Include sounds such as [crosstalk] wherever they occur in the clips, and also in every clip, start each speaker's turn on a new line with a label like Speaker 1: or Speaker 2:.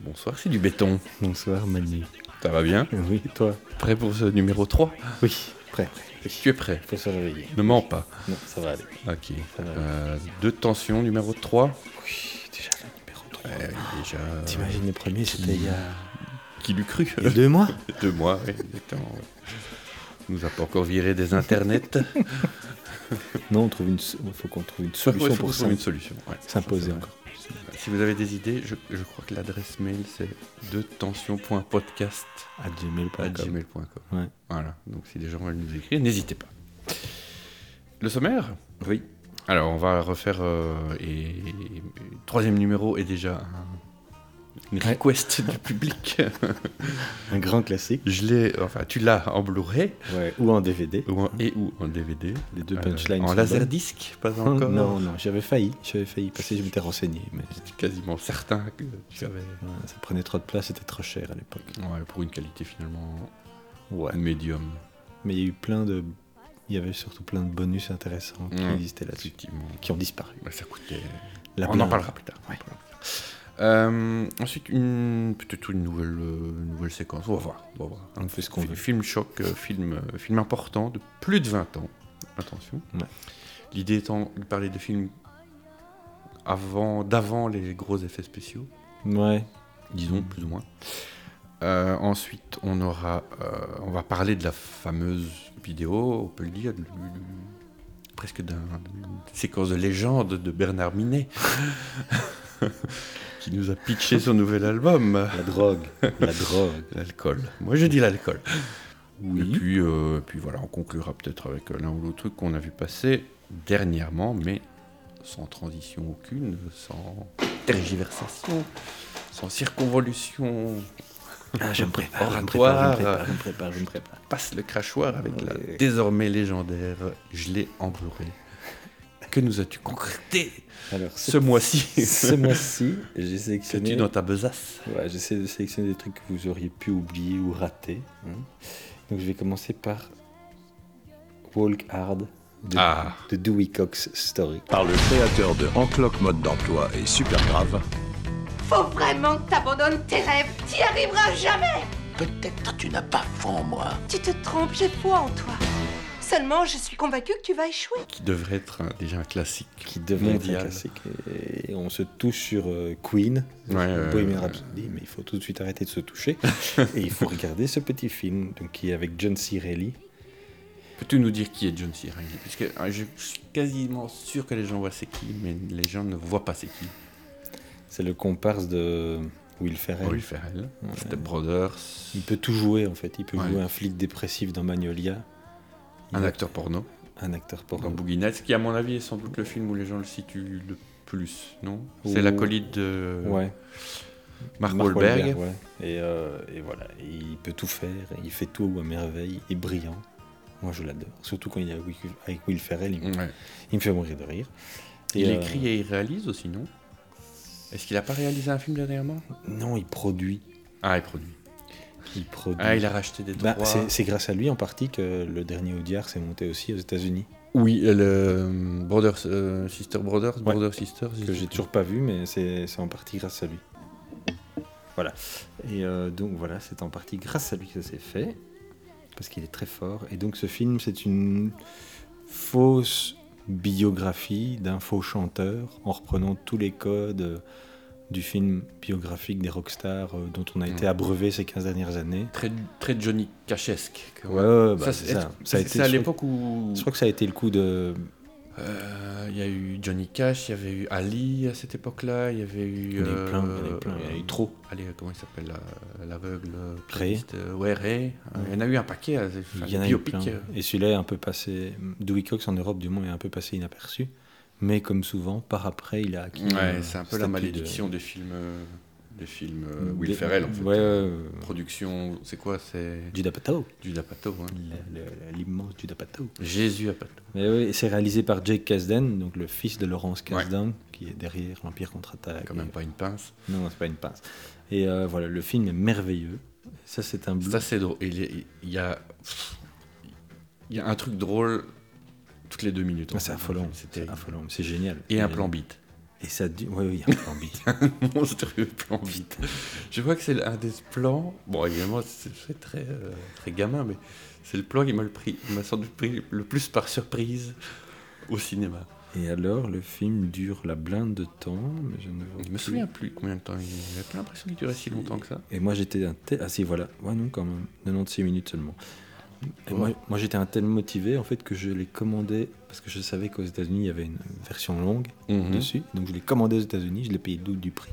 Speaker 1: Bonsoir, c'est du béton.
Speaker 2: Bonsoir Manu.
Speaker 1: Ça va bien
Speaker 2: Oui, toi
Speaker 1: Prêt pour ce numéro 3
Speaker 2: Oui, prêt, prêt.
Speaker 1: Tu es prêt
Speaker 2: Faut se réveiller.
Speaker 1: Ne mens pas.
Speaker 2: Non, ça va aller.
Speaker 1: Ok.
Speaker 2: Ça va.
Speaker 1: Euh, deux tensions, numéro 3.
Speaker 2: Oui, déjà le numéro 3.
Speaker 1: déjà.
Speaker 2: T'imagines le premier, c'était il y a
Speaker 1: Qui l'eût cru
Speaker 2: [laughs] il y a deux mois
Speaker 1: Deux mois, oui. exactement, ouais. Nous a pas encore viré des
Speaker 2: [laughs]
Speaker 1: internets.
Speaker 2: Non, on trouve une... s- faut qu'on trouve une
Speaker 1: Ouais,
Speaker 2: solution
Speaker 1: faut
Speaker 2: pour
Speaker 1: trouver
Speaker 2: s'im-
Speaker 1: une solution. ouais.
Speaker 2: s'imposer
Speaker 1: Ouais.
Speaker 2: encore.
Speaker 1: Si vous avez des idées, je, je crois que l'adresse mail c'est deuxtensions.podcast.gmail.com.
Speaker 2: À
Speaker 1: Ah,
Speaker 2: gmail.com. Ouais.
Speaker 1: Voilà. Donc si des gens veulent nous écrire, n'hésitez pas. Le sommaire
Speaker 2: Oui.
Speaker 1: Alors, on va refaire. euh, et, et- et- troisième numéro est déjà un- une request [laughs] du public.
Speaker 2: Un grand classique.
Speaker 1: Je l'ai. Enfin, tu l'as en Blu-ray
Speaker 2: Ouais. Ou en DVD.
Speaker 1: ou en- et ou en DVD.
Speaker 2: Les deux
Speaker 1: Euh,
Speaker 2: punchlines.
Speaker 1: en
Speaker 2: sont
Speaker 1: laserdisc, pas
Speaker 2: bonnes.
Speaker 1: encore.
Speaker 2: Non, non, j'avais failli. J'avais failli parce que je m'étais renseigné. Mais
Speaker 1: J'étais quasiment certain que tu savais.
Speaker 2: ouais, ça prenait trop de place, c'était trop cher à l'époque.
Speaker 1: Ouais, pour une qualité finalement
Speaker 2: Ouais.
Speaker 1: médium,
Speaker 2: Mais il y a eu plein de. Il y avait surtout plein de bonus intéressants qui
Speaker 1: Ouais.
Speaker 2: existaient là-dessus,
Speaker 1: effectivement.
Speaker 2: qui ont disparu.
Speaker 1: Ouais, ça coûtait.
Speaker 2: La
Speaker 1: on en
Speaker 2: plainte.
Speaker 1: parlera plus tard.
Speaker 2: Ouais.
Speaker 1: Euh, ensuite, une, peut-être une nouvelle, euh, une nouvelle séquence. On va voir. On va voir.
Speaker 2: On fait ce qu'on
Speaker 1: Fi-
Speaker 2: veut.
Speaker 1: Film choc, euh, film, euh, film important de plus de 20 ans. Attention.
Speaker 2: Ouais.
Speaker 1: L'idée étant de parler de films avant, d'avant les gros effets spéciaux,
Speaker 2: Ouais.
Speaker 1: disons plus ou moins. Euh, ensuite, on aura, euh, on va parler de la fameuse vidéo, on peut le dire, du- du- presque d'un- d'une séquence de légende de Bernard Minet, [laughs] qui nous a pitché son nouvel album.
Speaker 2: La drogue. La [laughs] drogue.
Speaker 1: L'alcool. Moi, je dis l'alcool.
Speaker 2: Oui.
Speaker 1: Et puis, euh, puis voilà, on conclura peut-être avec euh, l'un ou l'autre truc qu'on a vu passer dernièrement, mais sans transition aucune, sans tergiversation, sans circonvolution.
Speaker 2: Ah, je me prépare, je me
Speaker 1: Oratoire.
Speaker 2: prépare, je me prépare, je me prépare, je me prépare.
Speaker 1: Passe le crachoir avec la
Speaker 2: Ouais.
Speaker 1: désormais légendaire gelée en Blu-ray. Que nous as-tu concrété
Speaker 2: Alors,
Speaker 1: ce mois-ci
Speaker 2: [laughs]
Speaker 1: [laughs]
Speaker 2: ce mois-ci, j'ai
Speaker 1: C'est-tu
Speaker 2: sélectionné.
Speaker 1: dans ta besace
Speaker 2: Ouais, j'essaie de sélectionner des trucs que vous auriez pu oublier ou rater. hein. Donc, je vais commencer par Walk Hard de,
Speaker 1: Ah.
Speaker 2: de Dewey Cox Story.
Speaker 3: par le créateur de Enclock Mode d'emploi et Supergrave,
Speaker 4: Faut vraiment que t'abandonnes tes rêves. T'y arriveras jamais.
Speaker 3: Peut-être tu n'as pas foi en moi.
Speaker 4: Tu te trompes, j'ai foi en toi. Seulement, je suis convaincue que tu vas échouer.
Speaker 1: Qui devrait être un- déjà un classique.
Speaker 2: qui devient
Speaker 1: Mondial.
Speaker 2: classique. Et on se touche sur euh, Queen, sur
Speaker 1: ouais,
Speaker 2: Bohemian
Speaker 1: ouais.
Speaker 2: Rhapsody, mais il faut tout de suite arrêter de se [laughs] toucher. et il faut regarder ce petit film donc, qui est avec John C. Reilly.
Speaker 1: Peux-tu nous dire qui est John C. Reilly Puisque euh, je suis quasiment sûr que les gens voient c'est qui, mais les gens ne voient pas c'est qui.
Speaker 2: C'est le comparse de Will Ferrell.
Speaker 1: Will Ferrell, Step Brothers,
Speaker 2: Il peut tout jouer en fait. Il peut
Speaker 1: Ouais.
Speaker 2: jouer un flic dépressif dans Magnolia,
Speaker 1: un
Speaker 2: il-
Speaker 1: acteur porno,
Speaker 2: un acteur
Speaker 1: dans
Speaker 2: porno.
Speaker 1: Boogie Nights, qui à mon avis est sans doute le film où les gens le situent le plus, non C'est l'acolyte de
Speaker 2: Ouais,
Speaker 1: Mark,
Speaker 2: Mark
Speaker 1: Wahlberg.
Speaker 2: Wahlberg, ouais. et, euh, et voilà, Et il peut tout faire, il fait tout à merveille, il est brillant. Moi je l'adore, surtout quand il est avec Will- avec Will Ferrell, il, me-
Speaker 1: Ouais.
Speaker 2: il me fait mourir de rire. Et,
Speaker 1: Il
Speaker 2: euh,
Speaker 1: écrit et il réalise aussi, non Est-ce qu'il a pas réalisé un film dernièrement
Speaker 2: Non, il produit.
Speaker 1: Ah, il produit.
Speaker 2: Il produit.
Speaker 1: Ah, il a racheté des
Speaker 2: Bah,
Speaker 1: droits.
Speaker 2: c'est, c'est grâce à lui en partie que le dernier Audiard s'est monté aussi aux États-Unis.
Speaker 1: Oui, le Brothers, euh, Sister Brothers, Brothers Sisters.
Speaker 2: Que j'ai toujours pas vu, mais c'est, c'est en partie grâce à lui. Voilà. Et euh, donc voilà, c'est en partie grâce à lui que ça s'est fait. Parce qu'il est très fort. Et donc ce film, c'est une fausse biographie d'un faux chanteur en reprenant tous les codes euh, du film biographique des rockstars euh, dont on a été
Speaker 1: Mhm.
Speaker 2: abreuvé ces 15 dernières années.
Speaker 1: Très, très Johnny Cachesque. quand même.
Speaker 2: Ouais, ouais, bah,
Speaker 1: Ça,
Speaker 2: c'est
Speaker 1: c'est-
Speaker 2: ça. Ça a
Speaker 1: c'est-
Speaker 2: été-
Speaker 1: c'est à
Speaker 2: je crois-
Speaker 1: l'époque où
Speaker 2: Je crois que ça a été le coup de
Speaker 1: euh, il y a eu Johnny Cash, il y avait eu Ali à cette époque-là, il y avait eu.
Speaker 2: Il y en a eu plein, il y en a eu
Speaker 1: euh,
Speaker 2: plein, il y en a eu trop.
Speaker 1: Allez, comment il s'appelle là, l'aveugle euh,
Speaker 2: Ray.
Speaker 1: pianiste, euh, Ouais, Ray. Euh, Il y en a eu un paquet. euh, enfin,
Speaker 2: Il y en
Speaker 1: des
Speaker 2: a eu
Speaker 1: biopics,
Speaker 2: plein.
Speaker 1: euh.
Speaker 2: Et celui-là est un peu passé. Dewey Cox en Europe, du moins, est un peu passé inaperçu. Mais comme souvent, par après, il a acquis.
Speaker 1: Ouais,
Speaker 2: euh,
Speaker 1: c'est un peu
Speaker 2: statut
Speaker 1: la
Speaker 2: de-
Speaker 1: malédiction des films, euh, des films euh,
Speaker 2: de-
Speaker 1: Will Ferrell en fait.
Speaker 2: Ouais, ouais,
Speaker 1: Production, c'est quoi C'est
Speaker 2: ouais. Judas Apatow.
Speaker 1: du Pato. hein.
Speaker 2: Le- le- L'immense Judas Apatow.
Speaker 1: Jésus à Pato.
Speaker 2: Mais oui, et c'est réalisé par Jake Kasdan, donc le fils de Laurence Kasdan, qui est derrière l'Empire contre-attaque.
Speaker 1: Quand même pas une pince.
Speaker 2: Non, c'est pas une pince. Et euh, voilà, le film est merveilleux. Ça, c'est un
Speaker 1: C'est assez drôle. Il y- il y a, il y a un truc drôle toutes les deux minutes. en
Speaker 2: Ah, c'est
Speaker 1: fait.
Speaker 2: affolant.
Speaker 1: C'était-
Speaker 2: C'est affolant. C'est génial.
Speaker 1: Et un
Speaker 2: Mais-
Speaker 1: plan beat. [laughs]
Speaker 2: Et ça dit. Oui, oui, il y a un plan B.
Speaker 1: monstrueux plan vite. Je crois que c'est un des plans. Bon, évidemment, c'est c'est très, euh, très gamin, mais c'est le plan qui m'a le pris, m'a sans doute pris le plus par surprise au cinéma.
Speaker 2: Et alors, le film dure la blinde de temps, mais je ne
Speaker 1: Je me souviens plus combien de temps il J'avais pas l'impression qu'il durait si longtemps que ça.
Speaker 2: Et moi j'étais un tel. Ah si, voilà. Ouais, non, quand même. 96 minutes seulement. Et moi, moi, j'étais un tel motivé en fait que je les commandais parce que je savais qu'aux États-Unis il y avait une version longue
Speaker 1: Mhm.
Speaker 2: dessus. Donc je les commandais aux États-Unis, je les payais le double du prix.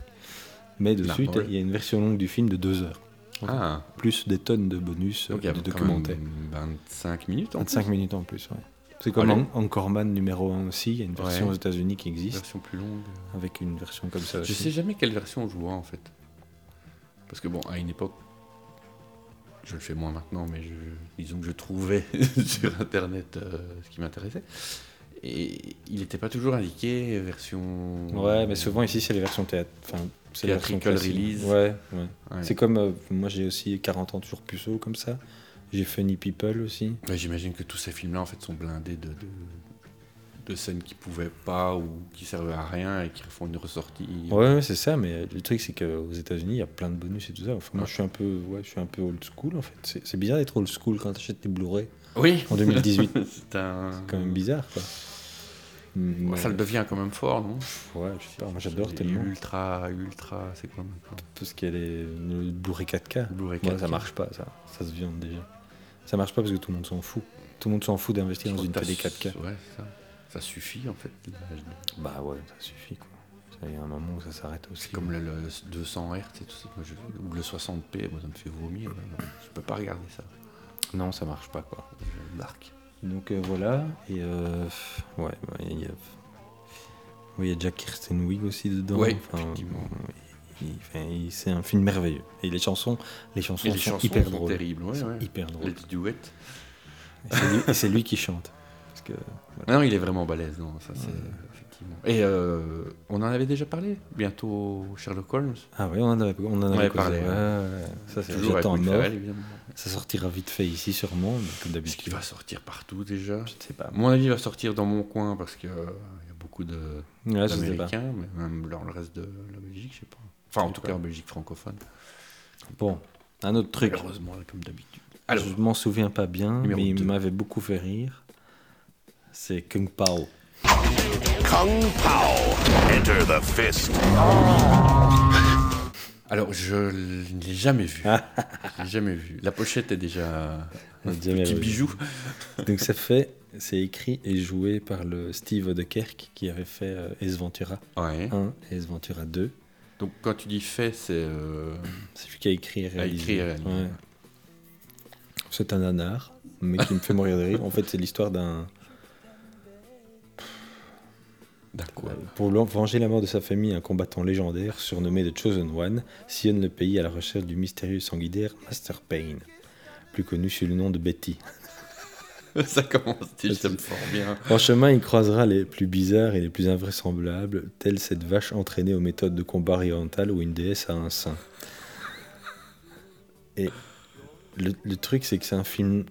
Speaker 2: Mais
Speaker 1: La
Speaker 2: dessus,
Speaker 1: parole.
Speaker 2: il y a une version longue du film de deux heures.
Speaker 1: Ah,
Speaker 2: Plus des tonnes de bonus, euh,
Speaker 1: donc il y a
Speaker 2: de
Speaker 1: quand même
Speaker 2: documentaires.
Speaker 1: 25 minutes en
Speaker 2: 25 minutes en plus, ouais. C'est comme
Speaker 1: Allez.
Speaker 2: en- Anchorman numéro 1 aussi, il y a une version
Speaker 1: Ouais.
Speaker 2: aux États-Unis qui
Speaker 1: plus.
Speaker 2: existe
Speaker 1: version plus longue.
Speaker 2: avec une version comme ça.
Speaker 1: Je
Speaker 2: aussi.
Speaker 1: sais jamais quelle version je vois en fait. Parce que bon, à une époque, je le fais moins maintenant, mais je, disons que je trouvais [laughs] sur internet euh, ce qui m'intéressait. Et il n'était pas toujours indiqué version.
Speaker 2: Ouais, mais souvent ici c'est les versions théâtre. Enfin, c'est les versions
Speaker 1: Theatrical
Speaker 2: classiques.
Speaker 1: release.
Speaker 2: Ouais, ouais.
Speaker 1: Ouais.
Speaker 2: C'est comme euh, moi j'ai aussi 40 ans toujours puceau comme ça. J'ai Funny People aussi.
Speaker 1: Ouais, J'imagine que tous ces films-là en fait sont blindés de, de, de scènes qui pouvaient pas ou qui servaient à rien et qui font une ressortie.
Speaker 2: Ouais, ouais, c'est ça, mais le truc c'est qu'aux États-Unis il y a plein de bonus et tout ça. Enfin, moi
Speaker 1: Ouais.
Speaker 2: je suis un peu, ouais, je suis un peu old school en fait. C'est c'est bizarre d'être old school quand t'achètes des Blu-ray [laughs]
Speaker 1: Oui.
Speaker 2: en
Speaker 1: [laughs]
Speaker 2: 2018.
Speaker 1: C'est un.
Speaker 2: c'est quand même bizarre quoi. Mais-
Speaker 1: Ça le devient quand même fort, non
Speaker 2: Ouais, je sais pas, moi j'adore
Speaker 1: Les
Speaker 2: tellement
Speaker 1: Ultra, ultra, c'est quoi maintenant
Speaker 2: tout ce qui est les le Blu-ray 4K.
Speaker 1: Blu-ray
Speaker 2: Moi
Speaker 1: 4K.
Speaker 2: ça marche pas, ça, ça se viande déjà. Ça marche pas parce que tout le monde s'en fout. Tout le monde s'en fout d'investir dans une
Speaker 1: T'as
Speaker 2: télé
Speaker 1: su-
Speaker 2: 4K.
Speaker 1: Ouais, ça. Ça suffit en fait.
Speaker 2: Bah ouais, ça suffit quoi. Ça, Il y a un moment où ça s'arrête aussi.
Speaker 1: C'est comme le, le 200 Hz et tout ça. Moi, je- ou le 60p, moi ça me fait vomir. là. Je peux pas regarder ça.
Speaker 2: Non, ça marche pas quoi.
Speaker 1: Je le marque.
Speaker 2: Donc euh, voilà, et euh, ouais, ouais, il y a... ouais, il y a Jack Kirstenwig aussi dedans.
Speaker 1: Ouais, effectivement.
Speaker 2: il- il- enfin, il- c'est un film merveilleux. Et les chansons, les chansons,
Speaker 1: Et les
Speaker 2: sont,
Speaker 1: chansons
Speaker 2: hyper
Speaker 1: sont
Speaker 2: drôles.
Speaker 1: terribles. Ouais,
Speaker 2: Elles sont
Speaker 1: ouais.
Speaker 2: hyper
Speaker 1: Les
Speaker 2: drôles.
Speaker 1: petits duets.
Speaker 2: Et c'est lui- Et c'est lui qui chante. Parce que
Speaker 1: Ah non, il est vraiment balèze. Non, ça, c'est, effectivement. Et euh, on en avait déjà parlé. Bientôt Sherlock Holmes.
Speaker 2: ah ouais, on en avait, on en avait
Speaker 1: Ouais, parlé,
Speaker 2: causé. Ouais,
Speaker 1: ouais.
Speaker 2: ouais, ouais. Ça c'est
Speaker 1: Toujours avec
Speaker 2: j'attends
Speaker 1: Will
Speaker 2: mort.
Speaker 1: Ferrell, évidemment.
Speaker 2: Ça sortira vite fait ici sûrement, mais comme
Speaker 1: Parce qu'il
Speaker 2: d'habitude.
Speaker 1: va sortir partout déjà.
Speaker 2: Je sais pas.
Speaker 1: À mon avis, il va sortir dans mon coin parce que euh, il y a beaucoup de.
Speaker 2: Ouais, Ah, je sais pas.
Speaker 1: américain, mais même dans le reste de la Belgique, je sais pas. Enfin, en
Speaker 2: Je
Speaker 1: tout
Speaker 2: sais
Speaker 1: cas,
Speaker 2: pas.
Speaker 1: en Belgique francophone.
Speaker 2: Bon, un autre truc.
Speaker 1: Malheureusement, là, comme d'habitude. Alors,
Speaker 2: Alors, je m'en souviens pas bien,
Speaker 1: Numéro
Speaker 2: mais
Speaker 1: deux.
Speaker 2: il m'avait beaucoup fait rire. C'est
Speaker 1: [laughs]
Speaker 2: Kung Pao.
Speaker 3: Kung Pao. Enter the fist.
Speaker 1: alors je ne l'ai jamais
Speaker 2: [laughs]
Speaker 1: vu. je l'ai jamais vu. La pochette est déjà un
Speaker 2: Déjà
Speaker 1: petit
Speaker 2: merveilleux.
Speaker 1: bijou.
Speaker 2: Donc ça fait, c'est écrit et joué par le Steve Odekerk qui avait fait euh, Ace Ventura
Speaker 1: Ouais.
Speaker 2: 1 et Ace Ventura 2.
Speaker 1: Donc quand tu dis fait, c'est euh,
Speaker 2: C'est lui qui a écrit et réalisé.
Speaker 1: écrit et réalisé.
Speaker 2: Ouais. C'est un nanar, mais qui me fait mourir de rire. En fait, c'est l'histoire d'un...
Speaker 1: d'accord.
Speaker 2: Pour l'en- venger la mort de sa famille, un combattant légendaire, surnommé The Chosen One, sillonne le pays à la recherche du mystérieux sanguinaire Master Payne, plus connu sous le nom de Betty.
Speaker 1: [laughs] ça commence déjà, ça me fort bien.
Speaker 2: En chemin, il croisera les plus bizarres et les plus invraisemblables, telle cette vache entraînée aux méthodes de combat orientales ou une déesse à un sein. Et le, le truc, c'est que c'est un film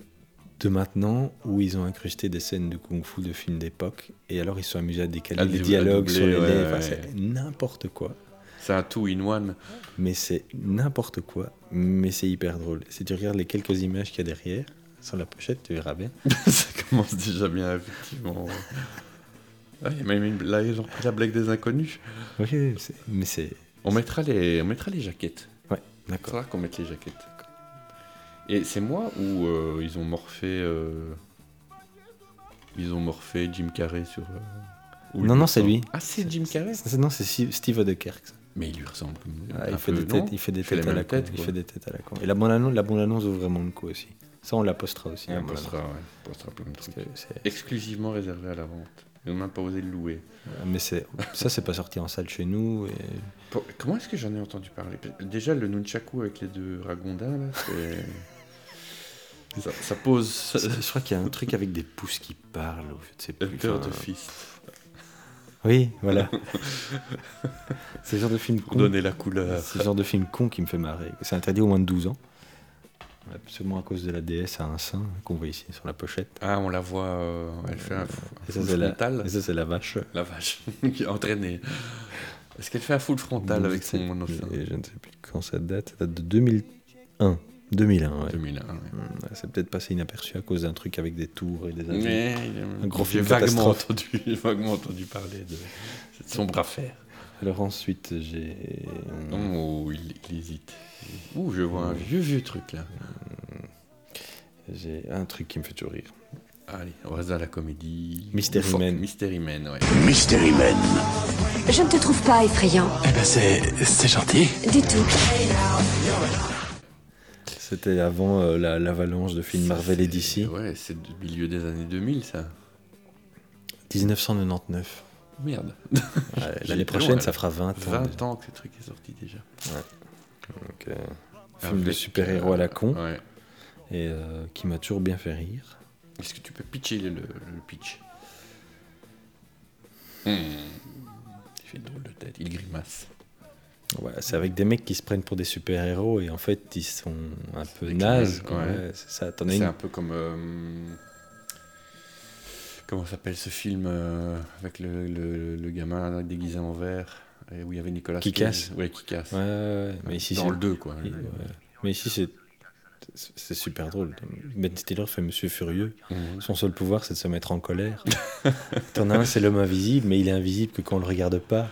Speaker 2: de maintenant où ils ont incrusté des scènes de kung-fu de films d'époque, et alors ils se sont amusés à décaler
Speaker 1: À
Speaker 2: les
Speaker 1: dou- à
Speaker 2: dialogues
Speaker 1: doubler,
Speaker 2: sur les
Speaker 1: ouais,
Speaker 2: lèvres,
Speaker 1: ouais.
Speaker 2: enfin, c'est n'importe quoi.
Speaker 1: C'est un two in one.
Speaker 2: mais c'est n'importe quoi, mais c'est hyper drôle. Si tu regardes les quelques images qu'il y a derrière, sur la pochette, tu verras bien.
Speaker 1: [laughs] ça commence déjà bien, effectivement. Ah, Il y a même une blague, ils ont pris la blague des inconnus.
Speaker 2: Oui, mais c'est...
Speaker 1: On mettra les, on mettra les jaquettes.
Speaker 2: Ouais,
Speaker 1: Il
Speaker 2: d'accord.
Speaker 1: faudra qu'on mette les jaquettes. Et c'est moi où euh, ils ont morphé. euh, ils ont morphé Jim Carrey sur. euh, où
Speaker 2: Non,
Speaker 1: il
Speaker 2: non, c'est
Speaker 1: ressemble.
Speaker 2: lui.
Speaker 1: Ah, c'est Jim Carrey
Speaker 2: C'est- Non, c'est Si- Steve Odekerk. ça.
Speaker 1: Mais il lui ressemble. comme-
Speaker 2: Ah,
Speaker 1: un
Speaker 2: il, fait
Speaker 1: peu,
Speaker 2: des
Speaker 1: non
Speaker 2: têtes, il fait des
Speaker 1: Il fait
Speaker 2: têtes
Speaker 1: la
Speaker 2: à la
Speaker 1: même
Speaker 2: con.
Speaker 1: tête,
Speaker 2: Il
Speaker 1: quoi.
Speaker 2: fait des têtes à la con. Et la bande-annonce la bande-annonce vaut vraiment le coup aussi. Ça, on la postera aussi.
Speaker 1: Ouais,
Speaker 2: la
Speaker 1: Ah, on
Speaker 2: bande-annonce.
Speaker 1: postera, ouais, on postera plein de
Speaker 2: Parce
Speaker 1: trucs.
Speaker 2: que c'est-
Speaker 1: Exclusivement réservé à la vente. Ils n'ont même pas osé le louer.
Speaker 2: Mais c'est- ça, c'est pas sorti en salle chez nous. et-
Speaker 1: Pour- Comment est-ce que j'en ai entendu parler Déjà, le Nunchaku avec les deux ragondins, là,
Speaker 2: [laughs]
Speaker 1: c'est. ça, ça pose.
Speaker 2: Je crois qu'il y a un truc avec des pouces qui parlent. ou Je sais plus.
Speaker 1: Hunter
Speaker 2: enfin,
Speaker 1: de fils.
Speaker 2: Oui, [laughs] voilà. c'est le genre de film
Speaker 1: Pour
Speaker 2: con.
Speaker 1: donner la couleur.
Speaker 2: C'est le genre de film con qui me fait marrer. C'est interdit au moins de 12 ans. Sûrement à cause de la déesse à un sein qu'on voit ici sur la pochette.
Speaker 1: Ah, on la voit, euh, elle fait un, fou- un
Speaker 2: Et ça,
Speaker 1: full
Speaker 2: c'est la,
Speaker 1: frontal.
Speaker 2: et ça, c'est la vache.
Speaker 1: La vache [laughs] qui est entraînée. Est-ce qu'elle fait un full frontal avec son euh, monofin
Speaker 2: Et Je ne sais plus quand ça date. Ça date de 2001. 2001, ouais.
Speaker 1: 2001. ouais.
Speaker 2: Mm, ouais, C'est peut-être passé inaperçu à cause d'un truc avec des tours et des avions.
Speaker 1: Mais
Speaker 2: Un gros
Speaker 1: j'ai
Speaker 2: film
Speaker 1: vaguement
Speaker 2: catastrophe.
Speaker 1: entendu, [laughs] j'ai vaguement entendu parler de cette sombre affaire.
Speaker 2: Alors ensuite, j'ai.
Speaker 1: Oh, il, il hésite. Ouh, je vois un
Speaker 2: Ouais.
Speaker 1: vieux, vieux truc là.
Speaker 2: J'ai un truc qui me fait toujours rire.
Speaker 1: Allez, on reste dans la comédie.
Speaker 2: Mystery
Speaker 1: Fuck,
Speaker 2: Man.
Speaker 1: Mystery Man, ouais.
Speaker 3: Mystery Man.
Speaker 5: Je ne te trouve pas effrayant,
Speaker 6: Eh ben c'est, c'est gentil.
Speaker 5: du tout.
Speaker 2: C'était avant euh, la- l'avalanche de films Marvel et DC.
Speaker 1: Ouais, c'est du milieu des années 2000 ça. [laughs]
Speaker 2: 1999.
Speaker 1: Merde.
Speaker 2: Ouais, L'année
Speaker 1: été
Speaker 2: prochaine,
Speaker 1: loin,
Speaker 2: ça fera 20 ans.
Speaker 1: 20 ans que ce truc est sorti déjà.
Speaker 2: Donc, euh, film de
Speaker 1: Avec,
Speaker 2: super-héros à la con.
Speaker 1: Ouais.
Speaker 2: Et euh, qui m'a toujours bien fait rire.
Speaker 1: Est-ce que tu peux pitcher le, le- le pitch Hmm. Il fait drôle de tête, il grimace.
Speaker 2: Voilà, c'est avec des mecs qui se prennent pour des super-héros et en fait ils sont un peu
Speaker 1: des
Speaker 2: nazes.
Speaker 1: clowns,
Speaker 2: quoi.
Speaker 1: ouais.
Speaker 2: Ouais, c'est ça. T'en as
Speaker 1: C'est
Speaker 2: une-
Speaker 1: un peu comme. euh, comment s'appelle ce film euh, avec le, le- le gamin déguisé en vert et où il y avait Nicolas
Speaker 2: Qui
Speaker 1: Cage.
Speaker 2: casse.
Speaker 1: Ouais, qui casse.
Speaker 2: Ouais, ouais, ouais. Mais ici,
Speaker 1: Dans
Speaker 2: c'est-
Speaker 1: le 2, quoi.
Speaker 2: Ouais. Mais ici, c'est. C'est super drôle. Ben Stiller fait Monsieur Furieux.
Speaker 1: Mhm.
Speaker 2: Son seul pouvoir, c'est de se mettre en
Speaker 1: [laughs]
Speaker 2: colère. T'en as un, c'est l'homme invisible, mais il est invisible que quand on le regarde pas.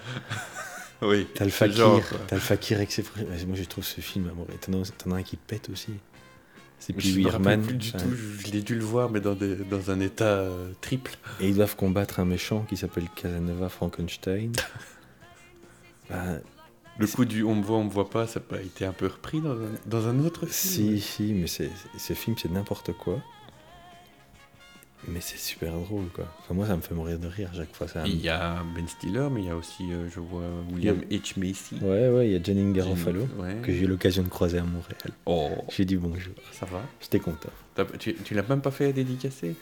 Speaker 1: Oui.
Speaker 2: T'as le
Speaker 1: c'est genre,
Speaker 2: fakir,
Speaker 1: quoi.
Speaker 2: t'as le fakir avec ses fr- Moi, je trouve ce film amoureux. T'en as, t'en as un qui pète aussi. C'est
Speaker 1: Mais je
Speaker 2: puis
Speaker 1: me rappelle
Speaker 2: Weirman.
Speaker 1: plus du
Speaker 2: hein.
Speaker 1: tout, je je l'ai dû le voir, mais dans, des- dans un état euh, triple.
Speaker 2: Et ils doivent combattre un méchant qui s'appelle
Speaker 1: [laughs]
Speaker 2: Casanova Frankenstein. Ben,
Speaker 1: Le coup du on me voit, on me voit pas, ça a été un peu repris dans un, dans un autre film
Speaker 2: Si, si, mais c'est, ce film, c'est n'importe quoi. Mais c'est super drôle, quoi. Enfin, moi, ça me fait mourir de rire chaque fois. Ça me-
Speaker 1: Il y a Ben Stiller, mais il y a aussi, euh, je vois, William H. Macy.
Speaker 2: Ouais, ouais, il y a Janine Garofalo,
Speaker 1: Ouais.
Speaker 2: que j'ai eu l'occasion de croiser à Montréal.
Speaker 1: Oh,
Speaker 2: J'ai dit bonjour.
Speaker 1: ça va
Speaker 2: J'étais content.
Speaker 1: T'as- Tu, tu l'as même pas fait dédicacer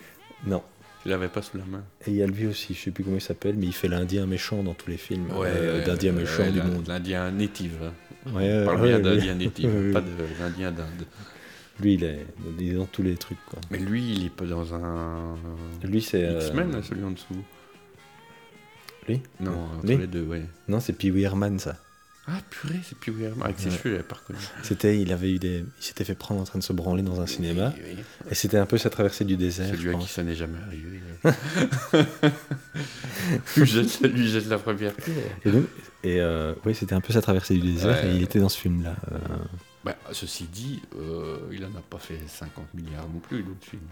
Speaker 2: Non.
Speaker 1: Tu l'avais pas sous la main
Speaker 2: Et il y a lui aussi, je sais plus comment il s'appelle, mais il fait l'Indien méchant dans tous les films. euh, d'Indien méchant
Speaker 1: ouais,
Speaker 2: du
Speaker 1: l'in-
Speaker 2: monde.
Speaker 1: L'Indien native. hein.
Speaker 2: Ouais, ouais,
Speaker 1: On parle
Speaker 2: ouais,
Speaker 1: bien
Speaker 2: lui-
Speaker 1: d'Indien native,
Speaker 2: [laughs] Ouais, ouais.
Speaker 1: pas de l'Indien d'Inde.
Speaker 2: Lui, il est, il est dans tous les trucs, quoi.
Speaker 1: Mais lui, il est pas dans un.
Speaker 2: Lui, c'est. euh,
Speaker 1: X-Men, là, celui en dessous.
Speaker 2: Lui
Speaker 1: Non, entre
Speaker 2: Lui
Speaker 1: les deux, ouais.
Speaker 2: Non, c'est Pee Wee Herman, ça.
Speaker 1: Ah, purée, c'est plus weird. Avec ses
Speaker 2: Ouais.
Speaker 1: cheveux, j'avais pas reconnu.
Speaker 2: C'était, il avait eu des, il s'était fait prendre en train de se branler dans un cinéma. Et c'était un peu sa traversée du désert.
Speaker 1: Celui
Speaker 2: je
Speaker 1: à
Speaker 2: pense.
Speaker 1: qui ça n'est jamais arrivé. [laughs] lui, jette, lui jette la première pierre.
Speaker 2: Et donc, et euh, oui, c'était un peu sa traversée du désert.
Speaker 1: Ouais.
Speaker 2: Et il était dans ce film-là. Euh,
Speaker 1: Bah, ceci dit, euh, il en a pas fait 50 milliards non plus, l'autre film.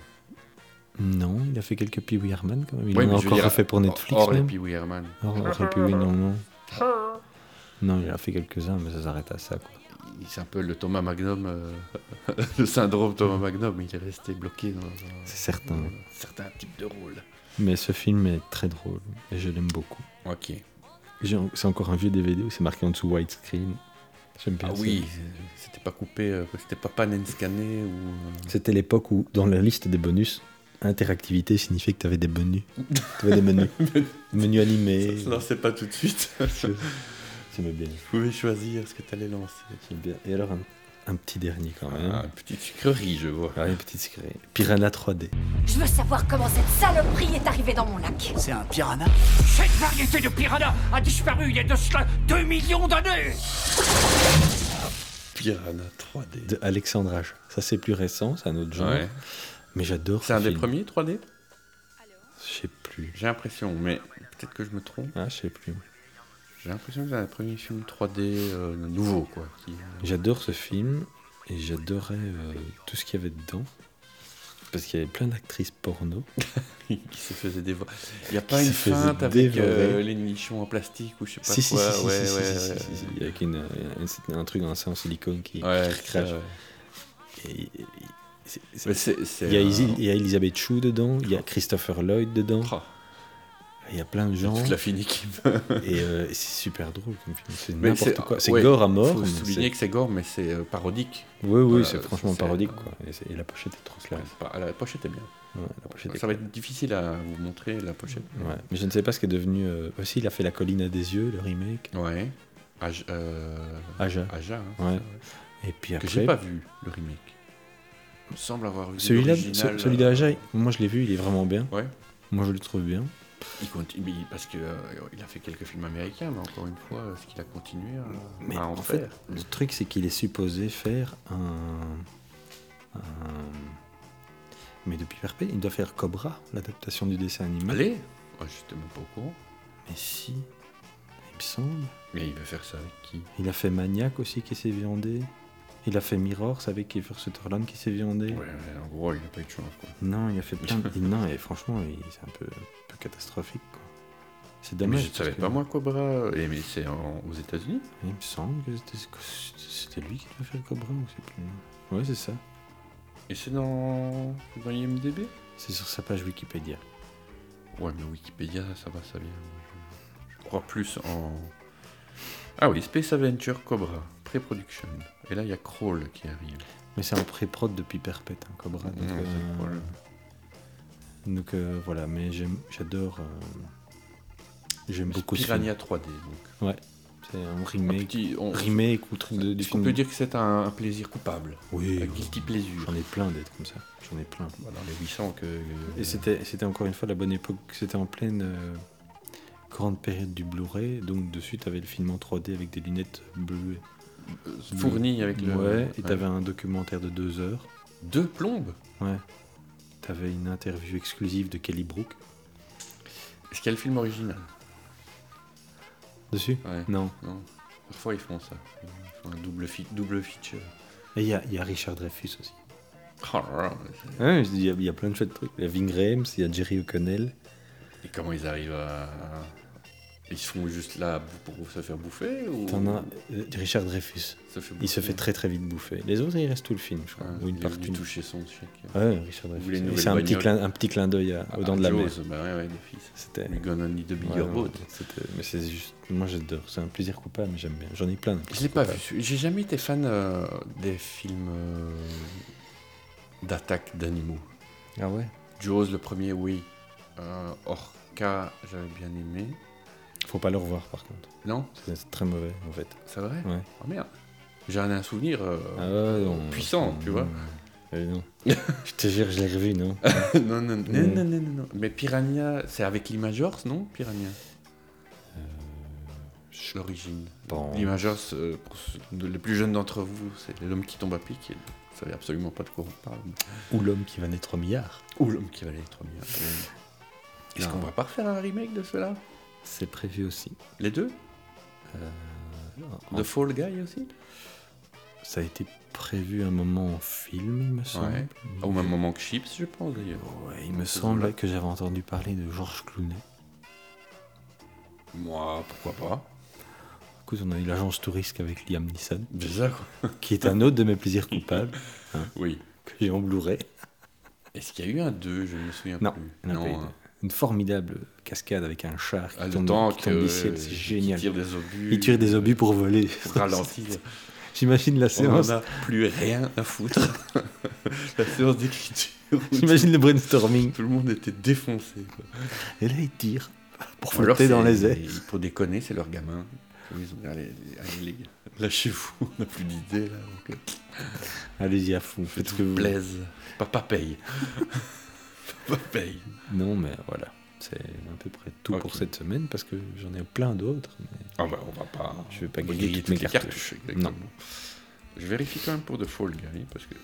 Speaker 2: non, il a fait quelques Pee Wee Herman quand même. Il
Speaker 1: Ouais,
Speaker 2: en
Speaker 1: mais
Speaker 2: a
Speaker 1: je veux
Speaker 2: encore
Speaker 1: dire,
Speaker 2: refait pour Netflix.
Speaker 1: Hors les
Speaker 2: même. Oh,
Speaker 1: Pee Wee Herman.
Speaker 2: Hors- hors Pee Wee, non, non. Non, il en a fait quelques-uns, mais ça s'arrête à ça. Quoi.
Speaker 1: Il- C'est un peu le Thomas Magnum, euh, [laughs] le syndrome Thomas Magnum. Il est resté bloqué dans un
Speaker 2: C'est certain.
Speaker 1: certain type de rôle.
Speaker 2: Mais ce film est très drôle et je l'aime beaucoup.
Speaker 1: Ok.
Speaker 2: J'ai en- C'est encore un vieux DVD où c'est marqué en dessous widescreen. J'aime bien
Speaker 1: Ah
Speaker 2: ça.
Speaker 1: oui, c'était pas coupé, euh, c'était pas pan and scanné ou. euh,
Speaker 2: C'était l'époque où, dans la liste des bonus, interactivité signifiait que tu avais des menus.
Speaker 1: [laughs]
Speaker 2: tu avais des menus. des menus animés.
Speaker 1: Ça se lançait pas tout de suite. tu
Speaker 2: J'aimais bien.
Speaker 1: pouvais choisir ce que t'allais lancer.
Speaker 2: J'aime bien. Et alors, un, un petit dernier quand même.
Speaker 1: Ah, petite sucrerie, je vois.
Speaker 2: Hein Ah, une petite secret. Piranha 3D.
Speaker 5: Je veux savoir comment cette saloperie est arrivée dans mon lac.
Speaker 6: C'est un piranha.
Speaker 7: Cette variété de piranha a disparu il y a de cela 2 millions d'années
Speaker 1: Piranha 3D.
Speaker 2: De Alexandre H. Ça, c'est plus récent, c'est un autre genre.
Speaker 1: Ouais.
Speaker 2: Mais j'adore
Speaker 1: C'est
Speaker 2: ce
Speaker 1: un des
Speaker 2: film.
Speaker 1: premiers 3D
Speaker 2: Je sais plus.
Speaker 1: J'ai l'impression, mais peut-être que je me trompe.
Speaker 2: Ah, je sais plus.
Speaker 1: J'ai l'impression que c'est un premier film 3D euh, nouveau, quoi. qui- [laughs]
Speaker 2: J'adore ce film et j'adorais euh, tout ce qu'il y avait dedans. Parce qu'il y avait plein d'actrices porno.
Speaker 1: qui se faisait dévorer. Il n'y a pas une
Speaker 2: se faisait
Speaker 1: feinte avec euh,
Speaker 2: dévorer.
Speaker 1: les nichons en plastique ou je sais pas
Speaker 2: si, si,
Speaker 1: quoi.
Speaker 2: si, si,
Speaker 1: ouais,
Speaker 2: si, si,
Speaker 1: ouais,
Speaker 2: si,
Speaker 1: ouais,
Speaker 2: si, si, si. Avec une, euh, un- c'était un truc dans un en silicone qui
Speaker 1: Ouais,
Speaker 2: qui
Speaker 1: c'est
Speaker 2: crache.
Speaker 1: ça, ouais.
Speaker 2: Et- et- et- c'est- c'est-
Speaker 1: Mais c'est- c'est
Speaker 2: Il y, a
Speaker 1: un-
Speaker 2: Isi- il y a Elisabeth Chou dedans, il y a Christopher Lloyd dedans,
Speaker 1: Oh,
Speaker 2: il y a plein de gens.
Speaker 1: toute la fini qui meurt.
Speaker 2: Et euh, c'est super drôle comme film. C'est
Speaker 1: Mais
Speaker 2: n'importe
Speaker 1: c'est-
Speaker 2: quoi. C'est
Speaker 1: ouais,
Speaker 2: gore à mort.
Speaker 1: Faut
Speaker 2: mais
Speaker 1: souligner
Speaker 2: c'est-
Speaker 1: que c'est gore, mais c'est euh, parodique.
Speaker 2: Oui, oui,
Speaker 1: Voilà,
Speaker 2: c'est franchement
Speaker 1: c'est-
Speaker 2: parodique. Quoi. Et, c'est- et la pochette est trop claire.
Speaker 1: Ouais, c'est pas- La pochette est bien.
Speaker 2: Ouais, la pochette est
Speaker 1: Ça va être difficile à vous montrer la pochette.
Speaker 2: Ouais. Mais je ne sais pas ce qui est devenu. euh, Aussi, il a fait La colline à des yeux, le remake.
Speaker 1: Ouais. Aj- euh,
Speaker 2: Aja.
Speaker 1: Aja. hein,
Speaker 2: Ouais.
Speaker 1: c'est ça,
Speaker 2: Et puis
Speaker 1: Que j'ai
Speaker 2: après,
Speaker 1: pas vu le remake. me semble avoir vu.
Speaker 2: Celui-là, ce-
Speaker 1: l'original,
Speaker 2: celui
Speaker 1: euh,
Speaker 2: d'Aja, moi je l'ai vu, il est vraiment bien.
Speaker 1: Ouais. Mm.
Speaker 2: Moi je le trouve bien.
Speaker 1: Il continue, mais il- parce qu'il a fait quelques films américains, mais encore une fois, est-ce qu'il a continué à,
Speaker 2: Mais
Speaker 1: à en,
Speaker 2: en fait,
Speaker 1: faire
Speaker 2: Le truc, c'est qu'il est supposé faire un. un- Mais depuis RP, il doit faire Cobra, l'adaptation du dessin animé.
Speaker 1: Allez Je J'étais même pas au courant.
Speaker 2: Mais si, il me semble.
Speaker 1: Mais il veut faire ça avec qui
Speaker 2: Il a fait Maniac aussi qui s'est viandé. Il a fait Mirrors avec Kiefer Sutherland qui s'est viandé.
Speaker 1: Ouais, ouais, en gros, il n'a pas eu de chance. Quoi.
Speaker 2: Non, il a fait
Speaker 1: [laughs]
Speaker 2: plein. de- non, et franchement, il- c'est un peu, un peu catastrophique. quoi. C'est
Speaker 1: Mais
Speaker 2: dommage.
Speaker 1: je ne savais
Speaker 2: parce que-
Speaker 1: pas, moi, Cobra. Et, mais c'est en- aux États-Unis
Speaker 2: Il me semble que c'était, que c'était lui qui devait faire Cobra, ou c'est plus. Ouais, c'est ça.
Speaker 1: Et c'est dans... dans IMDB
Speaker 2: C'est sur sa page Wikipédia.
Speaker 1: Ouais, mais Wikipédia, ça va, ça vient. Je, je crois plus en. Ah oui, Space Adventure Cobra, pré-production. Et là, il y a Crawl qui arrive.
Speaker 2: Mais c'est en pré-prod depuis Perpète, hein, Cobra. Donc,
Speaker 1: Ouais, c'est
Speaker 2: euh,
Speaker 1: Crawl.
Speaker 2: donc, euh, voilà, mais j'aime, j'adore. euh, j'aime beaucoup ce film.
Speaker 1: Piranha 3D. Donc.
Speaker 2: C'est un
Speaker 1: Un
Speaker 2: remake.
Speaker 1: petit- on...
Speaker 2: Remake ou truc de, du
Speaker 1: Est-ce qu'on
Speaker 2: film.
Speaker 1: peut dire que c'est un, un plaisir coupable
Speaker 2: Oui,
Speaker 1: Un
Speaker 2: oui.
Speaker 1: guilty pleasure.
Speaker 2: J'en ai plein d'être comme ça. J'en ai plein.
Speaker 1: Bah, dans les 800 que.
Speaker 2: Et c'était, c'était encore une fois la bonne époque. C'était en pleine euh, grande période du Blu-ray. Donc, dessus, t'avais le film en 3D avec des lunettes bleues.
Speaker 1: Euh, fourni avec le.
Speaker 2: Ouais, et t'avais un documentaire de deux heures.
Speaker 1: Deux plombes
Speaker 2: Ouais. T'avais une interview exclusive de Kelly Brook
Speaker 1: Est-ce qu'il y a le film original
Speaker 2: dessus
Speaker 1: Ouais.
Speaker 2: Non.
Speaker 1: Non. Parfois, ils font ça. Ils font un double, fi- double feature.
Speaker 2: Et il y a, il y a Richard Dreyfus aussi.
Speaker 1: Oh là là, mais c'est-
Speaker 2: Ah Ouais, je dis, il y a- il y, a plein de chouettes trucs. Il y a Ving Rhames, il y a Jerry O'Connell.
Speaker 1: Et comment ils arrivent à. Ils se font juste là pour se faire bouffer ou...
Speaker 2: T'en as euh, Richard Dreyfus.
Speaker 1: se fait
Speaker 2: Il se
Speaker 1: bouffer
Speaker 2: fait très très vite bouffer. Les autres, il reste tout le film, je crois.
Speaker 1: Ah,
Speaker 2: Ou une
Speaker 1: il est venu
Speaker 2: partie.
Speaker 1: toucher son chèque.
Speaker 2: Ouais, Richard
Speaker 1: voulez
Speaker 2: Dreyfus.
Speaker 1: une
Speaker 2: Et
Speaker 1: nouvelle
Speaker 2: C'est un petit,
Speaker 1: bagnole
Speaker 2: clin, un petit clin d'œil à- aux dents de la mer.
Speaker 1: Jaws, Bah ouais, ouais, d'office.
Speaker 2: C'était.
Speaker 1: We're gonna need a bigger
Speaker 2: ouais,
Speaker 1: boat.
Speaker 2: c'était- Mais c'est juste. Moi, j'adore. C'est un plaisir coupable, mais j'aime bien. J'en ai plein. de
Speaker 1: Je
Speaker 2: plaisirs
Speaker 1: l'ai pas vu.
Speaker 2: coupables.
Speaker 1: J'ai jamais été fan euh, des films euh, d'attaque d'animaux.
Speaker 2: Ah ouais
Speaker 1: Jaws, le premier, oui. Euh, Orca, j'avais bien aimé.
Speaker 2: Faut pas le revoir, par contre.
Speaker 1: Non,
Speaker 2: C'est c'est très mauvais, en fait.
Speaker 1: c'est vrai
Speaker 2: Ouais.
Speaker 1: Oh merde. J'ai un souvenir euh,
Speaker 2: Ah ouais, non,
Speaker 1: puissant,
Speaker 2: non,
Speaker 1: tu vois.
Speaker 2: Euh, non. je te jure, je l'ai
Speaker 1: [laughs]
Speaker 2: revu, non
Speaker 1: non, non, non,
Speaker 2: Mm.
Speaker 1: non, non, non, non. Mais Piranha, c'est avec l'Imagers, non Piranha Euh, L'origine.
Speaker 2: Bon.
Speaker 1: L'Imagers, euh, pour ceux- de- les plus jeunes d'entre vous, c'est l'homme qui tombe à pic. et Vous savez absolument pas de quoi on parle.
Speaker 2: Ou l'homme qui va naître au milliard.
Speaker 1: Ou l'homme qui va aller trop bien. Est-ce
Speaker 2: Non.
Speaker 1: qu'on va pas refaire un remake de cela
Speaker 2: C'est prévu aussi.
Speaker 1: Les deux
Speaker 2: En-
Speaker 1: The Fall Guy aussi
Speaker 2: Ça a été prévu un moment en film, il me semble.
Speaker 1: Ouais. Au même moment que Chips, je pense d'ailleurs.
Speaker 2: Ouais, il me semble que j'avais entendu parler de Georges Clooney.
Speaker 1: Moi, pourquoi pas
Speaker 2: Écoute, on a eu l'agence touriste avec Liam Neeson,
Speaker 1: Déjà quoi.
Speaker 2: qui est un autre de mes plaisirs coupables,
Speaker 1: Oui.
Speaker 2: que j'ai en Blu-ray.
Speaker 1: Est-ce qu'il y a eu un 2 Je me souviens
Speaker 2: Non,
Speaker 1: plus.
Speaker 2: il n'y en a pas eu
Speaker 1: hein.
Speaker 2: deux. Une formidable cascade avec un char qui,
Speaker 1: Ah, le
Speaker 2: tombe,
Speaker 1: tank,
Speaker 2: qui tombe
Speaker 1: euh,
Speaker 2: du ciel, c'est
Speaker 1: qui
Speaker 2: génial.
Speaker 1: tire des obus.
Speaker 2: Il tire des obus pour voler.
Speaker 1: euh,
Speaker 2: [laughs]
Speaker 1: pour ralentir.
Speaker 2: J'imagine la
Speaker 1: On
Speaker 2: séance. [laughs]
Speaker 1: n'en a plus rien à foutre. [laughs] La séance d'écriture. où
Speaker 2: J'imagine le brainstorming.
Speaker 1: Tout le monde était défoncé. quoi.
Speaker 2: Et là, ils tirent pour
Speaker 1: Ou alors,
Speaker 2: flotter dans
Speaker 1: c'est-
Speaker 2: les airs.
Speaker 1: Pour déconner, c'est leur gamin. Ils ont dit, allez, allez, les gars, lâchez-vous, on n'a plus d'idées là. donc, euh,
Speaker 2: Allez-y à fond, faites ce que vous voulez.
Speaker 1: Blaise, papa paye. [laughs] papa paye.
Speaker 2: Non, mais voilà, c'est à peu près tout
Speaker 1: Ok.
Speaker 2: pour cette semaine parce que j'en ai plein d'autres. mais-
Speaker 1: Ah bah on va pas.
Speaker 2: Je vais pas
Speaker 1: on va
Speaker 2: griller toutes mes
Speaker 1: les
Speaker 2: cartouches.
Speaker 1: exactement.
Speaker 2: Non.
Speaker 1: Je vérifie quand même pour The Fall Guy parce que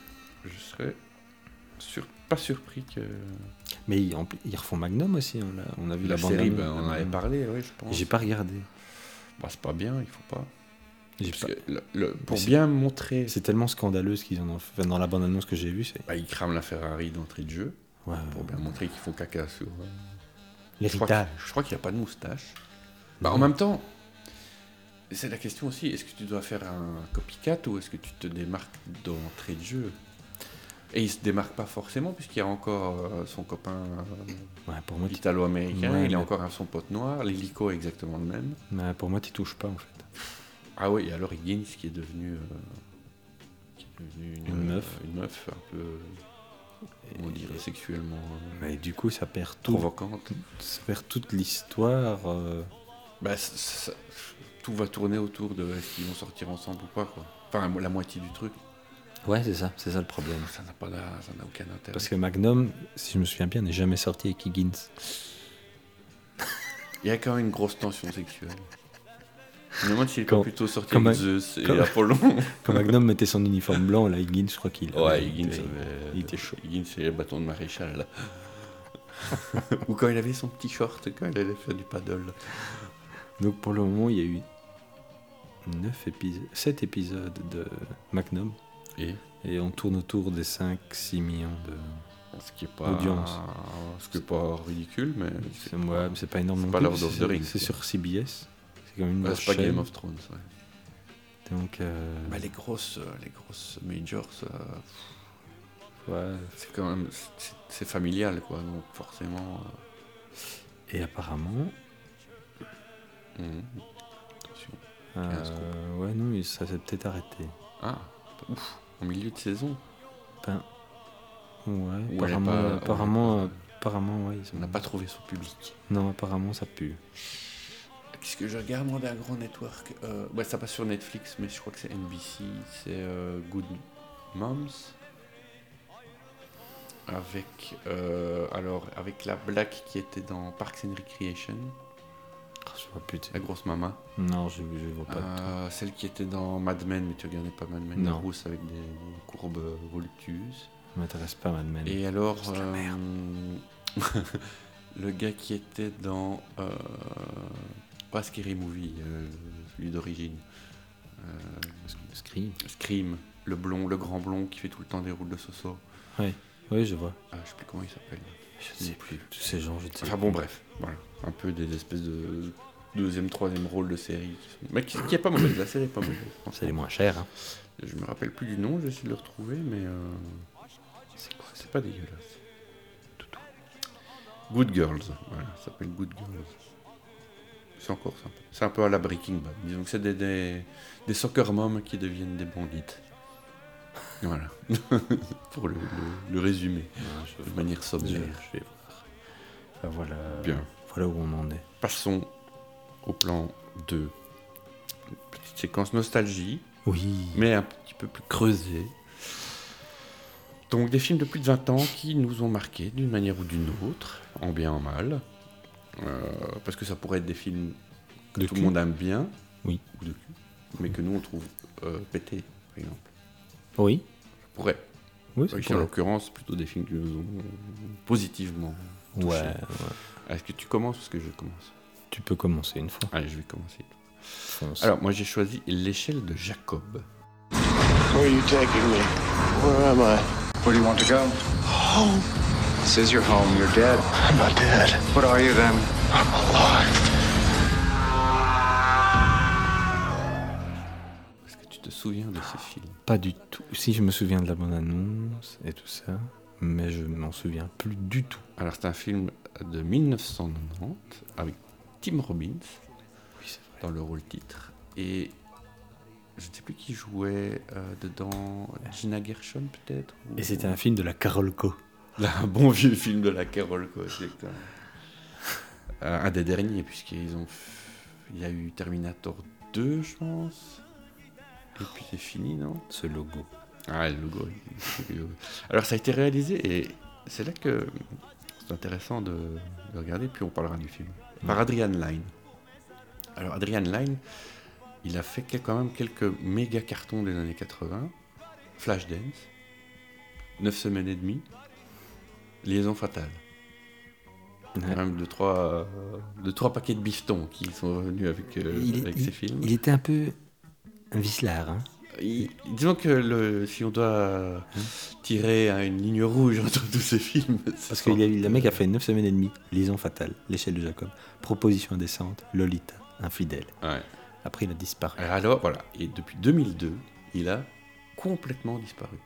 Speaker 1: je serais sur- pas surpris que
Speaker 2: Mais ils, rempli- ils refont Magnum aussi, hein, là. on a vu la,
Speaker 1: la,
Speaker 2: bande
Speaker 1: série,
Speaker 2: annonce.
Speaker 1: ben, on en avait parlé, oui, je pense.
Speaker 2: J'ai pas regardé.
Speaker 1: Bah, c'est pas bien, il faut pas.
Speaker 2: J'ai
Speaker 1: Parce
Speaker 2: pas-
Speaker 1: que le- le- pour
Speaker 2: c'est-
Speaker 1: bien montrer,
Speaker 2: C'est tellement scandaleux ce qu'ils en ont fait. Enfin, dans la bande annonce que j'ai vue, c'est.
Speaker 1: bah, ils crament la Ferrari d'entrée de jeu
Speaker 2: Ouais, Bah,
Speaker 1: pour bien montrer qu'ils font caca sur. euh, Je crois
Speaker 2: L'héritage.
Speaker 1: qu'il- Je crois qu'il n'y a pas de moustache. Bah, en même temps, c'est la question aussi, est-ce que tu dois faire un copycat ou est-ce que tu te démarques d'entrée de jeu Et il se démarque pas forcément puisqu'il y a encore euh, son copain euh,
Speaker 2: Ouais, pour, moi, tu-
Speaker 1: italo-américain,
Speaker 2: Ouais,
Speaker 1: il
Speaker 2: mais-
Speaker 1: a encore un son pote noir, l'hélico est exactement le même.
Speaker 2: mais bah, pour moi, tu touches pas en fait.
Speaker 1: Ah oui, et alors Higgins qui est devenu... euh, qui est devenu une, euh,
Speaker 2: Une meuf.
Speaker 1: Une meuf un peu, on dirait, sexuellement euh,
Speaker 2: Mais du coup, ça perd tout.
Speaker 1: provocante.
Speaker 2: Ça perd toute l'histoire. euh,
Speaker 1: Bah, c- c- ça- tout va tourner autour de est-ce qu'ils vont sortir ensemble ou pas, quoi. Enfin, la mo- la moitié du truc.
Speaker 2: Ouais, c'est ça, c'est ça le problème.
Speaker 1: Ça n'a pas, d'a- ça n'a aucun intérêt.
Speaker 2: Parce que Magnum, si je me souviens bien, n'est jamais sorti avec Higgins.
Speaker 1: Il y a quand même une grosse tension sexuelle. Je me demande s'il est
Speaker 2: Quand-
Speaker 1: pas plutôt sorti
Speaker 2: quand
Speaker 1: avec
Speaker 2: Ma-
Speaker 1: Zeus et
Speaker 2: quand- [laughs]
Speaker 1: Apollon.
Speaker 2: Quand Magnum mettait son uniforme blanc, là, Higgins, je crois qu'il.
Speaker 1: Ouais, Higgins,
Speaker 2: il-
Speaker 1: avait-
Speaker 2: il était chaud.
Speaker 1: Higgins, c'est le bâton de maréchal. là. [laughs] Ou quand il avait son petit short, quand il allait faire du paddle.
Speaker 2: Donc pour le moment, il y a eu 9 épisodes, 7 épisodes de Magnum.
Speaker 1: Et
Speaker 2: Et on tourne autour des 5-6 millions de.
Speaker 1: ce qui est pas.
Speaker 2: Audience.
Speaker 1: Ce qui est pas ridicule, mais.
Speaker 2: C'est ouais, mais c'est pas énorme.
Speaker 1: Euh, c'est
Speaker 2: non
Speaker 1: pas
Speaker 2: plus,
Speaker 1: Lord of
Speaker 2: c'est-
Speaker 1: the Rings,
Speaker 2: C'est
Speaker 1: quoi.
Speaker 2: sur CBS. C'est quand même une
Speaker 1: Ouais,
Speaker 2: grosse
Speaker 1: c'est pas Game
Speaker 2: chaîne.
Speaker 1: of Thrones. ouais.
Speaker 2: Donc, euh,
Speaker 1: Bah, les grosses, euh, les grosses majors, euh, ça,
Speaker 2: ouais.
Speaker 1: c'est quand même, c'est- c'est familial quoi, donc forcément.
Speaker 2: Et apparemment.
Speaker 1: euh, hum, attention. Quinze
Speaker 2: euh, ouais, non, il- ça s'est peut-être arrêté.
Speaker 1: Ah, ouf, en milieu de saison,
Speaker 2: Ouais,
Speaker 1: elle est
Speaker 2: apparemment,
Speaker 1: pas- elle est
Speaker 2: apparemment,
Speaker 1: pas-
Speaker 2: euh, apparemment, ouais, ils
Speaker 1: on
Speaker 2: ont-
Speaker 1: n'a pas trouvé son public.
Speaker 2: Non, apparemment, ça pue.
Speaker 1: Qu'est-ce que je regarde moi d'un grand network Euh, ouais, ça passe sur Netflix, mais je crois que c'est NBC, c'est euh, Good Moms. Avec, euh, alors, avec la black qui était dans Parks and Recreation,
Speaker 2: Ah, je vois plus. de-
Speaker 1: la grosse maman.
Speaker 2: Non, je, je vois pas.
Speaker 1: Euh, celle qui était dans Mad Men, mais tu regardais pas Mad Men,
Speaker 2: Non.
Speaker 1: la rousse avec des, des courbes euh, voluptueuses.
Speaker 2: Ça m'intéresse pas, Mad Men.
Speaker 1: Et alors,
Speaker 6: C'est la
Speaker 1: euh,
Speaker 6: merde.
Speaker 1: [laughs] le gars qui était dans euh, pas Scary Movie, euh, celui d'origine, euh,
Speaker 2: Scream.
Speaker 1: Scream, le blond, le grand blond qui fait tout le temps des roules de soso.
Speaker 2: Oui, je vois.
Speaker 1: Ah, je sais plus comment il s'appelle.
Speaker 2: Je ne
Speaker 1: Il
Speaker 2: sais
Speaker 1: est
Speaker 2: plus. Tous ces gens, je ne sais
Speaker 1: Enfin bon, bref, voilà, un peu des espèces de deuxième, troisième rôle de série, qui sont- mais qui, qui est pas mauvaise. La série est pas mauvaise.
Speaker 2: C'est les moins chers. Hein.
Speaker 1: Je me rappelle plus du nom, j'essaie de le retrouver, mais. euh, C'est quoi C'est pas dégueulasse. Toutou. Good Girls, voilà, ça s'appelle Good Girls. C'est encore sympa. C'est un peu à la Breaking Bad. Disons que c'est des, des, des soccer moms qui deviennent des bandites. Voilà. [laughs] Pour le, le- le résumer, de manière
Speaker 2: Je,
Speaker 1: sommaire.
Speaker 2: je vais voir. Enfin, voilà.
Speaker 1: Bien.
Speaker 2: Voilà où on en est.
Speaker 1: Passons au plan 2. Petite séquence nostalgie.
Speaker 2: Oui.
Speaker 1: mais un petit peu plus creusé. Donc des films de plus de 20 ans qui nous ont marqués d'une manière ou d'une autre, en bien en mal. Euh, parce que ça pourrait être des films que
Speaker 2: De
Speaker 1: tout
Speaker 2: cul.
Speaker 1: le monde aime bien,
Speaker 2: Oui.
Speaker 1: ou de cul, mais que nous on trouve euh, pété, par exemple.
Speaker 2: Oui.
Speaker 1: Ça pourrait.
Speaker 2: Oui,
Speaker 1: Ici, en l'occurrence, plutôt des films qui nous ont euh, positivement.
Speaker 2: Ouais,
Speaker 1: touché.
Speaker 2: ouais.
Speaker 1: Est-ce que tu commences ou est-ce que je commence
Speaker 2: Tu peux commencer une fois.
Speaker 1: Allez, je vais commencer.
Speaker 2: Fonce.
Speaker 1: Alors, moi j'ai choisi L'échelle de Jacob.
Speaker 8: Where are you taking me? Where am I? Where do you want to go? Home. This is your home. You're dead. I'm not dead. What are you then? I'm alive.
Speaker 1: Est-ce que tu te souviens de ce film
Speaker 2: Pas du tout. Si je me souviens de la bonne annonce et tout ça, mais je m'en souviens plus du tout.
Speaker 1: Alors, c'est un film de 1990 avec Tim Robbins
Speaker 2: Oui, c'est vrai.
Speaker 1: dans le rôle titre. Et je ne sais plus qui jouait euh, dedans, Gina Gershon peut-être ou-
Speaker 2: Et c'était un film de la Carole Co.
Speaker 1: [laughs] Un bon vieux film de la Carole, quoi. c'est un- Euh, un des derniers, puisqu'ils ont. f- Il y a eu Terminator 2, je pense. Et puis c'est fini, non
Speaker 2: Ce logo.
Speaker 1: Ah, le logo. il- il- Alors, ça a été réalisé et c'est là que c'est intéressant de, de regarder, puis on parlera du film. Par Adrian Lyne. Alors, Adrian Lyne, il a fait quel- quand même quelques méga cartons des années 80. Flashdance, 9 semaines et demie, Liaison fatale. Il y a
Speaker 2: Ouais.
Speaker 1: même 2 trois, euh, deux, trois paquets de bifetons qui sont revenus avec, euh, avec ces films.
Speaker 2: il était un peu un vicelard. Hein.
Speaker 1: Il- Disons que le, si on doit euh, tirer hein, une ligne rouge entre [laughs] tous ces films, c'est
Speaker 2: Parce
Speaker 1: sans
Speaker 2: que le
Speaker 1: doute,
Speaker 2: mec
Speaker 1: euh,
Speaker 2: a fait 9 semaines et demie, Liaison fatale, L'échelle de Jacob, Proposition indécente, Lolita, Infidèle.
Speaker 1: ouais.
Speaker 2: Après, il a disparu.
Speaker 1: Alors, alors, voilà, et depuis 2002, il a complètement disparu.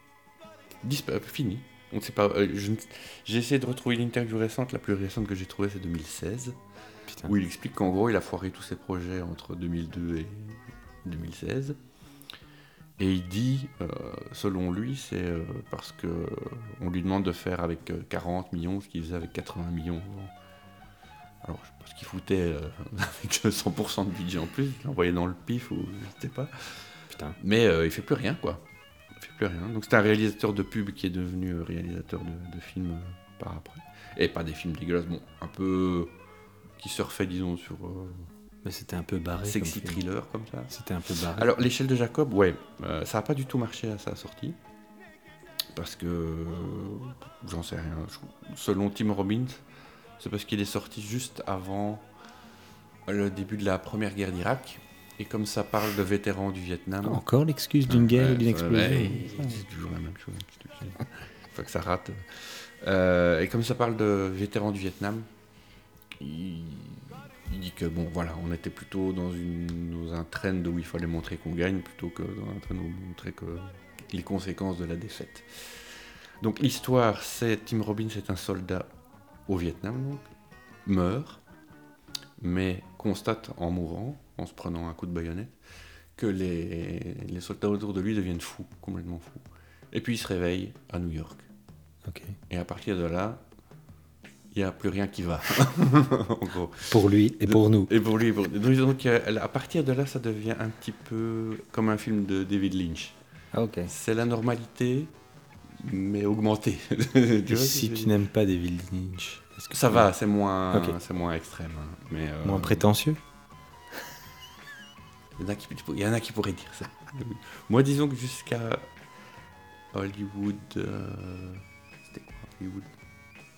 Speaker 1: Dispa- euh, fini. On ne sait pas. euh, je ne- J'ai essayé de retrouver une interview récente. La plus récente que j'ai trouvée, c'est 2016,
Speaker 2: Putain.
Speaker 1: où il explique qu'en gros, il a foiré tous ses projets entre 2002 et 2016. Et il dit, euh, selon lui, c'est euh, parce que euh, on lui demande de faire avec euh, 40 millions ce qu'il faisait avec 80 millions. avant. Alors, je pense qu'il foutait euh, [laughs] avec 100% de budget en plus, il l'envoyait dans le pif ou je sais pas.
Speaker 2: Putain.
Speaker 1: Mais euh, il fait plus rien, quoi. Il fait plus rien. Donc c'est un réalisateur de pub qui est devenu euh, réalisateur de, de films euh, par après. Et pas des films dégueulasses, bon, un peu. qui surfait, disons, sur euh,
Speaker 2: Mais c'était un peu barré.
Speaker 1: sexy
Speaker 2: Ah comme film. Ah.
Speaker 1: thriller comme ça.
Speaker 2: C'était un peu barré.
Speaker 1: Alors, l'échelle de Jacob, ouais, euh, ça n'a pas du tout marché à sa sortie. Parce que. euh, J'en sais rien. Je- selon Tim Robbins, c'est parce qu'il est sorti juste avant le début de la première guerre d'Irak. Et comme ça parle de vétérans du Vietnam.
Speaker 2: Encore l'excuse d'une guerre
Speaker 1: Ah, Ouais,
Speaker 2: et d'une
Speaker 1: ça,
Speaker 2: explosion.
Speaker 1: ouais, c'est toujours la même chose. je te le dis. Faut que ça rate. Euh, et comme ça parle de vétérans du Vietnam, il, il dit que bon, voilà, on était plutôt dans, une, dans un trend où il fallait montrer qu'on gagne plutôt que dans un trend où on montrait que les conséquences de la défaite. Donc l'histoire, c'est Tim Robbins est un soldat au Vietnam, donc, meurt, mais constate en mourant, en se prenant un coup de baïonnette, que les, les soldats autour de lui deviennent fous, complètement fous. Et puis il se réveille à New York.
Speaker 2: Ok.
Speaker 1: Et à partir de là, il n'y a plus rien qui va. [laughs] en gros.
Speaker 2: Pour lui et pour nous.
Speaker 1: Et pour lui, pour- donc, donc, euh, à partir de là, ça devient un petit peu comme un film de David Lynch.
Speaker 2: Ah, ok.
Speaker 1: C'est la normalité, mais augmentée. [laughs] Tu vois ce que
Speaker 2: Et
Speaker 1: je
Speaker 2: si
Speaker 1: veux
Speaker 2: tu
Speaker 1: dire
Speaker 2: n'aimes pas David Lynch, est-ce que
Speaker 1: ça
Speaker 2: tu-
Speaker 1: va, c'est moins,
Speaker 2: Ok.
Speaker 1: c'est moins extrême. hein. Mais euh,
Speaker 2: Moins prétentieux
Speaker 1: Il y en a qui, il y en a qui pourraient dire ça. [laughs] Moi, disons que jusqu'à Hollywood. euh, C'était quoi Hollywood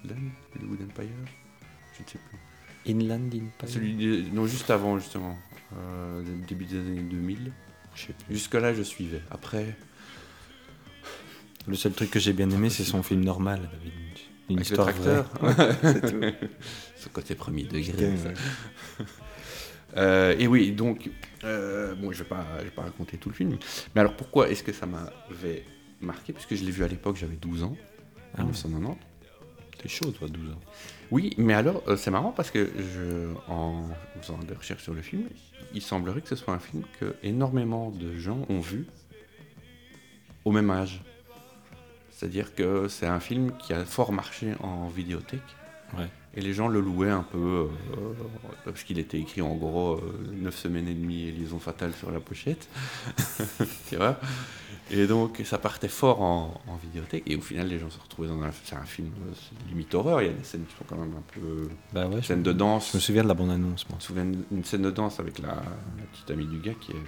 Speaker 1: Land Hollywood Empire Je ne sais plus.
Speaker 2: Inland, Empire
Speaker 1: Ah, Celui de- non, juste avant, justement. euh, début des années 2000.
Speaker 2: Je sais plus.
Speaker 1: Jusque-là, je suivais. Après,
Speaker 2: Le seul truc que j'ai bien aimé, c'est son film normal, David Lynch. Une
Speaker 1: avec le
Speaker 2: histoire vraie.
Speaker 1: tracteur. [laughs] Ce côté premier degré. ça. Euh, et oui, donc, euh, bon, je ne vais, pas- je vais pas raconter tout le film. Mais alors, pourquoi est-ce que ça m'avait marqué Puisque je l'ai vu à l'époque, j'avais 12 ans,
Speaker 2: Ah ouais.
Speaker 1: 1990.
Speaker 2: T'es chaud, toi, 12 ans.
Speaker 1: Oui, mais alors, euh, c'est marrant parce que je, en faisant des recherches sur le film, il semblerait que ce soit un film que énormément de gens ont vu au même âge. C'est-à-dire que c'est un film qui a fort marché en vidéothèque.
Speaker 2: Ouais.
Speaker 1: Et les gens le louaient un peu euh, parce qu'il était écrit en gros 9 semaines et demie et liaison fatale sur la pochette. [laughs] tu vois Et donc ça partait fort en, en vidéothèque et au final les gens se retrouvaient dans un, c'est un film euh, c'est limite horreur. Il y a des scènes qui sont quand même un peu.
Speaker 2: Bah ouais, je,
Speaker 1: Scène de danse.
Speaker 2: je me souviens de la bande-annonce, moi.
Speaker 1: Je me souviens d'une scène de danse avec la, la petite amie du gars qui est.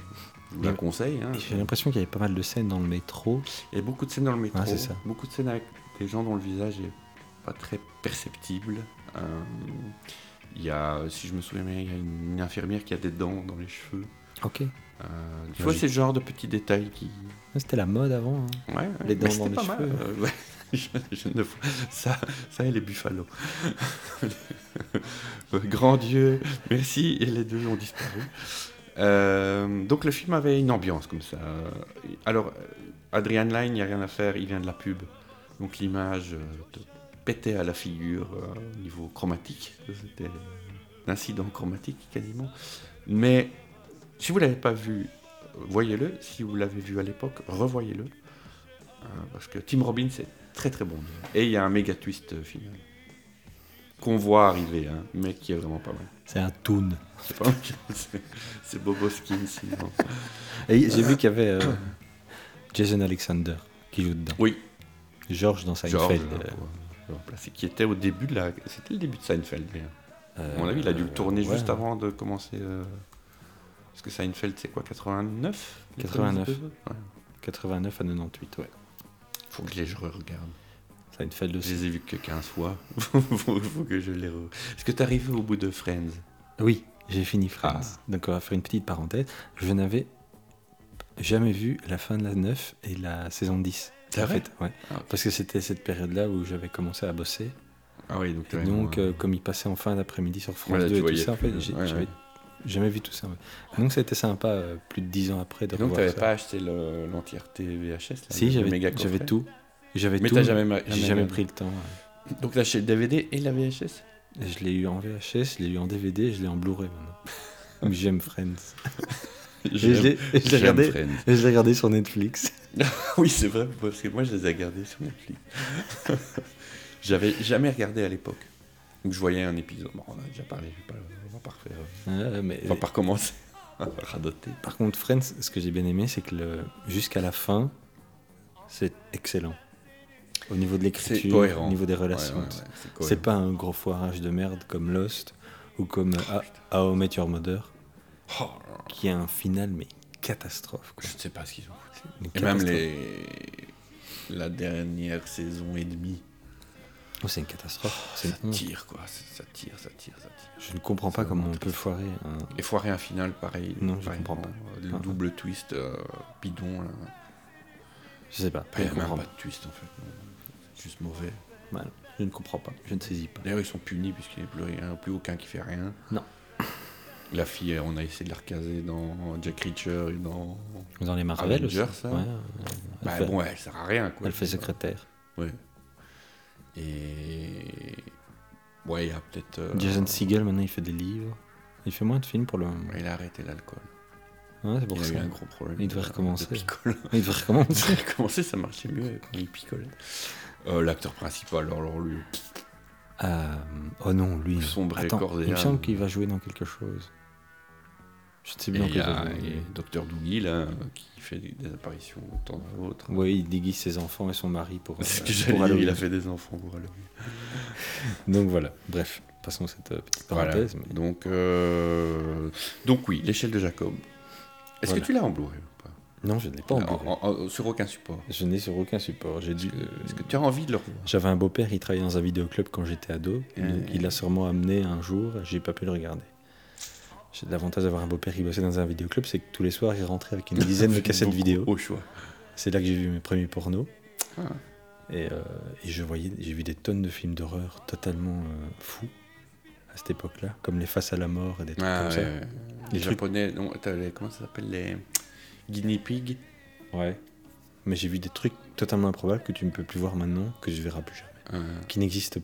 Speaker 1: Je vous la
Speaker 2: Mais-
Speaker 1: conseille. hein.
Speaker 2: J'ai l'impression qu'il y avait pas mal de scènes dans le métro.
Speaker 1: Il y a beaucoup de scènes dans le métro,
Speaker 2: Ouais, c'est ça.
Speaker 1: beaucoup de scènes avec des gens dont le visage est pas très perceptible. Euh, il y a, si je me souviens bien, il y a une, une infirmière qui a des dents dans les cheveux.
Speaker 2: Ok.
Speaker 1: Euh, tu vois,
Speaker 2: Logique.
Speaker 1: c'est le genre de petits détails qui.
Speaker 2: C'était la mode avant. hein.
Speaker 1: Ouais,
Speaker 2: Les dents
Speaker 1: mais c'était
Speaker 2: dans les
Speaker 1: pas mal.
Speaker 2: cheveux.
Speaker 1: Euh, ouais. [laughs] je, je ne... ça, ça et les buffalo. [laughs] Euh, Grand Dieu, merci, et les deux ont disparu. Euh, donc le film avait une ambiance comme ça. Alors, euh, Adrian Lyne, il n'y a rien à faire, il vient de la pub. Donc l'image euh, te pétait à la figure euh, au niveau chromatique. C'était un incident chromatique quasiment. Mais si vous ne l'avez pas vu, voyez-le. Si vous l'avez vu à l'époque, revoyez-le. Euh, parce que Tim Robbins c'est très très bon. Et il y a un méga twist euh, final. Qu'on voit arriver, hein, mais qui est vraiment pas mal.
Speaker 2: C'est un toon.
Speaker 1: C'est pas mal. [laughs] C'est- C'est Bobo Skin sinon.
Speaker 2: Et j'ai vu qu'il y avait euh, Jason Alexander qui joue dedans.
Speaker 1: Oui,
Speaker 2: George dans Seinfeld.
Speaker 1: George,
Speaker 2: euh,
Speaker 1: euh, pour remplacer, qui était au début de la. C'était le début de Seinfeld. d'ailleurs. À mon avis, il a dû le tourner
Speaker 2: Euh, ouais.
Speaker 1: juste avant de commencer. euh, Parce que Seinfeld, c'est quoi, 89
Speaker 2: 89.
Speaker 1: Ouais.
Speaker 2: 89 à 98, ouais.
Speaker 1: Faut que je les regarde.
Speaker 2: Seinfeld
Speaker 1: Je
Speaker 2: aussi.
Speaker 1: les ai vus que 15 fois. [laughs] faut, faut que je les re. Est-ce que t'es arrivé au bout de Friends
Speaker 2: Oui, j'ai fini Friends.
Speaker 1: Ah.
Speaker 2: Donc on va faire une petite parenthèse. Je n'avais jamais vu la fin de la 9 et la saison 10.
Speaker 1: C'est
Speaker 2: En
Speaker 1: vrai
Speaker 2: fait, ouais.
Speaker 1: Ah, ok.
Speaker 2: Parce que c'était cette période-là où j'avais commencé à bosser.
Speaker 1: Ah oui, donc
Speaker 2: Et
Speaker 1: t'as
Speaker 2: donc,
Speaker 1: vraiment-
Speaker 2: euh, comme il passait en fin d'après-midi sur France
Speaker 1: Ouais, là, tu
Speaker 2: 2 et tout
Speaker 1: voyais
Speaker 2: ça, en
Speaker 1: plus,
Speaker 2: fait, j'ai-
Speaker 1: ouais,
Speaker 2: j'avais
Speaker 1: ouais.
Speaker 2: jamais vu tout ça. ouais. Donc c'était sympa, euh, plus de 10 ans après, de
Speaker 1: Donc,
Speaker 2: revoir
Speaker 1: t'avais
Speaker 2: ça.
Speaker 1: pas acheté le- l'entièreté VHS là, le-
Speaker 2: Si,
Speaker 1: le
Speaker 2: j'avais
Speaker 1: méga
Speaker 2: j'avais
Speaker 1: coffret
Speaker 2: tout. J'avais
Speaker 1: Mais
Speaker 2: tout.
Speaker 1: t'as jamais, ma-
Speaker 2: J'ai jamais pris le temps. ouais.
Speaker 1: Donc, t'as acheté le DVD et la VHS
Speaker 2: Et Je l'ai eu en VHS, je l'ai eu en DVD, je l'ai en Blu-ray maintenant.
Speaker 1: [laughs]
Speaker 2: Mais J'aime Friends. Et je l'ai- et je l'ai regardé. [laughs] Et je l'ai regardé sur Netflix.
Speaker 1: Oui, c'est vrai, parce que moi, je les ai gardés sur Netflix. [laughs] J'avais jamais regardé à l'époque. Donc, je voyais un épisode. Bon, on a déjà parlé, je vais pas, on va pas refaire.
Speaker 2: Ah, mais-
Speaker 1: On va pas recommencer. On va radoter.
Speaker 2: Par contre, Friends, ce que j'ai bien aimé, c'est que le- jusqu'à la fin, C'est excellent. Au niveau de l'écriture,
Speaker 1: cohérent.
Speaker 2: au niveau des
Speaker 1: Ouais,
Speaker 2: relations.
Speaker 1: ouais, ouais, c'est cohérent.
Speaker 2: C'est pas un gros foirage de merde comme Lost ou comme euh, How I Met Your Mother,
Speaker 1: Oh,
Speaker 2: qui a un final mais catastrophe. quoi.
Speaker 1: je ne sais pas ce qu'ils ont fait.
Speaker 2: Une
Speaker 1: Et même
Speaker 2: catastrophe.
Speaker 1: les... la dernière saison et demie.
Speaker 2: Oh, c'est une catastrophe. c'est
Speaker 1: Ça
Speaker 2: une honte.
Speaker 1: tire, quoi. Ça tire, ça tire, ça tire.
Speaker 2: Je ne comprends pas
Speaker 1: C'est
Speaker 2: comment on
Speaker 1: vraiment
Speaker 2: peut foirer. un-
Speaker 1: Et foirer un final pareil.
Speaker 2: Non, je
Speaker 1: pareil,
Speaker 2: comprends pas.
Speaker 1: euh, Le
Speaker 2: Ah.
Speaker 1: double twist euh, bidon. Là.
Speaker 2: Je sais pas.
Speaker 1: Il
Speaker 2: je,
Speaker 1: n'y a
Speaker 2: ne
Speaker 1: même
Speaker 2: comprends
Speaker 1: pas
Speaker 2: pas.
Speaker 1: de twist en fait. C'est Juste mauvais.
Speaker 2: Voilà. je ne comprends pas. Je ne saisis pas.
Speaker 1: D'ailleurs, ils sont punis puisqu'il n'y a plus, rien, plus aucun qui fait rien.
Speaker 2: Non.
Speaker 1: La fille, euh, on a essayé de la recaser dans Jack Reacher et dans.
Speaker 2: Dans les Marvel aussi.
Speaker 1: Avengers, ça.
Speaker 2: Ouais, euh, elle,
Speaker 1: Bah
Speaker 2: fait,
Speaker 1: bon, elle sert à rien quoi.
Speaker 2: elle fait secrétaire.
Speaker 1: Ouais. Et. Ouais, il y a peut-être. euh,
Speaker 2: Jason Segel maintenant il fait des livres. Il fait moins de films pour le moment.
Speaker 1: Il a arrêté l'alcool.
Speaker 2: Ouais, c'est pour
Speaker 1: Il a eu
Speaker 2: ça.
Speaker 1: un gros problème.
Speaker 2: Il devait
Speaker 1: de-
Speaker 2: recommencer.
Speaker 1: de picole.
Speaker 2: [laughs]
Speaker 1: [laughs]
Speaker 2: Il devrait recommencer.
Speaker 1: Il a commencé, ça marchait mieux quand il picolait. Euh, L'acteur principal, alors lui,
Speaker 2: [laughs] Euh, oh non, lui.
Speaker 1: Sombre et
Speaker 2: Attends,
Speaker 1: corps et
Speaker 2: il me
Speaker 1: âme.
Speaker 2: semble qu'il va jouer dans quelque chose. Je sais
Speaker 1: Et
Speaker 2: bien
Speaker 1: il y
Speaker 2: qu'il va
Speaker 1: a
Speaker 2: jouer.
Speaker 1: Docteur Dougie là, euh, qui fait des des apparitions de temps à autre.
Speaker 2: Oui, il déguise ses enfants et son mari pour.
Speaker 1: [laughs] C'est ce
Speaker 2: euh,
Speaker 1: que
Speaker 2: pour
Speaker 1: j'allais dire, il
Speaker 2: Halloween.
Speaker 1: a fait des enfants pour Halloween.
Speaker 2: Donc voilà, bref, passons cette euh, petite parenthèse.
Speaker 1: Voilà.
Speaker 2: mais-
Speaker 1: Donc, euh, donc oui, l'échelle de Jacob. Est-ce
Speaker 2: Voilà.
Speaker 1: que tu l'as en Blu-ray ou pas
Speaker 2: Non, je ne l'ai pas en Blu-ray.
Speaker 1: En- en- en- Sur aucun support.
Speaker 2: Je n'ai sur aucun support. J'ai dû.
Speaker 1: Est-ce que tu as envie de le revoir
Speaker 2: J'avais un beau-père, il travaillait dans un vidéoclub quand j'étais ado,
Speaker 1: Ah.
Speaker 2: donc il l'a sûrement amené un jour, j'ai pas pu le regarder. J'ai l'avantage d'avoir un beau-père qui bossait dans un vidéoclub, c'est que tous les soirs il rentrait avec une
Speaker 1: [laughs]
Speaker 2: dizaine de cassettes
Speaker 1: Beaucoup,
Speaker 2: vidéo.
Speaker 1: Au choix.
Speaker 2: C'est là que j'ai vu mes premiers pornos.
Speaker 1: Ah.
Speaker 2: Et, euh, et je voyais, j'ai vu des tonnes de films d'horreur totalement euh, fous à cette époque-là, comme Les Faces à la mort et des trucs
Speaker 1: Ah,
Speaker 2: comme
Speaker 1: ouais, ouais. Les
Speaker 2: Les trucs-
Speaker 1: japonais, non, attends, les- comment ça s'appelle Les guinea pigs
Speaker 2: ça. Ouais. Mais j'ai vu des trucs totalement improbables que tu ne peux plus voir maintenant, que je verrai plus jamais,
Speaker 1: Euh,
Speaker 2: qui n'existent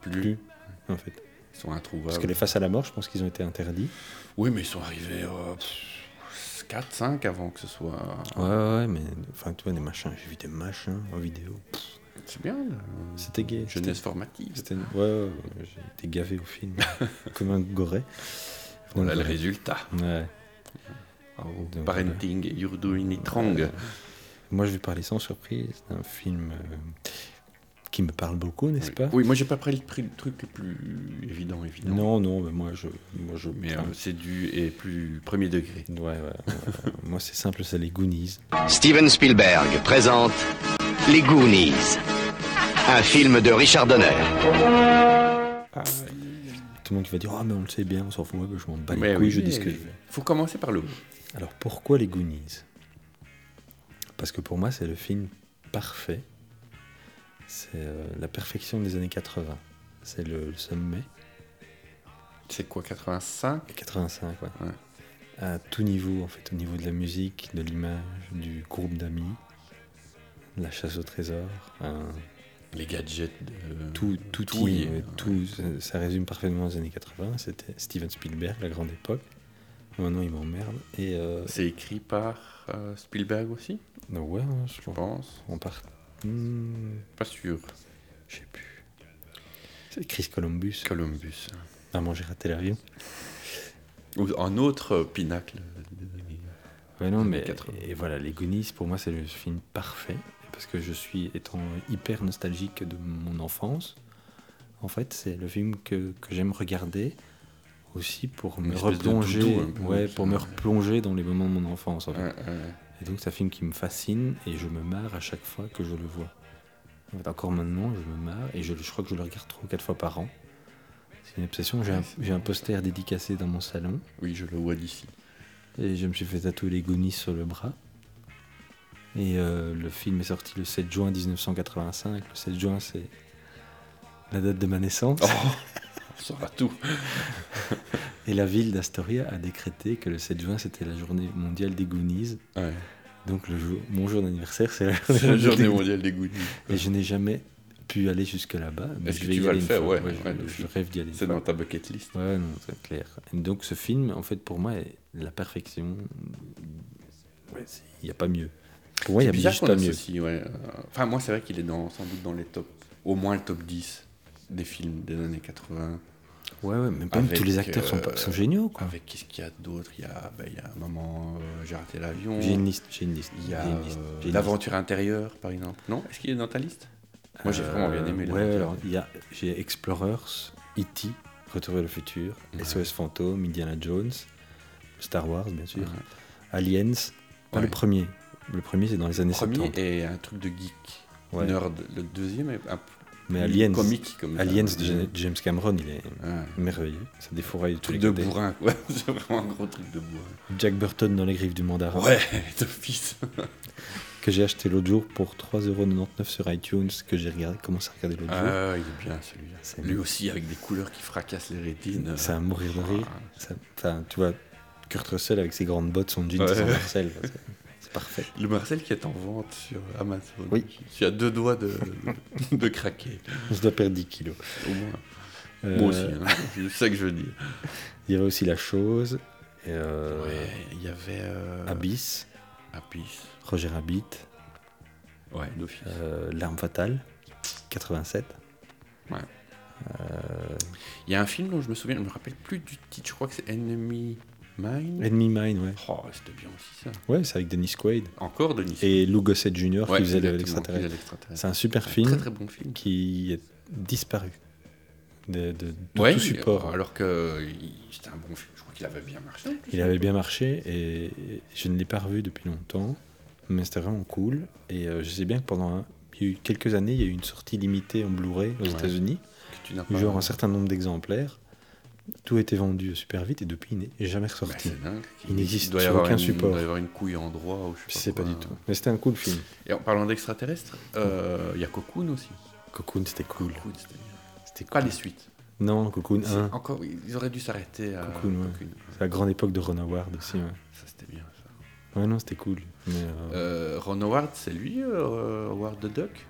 Speaker 1: Plus. Ah
Speaker 2: plus en fait.
Speaker 1: Ils sont introuvables.
Speaker 2: Parce que les faces à la mort, je pense qu'ils ont été interdits.
Speaker 1: Oui, mais ils sont arrivés euh, 4-5 avant que ce soit.
Speaker 2: Ouais, ouais, mais enfin, tu vois, des machins. J'ai vu des machins en vidéo.
Speaker 1: C'est bien, là.
Speaker 2: C'était gay.
Speaker 1: Jeunesse formative.
Speaker 2: C'était. Ouais, ouais, ouais, j'ai été gavé
Speaker 1: [laughs]
Speaker 2: au film. comme un goré.
Speaker 1: Voilà
Speaker 2: Donc,
Speaker 1: le résultat.
Speaker 2: Ouais. Donc, euh,
Speaker 1: Parenting, you're doing it wrong.
Speaker 2: Moi, je vais parler sans surprise d'un film euh, qui me parle beaucoup, n'est-ce pas
Speaker 1: Oui, moi j'ai pas pris le, pris le truc le plus évident, évident.
Speaker 2: Non, Ah. non, mais moi, je. Moi, je
Speaker 1: Mais euh, c'est du et plus premier degré.
Speaker 2: Ouais, ouais, ouais. moi, c'est simple, c'est les Goonies.
Speaker 9: Steven Spielberg présente Les Goonies, un film de Richard Donner.
Speaker 2: Tout le monde qui va dire, ah, mais on le sait bien, on s'en fout, ouais, Ah, mais je m'en bats les
Speaker 1: Mais
Speaker 2: couilles,
Speaker 1: oui,
Speaker 2: je dis
Speaker 1: mais
Speaker 2: ce que je veux.
Speaker 1: Faut commencer par le haut.
Speaker 2: Alors pourquoi les Goonies Parce que pour moi c'est le film parfait. C'est euh, la perfection des années 80. C'est le, le sommet.
Speaker 1: C'est quoi 85
Speaker 2: 85, ouais.
Speaker 1: Ouais.
Speaker 2: À tout niveau, en fait, au niveau de la musique, de l'image, du groupe d'amis, la chasse au trésor, un-
Speaker 1: Les gadgets. de-
Speaker 2: tout, tout,
Speaker 1: tout
Speaker 2: y est,
Speaker 1: y est,
Speaker 2: ouais,
Speaker 1: ouais.
Speaker 2: tout- ça, ça résume parfaitement les années 80. C'était Steven Spielberg, la grande époque. Maintenant, il m'emmerde. Et euh,
Speaker 1: C'est écrit par euh, Spielberg aussi,
Speaker 2: non, ouais, hein, je
Speaker 1: je pense.
Speaker 2: On part. Hmm,
Speaker 1: Pas sûr.
Speaker 2: Je sais plus. C'est Chris Columbus.
Speaker 1: Columbus. hein.
Speaker 2: Ah, bon, j'ai raté l'avion.
Speaker 1: Ou un autre euh, pinacle. de-
Speaker 2: Ouais, non,
Speaker 1: Années
Speaker 2: mais.
Speaker 1: 80.
Speaker 2: Et voilà, Les Goonies, pour moi, c'est le film parfait. Parce que je suis, étant hyper nostalgique de mon enfance, en fait, c'est le film que, que j'aime regarder aussi pour
Speaker 1: Une
Speaker 2: me
Speaker 1: espèce de
Speaker 2: replonger.
Speaker 1: doudou, un peu,
Speaker 2: ouais,
Speaker 1: ça.
Speaker 2: pour me replonger dans les moments de mon enfance. en fait.
Speaker 1: Ouais, ouais.
Speaker 2: Et donc, c'est un film qui me fascine et je me marre à chaque fois que je le vois. En fait, encore maintenant, je me marre et je, je crois que je le regarde 3 ou 4 fois par an. C'est une obsession. J'ai un, j'ai un poster dédicacé dans mon salon
Speaker 1: Oui, je le vois d'ici.
Speaker 2: et je me suis fait tatouer les Goonies sur le bras. Et euh, le film est sorti le 7 juin 1985. Le 7 juin, c'est la date de ma naissance.
Speaker 1: Oh. Ça va tout.
Speaker 2: Et la ville d'Astoria a décrété que le 7 juin, c'était la journée mondiale des Goonies.
Speaker 1: Ouais.
Speaker 2: Donc, le jour, mon jour d'anniversaire, c'est la journée,
Speaker 1: C'est la [laughs] journée
Speaker 2: mondiale des Goonies.
Speaker 1: mondiale des goodies.
Speaker 2: Et je n'ai jamais pu aller jusque là-bas. mais
Speaker 1: Est-ce
Speaker 2: je
Speaker 1: que
Speaker 2: vais
Speaker 1: tu
Speaker 2: y
Speaker 1: vas
Speaker 2: aller
Speaker 1: le
Speaker 2: une
Speaker 1: faire
Speaker 2: fois.
Speaker 1: Ouais,
Speaker 2: je-
Speaker 1: ouais, le
Speaker 2: je,
Speaker 1: film.
Speaker 2: rêve d'y aller. une
Speaker 1: C'est
Speaker 2: fois.
Speaker 1: dans ta bucket list.
Speaker 2: Ouais, non, c'est clair. Et donc ce film, en fait, pour moi, est la perfection. Ouais, c'est- Il n'y a pas mieux. Pour moi, il
Speaker 1: C'est
Speaker 2: n'y a
Speaker 1: bizarre
Speaker 2: juste pas
Speaker 1: qu'on
Speaker 2: mieux.
Speaker 1: associe, ouais. Euh, Enfin, moi, c'est vrai qu'il est dans, sans doute dans les tops, au moins le top 10 des films des années 80.
Speaker 2: Ouais, ouais, mais même
Speaker 1: Avec,
Speaker 2: tous les acteurs sont, pas-
Speaker 1: euh,
Speaker 2: sont géniaux. Quoi.
Speaker 1: Avec qu'est-ce qu'il y a d'autre Il y a, bah, il y a un moment, euh, j'ai raté l'avion.
Speaker 2: J'ai une liste, j'ai une liste.
Speaker 1: Il y a
Speaker 2: j'ai une liste,
Speaker 1: euh,
Speaker 2: j'ai une
Speaker 1: l'aventure intérieure, par exemple. Non Est-ce qu'il est dans ta liste
Speaker 2: liste.
Speaker 1: Moi, j'ai vraiment bien
Speaker 2: Euh,
Speaker 1: aimé.
Speaker 2: Ouais,
Speaker 1: l'aventure.
Speaker 2: alors il y a j'ai Explorers, E.T., Retour vers le futur,
Speaker 1: Ouais.
Speaker 2: SOS Fantôme, Indiana Jones, Star Wars bien sûr,
Speaker 1: Ouais.
Speaker 2: Aliens. Pas
Speaker 1: Ouais.
Speaker 2: le premier. Le premier c'est dans les années
Speaker 1: Le premier
Speaker 2: 70.
Speaker 1: est un truc de geek,
Speaker 2: Ouais.
Speaker 1: nerd. Le deuxième est un
Speaker 2: Mais
Speaker 1: plus
Speaker 2: Aliens,
Speaker 1: comique. euh, Comme ça.
Speaker 2: Aliens de Jane- James Cameron, il est
Speaker 1: Ouais, un
Speaker 2: merveilleux. Ça défouraille de tous
Speaker 1: Truc
Speaker 2: les
Speaker 1: de
Speaker 2: côtés.
Speaker 1: bourrin, quoi. [laughs] C'est vraiment un gros truc de bourrin.
Speaker 2: Jack Burton dans les griffes du mandarin.
Speaker 1: Ouais, [laughs] d'office.
Speaker 2: que j'ai acheté l'autre jour pour 3,99€ sur iTunes, que j'ai regardé, commencé à regarder l'autre jour.
Speaker 1: Ah, il est bien celui-là.
Speaker 2: C'est
Speaker 1: Lui
Speaker 2: bon.
Speaker 1: aussi, avec des couleurs qui fracassent les rétines.
Speaker 2: C'est à mourir de rire.
Speaker 1: Ah,
Speaker 2: Ça- Enfin, tu vois, Kurt Russell avec ses grandes bottes, son jean,
Speaker 1: Ouais.
Speaker 2: son Marcel, c'est-
Speaker 1: [laughs]
Speaker 2: c'est parfait.
Speaker 1: Le Marcel qui est en vente sur Amazon.
Speaker 2: Oui.
Speaker 1: Tu as deux doigts de, de craquer,
Speaker 2: On se doit perdre 10 kilos.
Speaker 1: au moins.
Speaker 2: Euh,
Speaker 1: Moi aussi, hein. c'est ça que je dis.
Speaker 2: Il y avait aussi La Chose, et, euh,
Speaker 1: Ouais, il y avait. Euh...
Speaker 2: Abyss,
Speaker 1: Abyss.
Speaker 2: Roger Rabbit,
Speaker 1: Ouais, d'office.
Speaker 2: euh, L'arme fatale, 87.
Speaker 1: Ouais.
Speaker 2: Euh,
Speaker 1: Il y a un film dont je me souviens, je me rappelle plus du titre, je crois que c'est Enemy Mine.
Speaker 2: Enemy Mine, ouais.
Speaker 1: Oh, c'était bien aussi ça.
Speaker 2: Ouais, c'est avec Dennis Quaid.
Speaker 1: Encore Denis.
Speaker 2: Et Lou Gossett Jr.
Speaker 1: Ouais,
Speaker 2: qui faisait
Speaker 1: exactement, qui
Speaker 2: le- l'extraterrestre.
Speaker 1: faisait l'extraterrestre.
Speaker 2: C'est un super
Speaker 1: Un
Speaker 2: film.
Speaker 1: Très très bon film.
Speaker 2: qui est disparu de, de- de
Speaker 1: Ouais,
Speaker 2: tout support.
Speaker 1: Alors que euh, il- c'était un bon film, je crois qu'il avait bien marché. en plus.
Speaker 2: Il avait bien marché et et je ne l'ai pas revu depuis longtemps, mais c'était vraiment cool. Et euh, je sais bien que pendant un- il y a eu quelques années, il y a eu une sortie limitée en Blu-ray aux
Speaker 1: Ouais.
Speaker 2: États-Unis,
Speaker 1: Que tu n'as pas.
Speaker 2: genre un certain nombre d'exemplaires. Tout était vendu super vite et depuis, il n'est jamais
Speaker 1: Bah,
Speaker 2: ressorti.
Speaker 1: c'est dingue.
Speaker 2: Il n'existe
Speaker 1: doit y
Speaker 2: sur
Speaker 1: avoir
Speaker 2: aucun
Speaker 1: une-
Speaker 2: support.
Speaker 1: Il doit y avoir une couille en droit ou je sais
Speaker 2: je sais pas
Speaker 1: quoi.
Speaker 2: du tout. Mais c'était un cool film.
Speaker 1: Et en parlant d'extraterrestres, euh, il y a Cocoon aussi.
Speaker 2: Cocoon, c'était cool.
Speaker 1: Cocoon, c'était bien.
Speaker 2: C'était
Speaker 1: Pas
Speaker 2: cool. Hein
Speaker 1: les suites.
Speaker 2: Non, Cocoon
Speaker 1: C'est
Speaker 2: 1.
Speaker 1: Encore, ils auraient dû s'arrêter à
Speaker 2: Cocoon, ouais. C'est la grande époque de Ron Howard aussi. Ouais,
Speaker 1: Ça c'était bien. Ça.
Speaker 2: Ouais, non, c'était cool. Mais, euh,
Speaker 1: Euh, Ron Howard, c'est lui, euh, Howard the Duck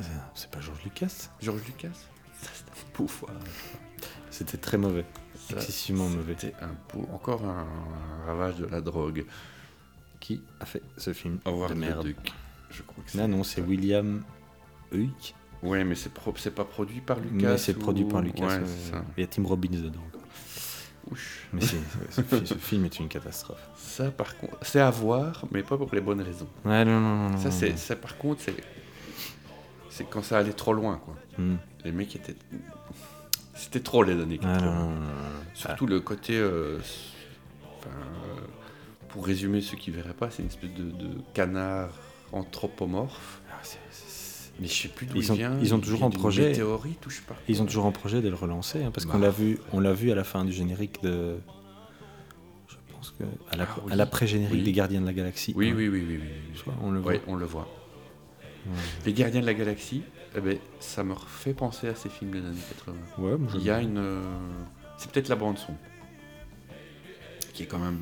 Speaker 2: Euh. C'est pas George Lucas
Speaker 1: George Lucas Ça, c'était un beau foire.
Speaker 2: C'était très mauvais.
Speaker 1: Ça,
Speaker 2: Excessivement mauvais.
Speaker 1: C'était un beau, encore un, un ravage de la drogue.
Speaker 2: Qui a fait ce film
Speaker 1: Howard
Speaker 2: de
Speaker 1: the
Speaker 2: merde
Speaker 1: Duck. Je crois que c'est.
Speaker 2: Non, non, c'est William Huyck.
Speaker 1: Ouais, mais c'est pro- c'est pas produit par Lucas.
Speaker 2: Mais c'est produit par
Speaker 1: ou-
Speaker 2: Lucas.
Speaker 1: Ouais,
Speaker 2: ouais.
Speaker 1: c'est ça.
Speaker 2: Il y a Tim Robbins dedans. quoi.
Speaker 1: Ouch.
Speaker 2: Mais c'est- ce, fi- ce film est une catastrophe.
Speaker 1: Ça, par contre, c'est à voir, mais pas pour les bonnes raisons.
Speaker 2: Ouais, non, non, non. non,
Speaker 1: Ça,
Speaker 2: non,
Speaker 1: c'est, ça, par contre, c'est, c'est quand ça allait trop loin, quoi.
Speaker 2: non. Hmm.
Speaker 1: Les mecs étaient, c'était trop les années
Speaker 2: Ah,
Speaker 1: 80.
Speaker 2: non, non, non, non, non.
Speaker 1: Surtout le côté, euh, s- enfin, euh, pour résumer ceux qui verraient pas, c'est une espèce de, de canard anthropomorphe.
Speaker 2: Ah, c'est- c'est-
Speaker 1: Mais je sais plus d'où
Speaker 2: Ils
Speaker 1: il
Speaker 2: ont-
Speaker 1: vient.
Speaker 2: ils ont
Speaker 1: il
Speaker 2: toujours
Speaker 1: vient
Speaker 2: en
Speaker 1: d'une
Speaker 2: projet-
Speaker 1: Météorite ou je sais pas.
Speaker 2: Ils ont toujours en projet de le relancer, hein, parce qu'on
Speaker 1: Bah.
Speaker 2: l'a vu, on l'a vu à la fin du générique de. Je pense que à la-
Speaker 1: Ah, oui.
Speaker 2: à l'après-générique
Speaker 1: Oui.
Speaker 2: des Gardiens de la Galaxie.
Speaker 1: Oui,
Speaker 2: hein.
Speaker 1: oui, oui, oui, oui.
Speaker 2: Je crois, On le voit.
Speaker 1: Ouais, on le voit. Les Gardiens de la Galaxie, eh ben, ça me fait penser à ces films des années 80.
Speaker 2: Ouais, moi, je-
Speaker 1: Il y a une. euh, C'est peut-être la bande-son. Qui est quand même.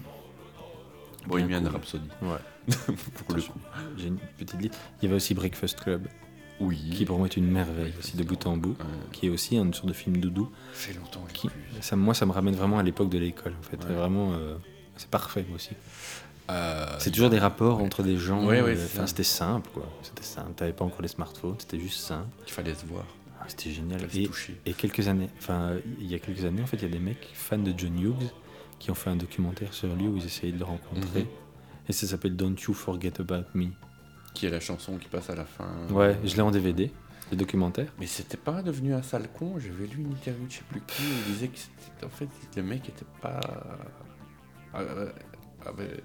Speaker 1: Bohemian
Speaker 2: cool.
Speaker 1: Rhapsody.
Speaker 2: Ouais.
Speaker 1: [laughs] Pour le coup.
Speaker 2: J'ai une petite liste. Il y avait aussi Breakfast Club,
Speaker 1: Oui.
Speaker 2: qui pour moi est une merveille aussi de bout en bout,
Speaker 1: Ouais.
Speaker 2: qui est aussi une sorte de film doudou.
Speaker 1: C'est longtemps que
Speaker 2: Qui,
Speaker 1: j'ai plus.
Speaker 2: ça, moi, ça me ramène vraiment à l'époque de l'école, en fait.
Speaker 1: Ouais.
Speaker 2: C'est Vraiment, euh, c'est parfait aussi.
Speaker 1: Euh,
Speaker 2: C'est toujours des rapports
Speaker 1: ouais.
Speaker 2: entre des gens.
Speaker 1: Ouais, ouais,
Speaker 2: euh,
Speaker 1: c'est
Speaker 2: enfin,
Speaker 1: ça.
Speaker 2: c'était simple, quoi. C'était simple. T'avais pas encore les smartphones, c'était juste simple.
Speaker 1: qu'il fallait se voir.
Speaker 2: Ah, c'était génial.
Speaker 1: fallait se
Speaker 2: Et,
Speaker 1: toucher.
Speaker 2: et quelques années, enfin, euh, il y a quelques années, en fait, il y a des mecs fans de John Hughes qui ont fait un documentaire sur lui où ils essayaient de le rencontrer.
Speaker 1: Mhm.
Speaker 2: Et ça s'appelle Don't You Forget About Me.
Speaker 1: Qui est la chanson qui passe à la fin.
Speaker 2: Ouais, je l'ai en DVD, le documentaire.
Speaker 1: Mais c'était pas devenu un sale con. J'avais lu une interview de je sais plus qui où il disait que c'était- en fait, le mec était pas. euh, avait-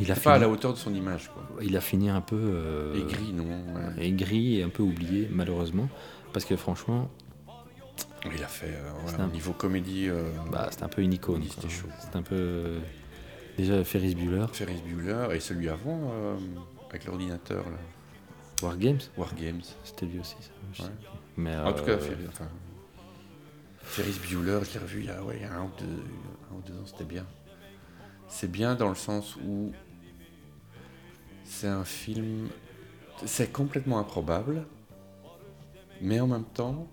Speaker 2: Il a,
Speaker 1: pas à
Speaker 2: fini,
Speaker 1: la hauteur de son image, quoi.
Speaker 2: il a fini un peu. euh,
Speaker 1: Aigri, non. ouais.
Speaker 2: aigri et un peu oublié, malheureusement. Parce que franchement,
Speaker 1: Il a fait euh,
Speaker 2: C'est
Speaker 1: voilà,
Speaker 2: un-
Speaker 1: niveau comédie. euh,
Speaker 2: bah, c'est un peu une icône.
Speaker 1: Oui,
Speaker 2: quoi.
Speaker 1: c'était chaud, quoi.
Speaker 2: C'est un peu. euh, Déjà, Ferris Bueller,
Speaker 1: Ferris Bueller et celui avant euh, avec l'ordinateur là,
Speaker 2: War Games,
Speaker 1: War Games.
Speaker 2: c'était lui aussi. Ça. je
Speaker 1: Ouais.
Speaker 2: sais plus. Mais,
Speaker 1: En tout cas,
Speaker 2: euh,
Speaker 1: Ferris, enfin, Ferris Bueller, je l'ai revu il y a ouais, il y a un, ou deux, un ou deux ans, c'était bien. C'est bien dans le sens où c'est un film, c'est complètement improbable, mais en même temps,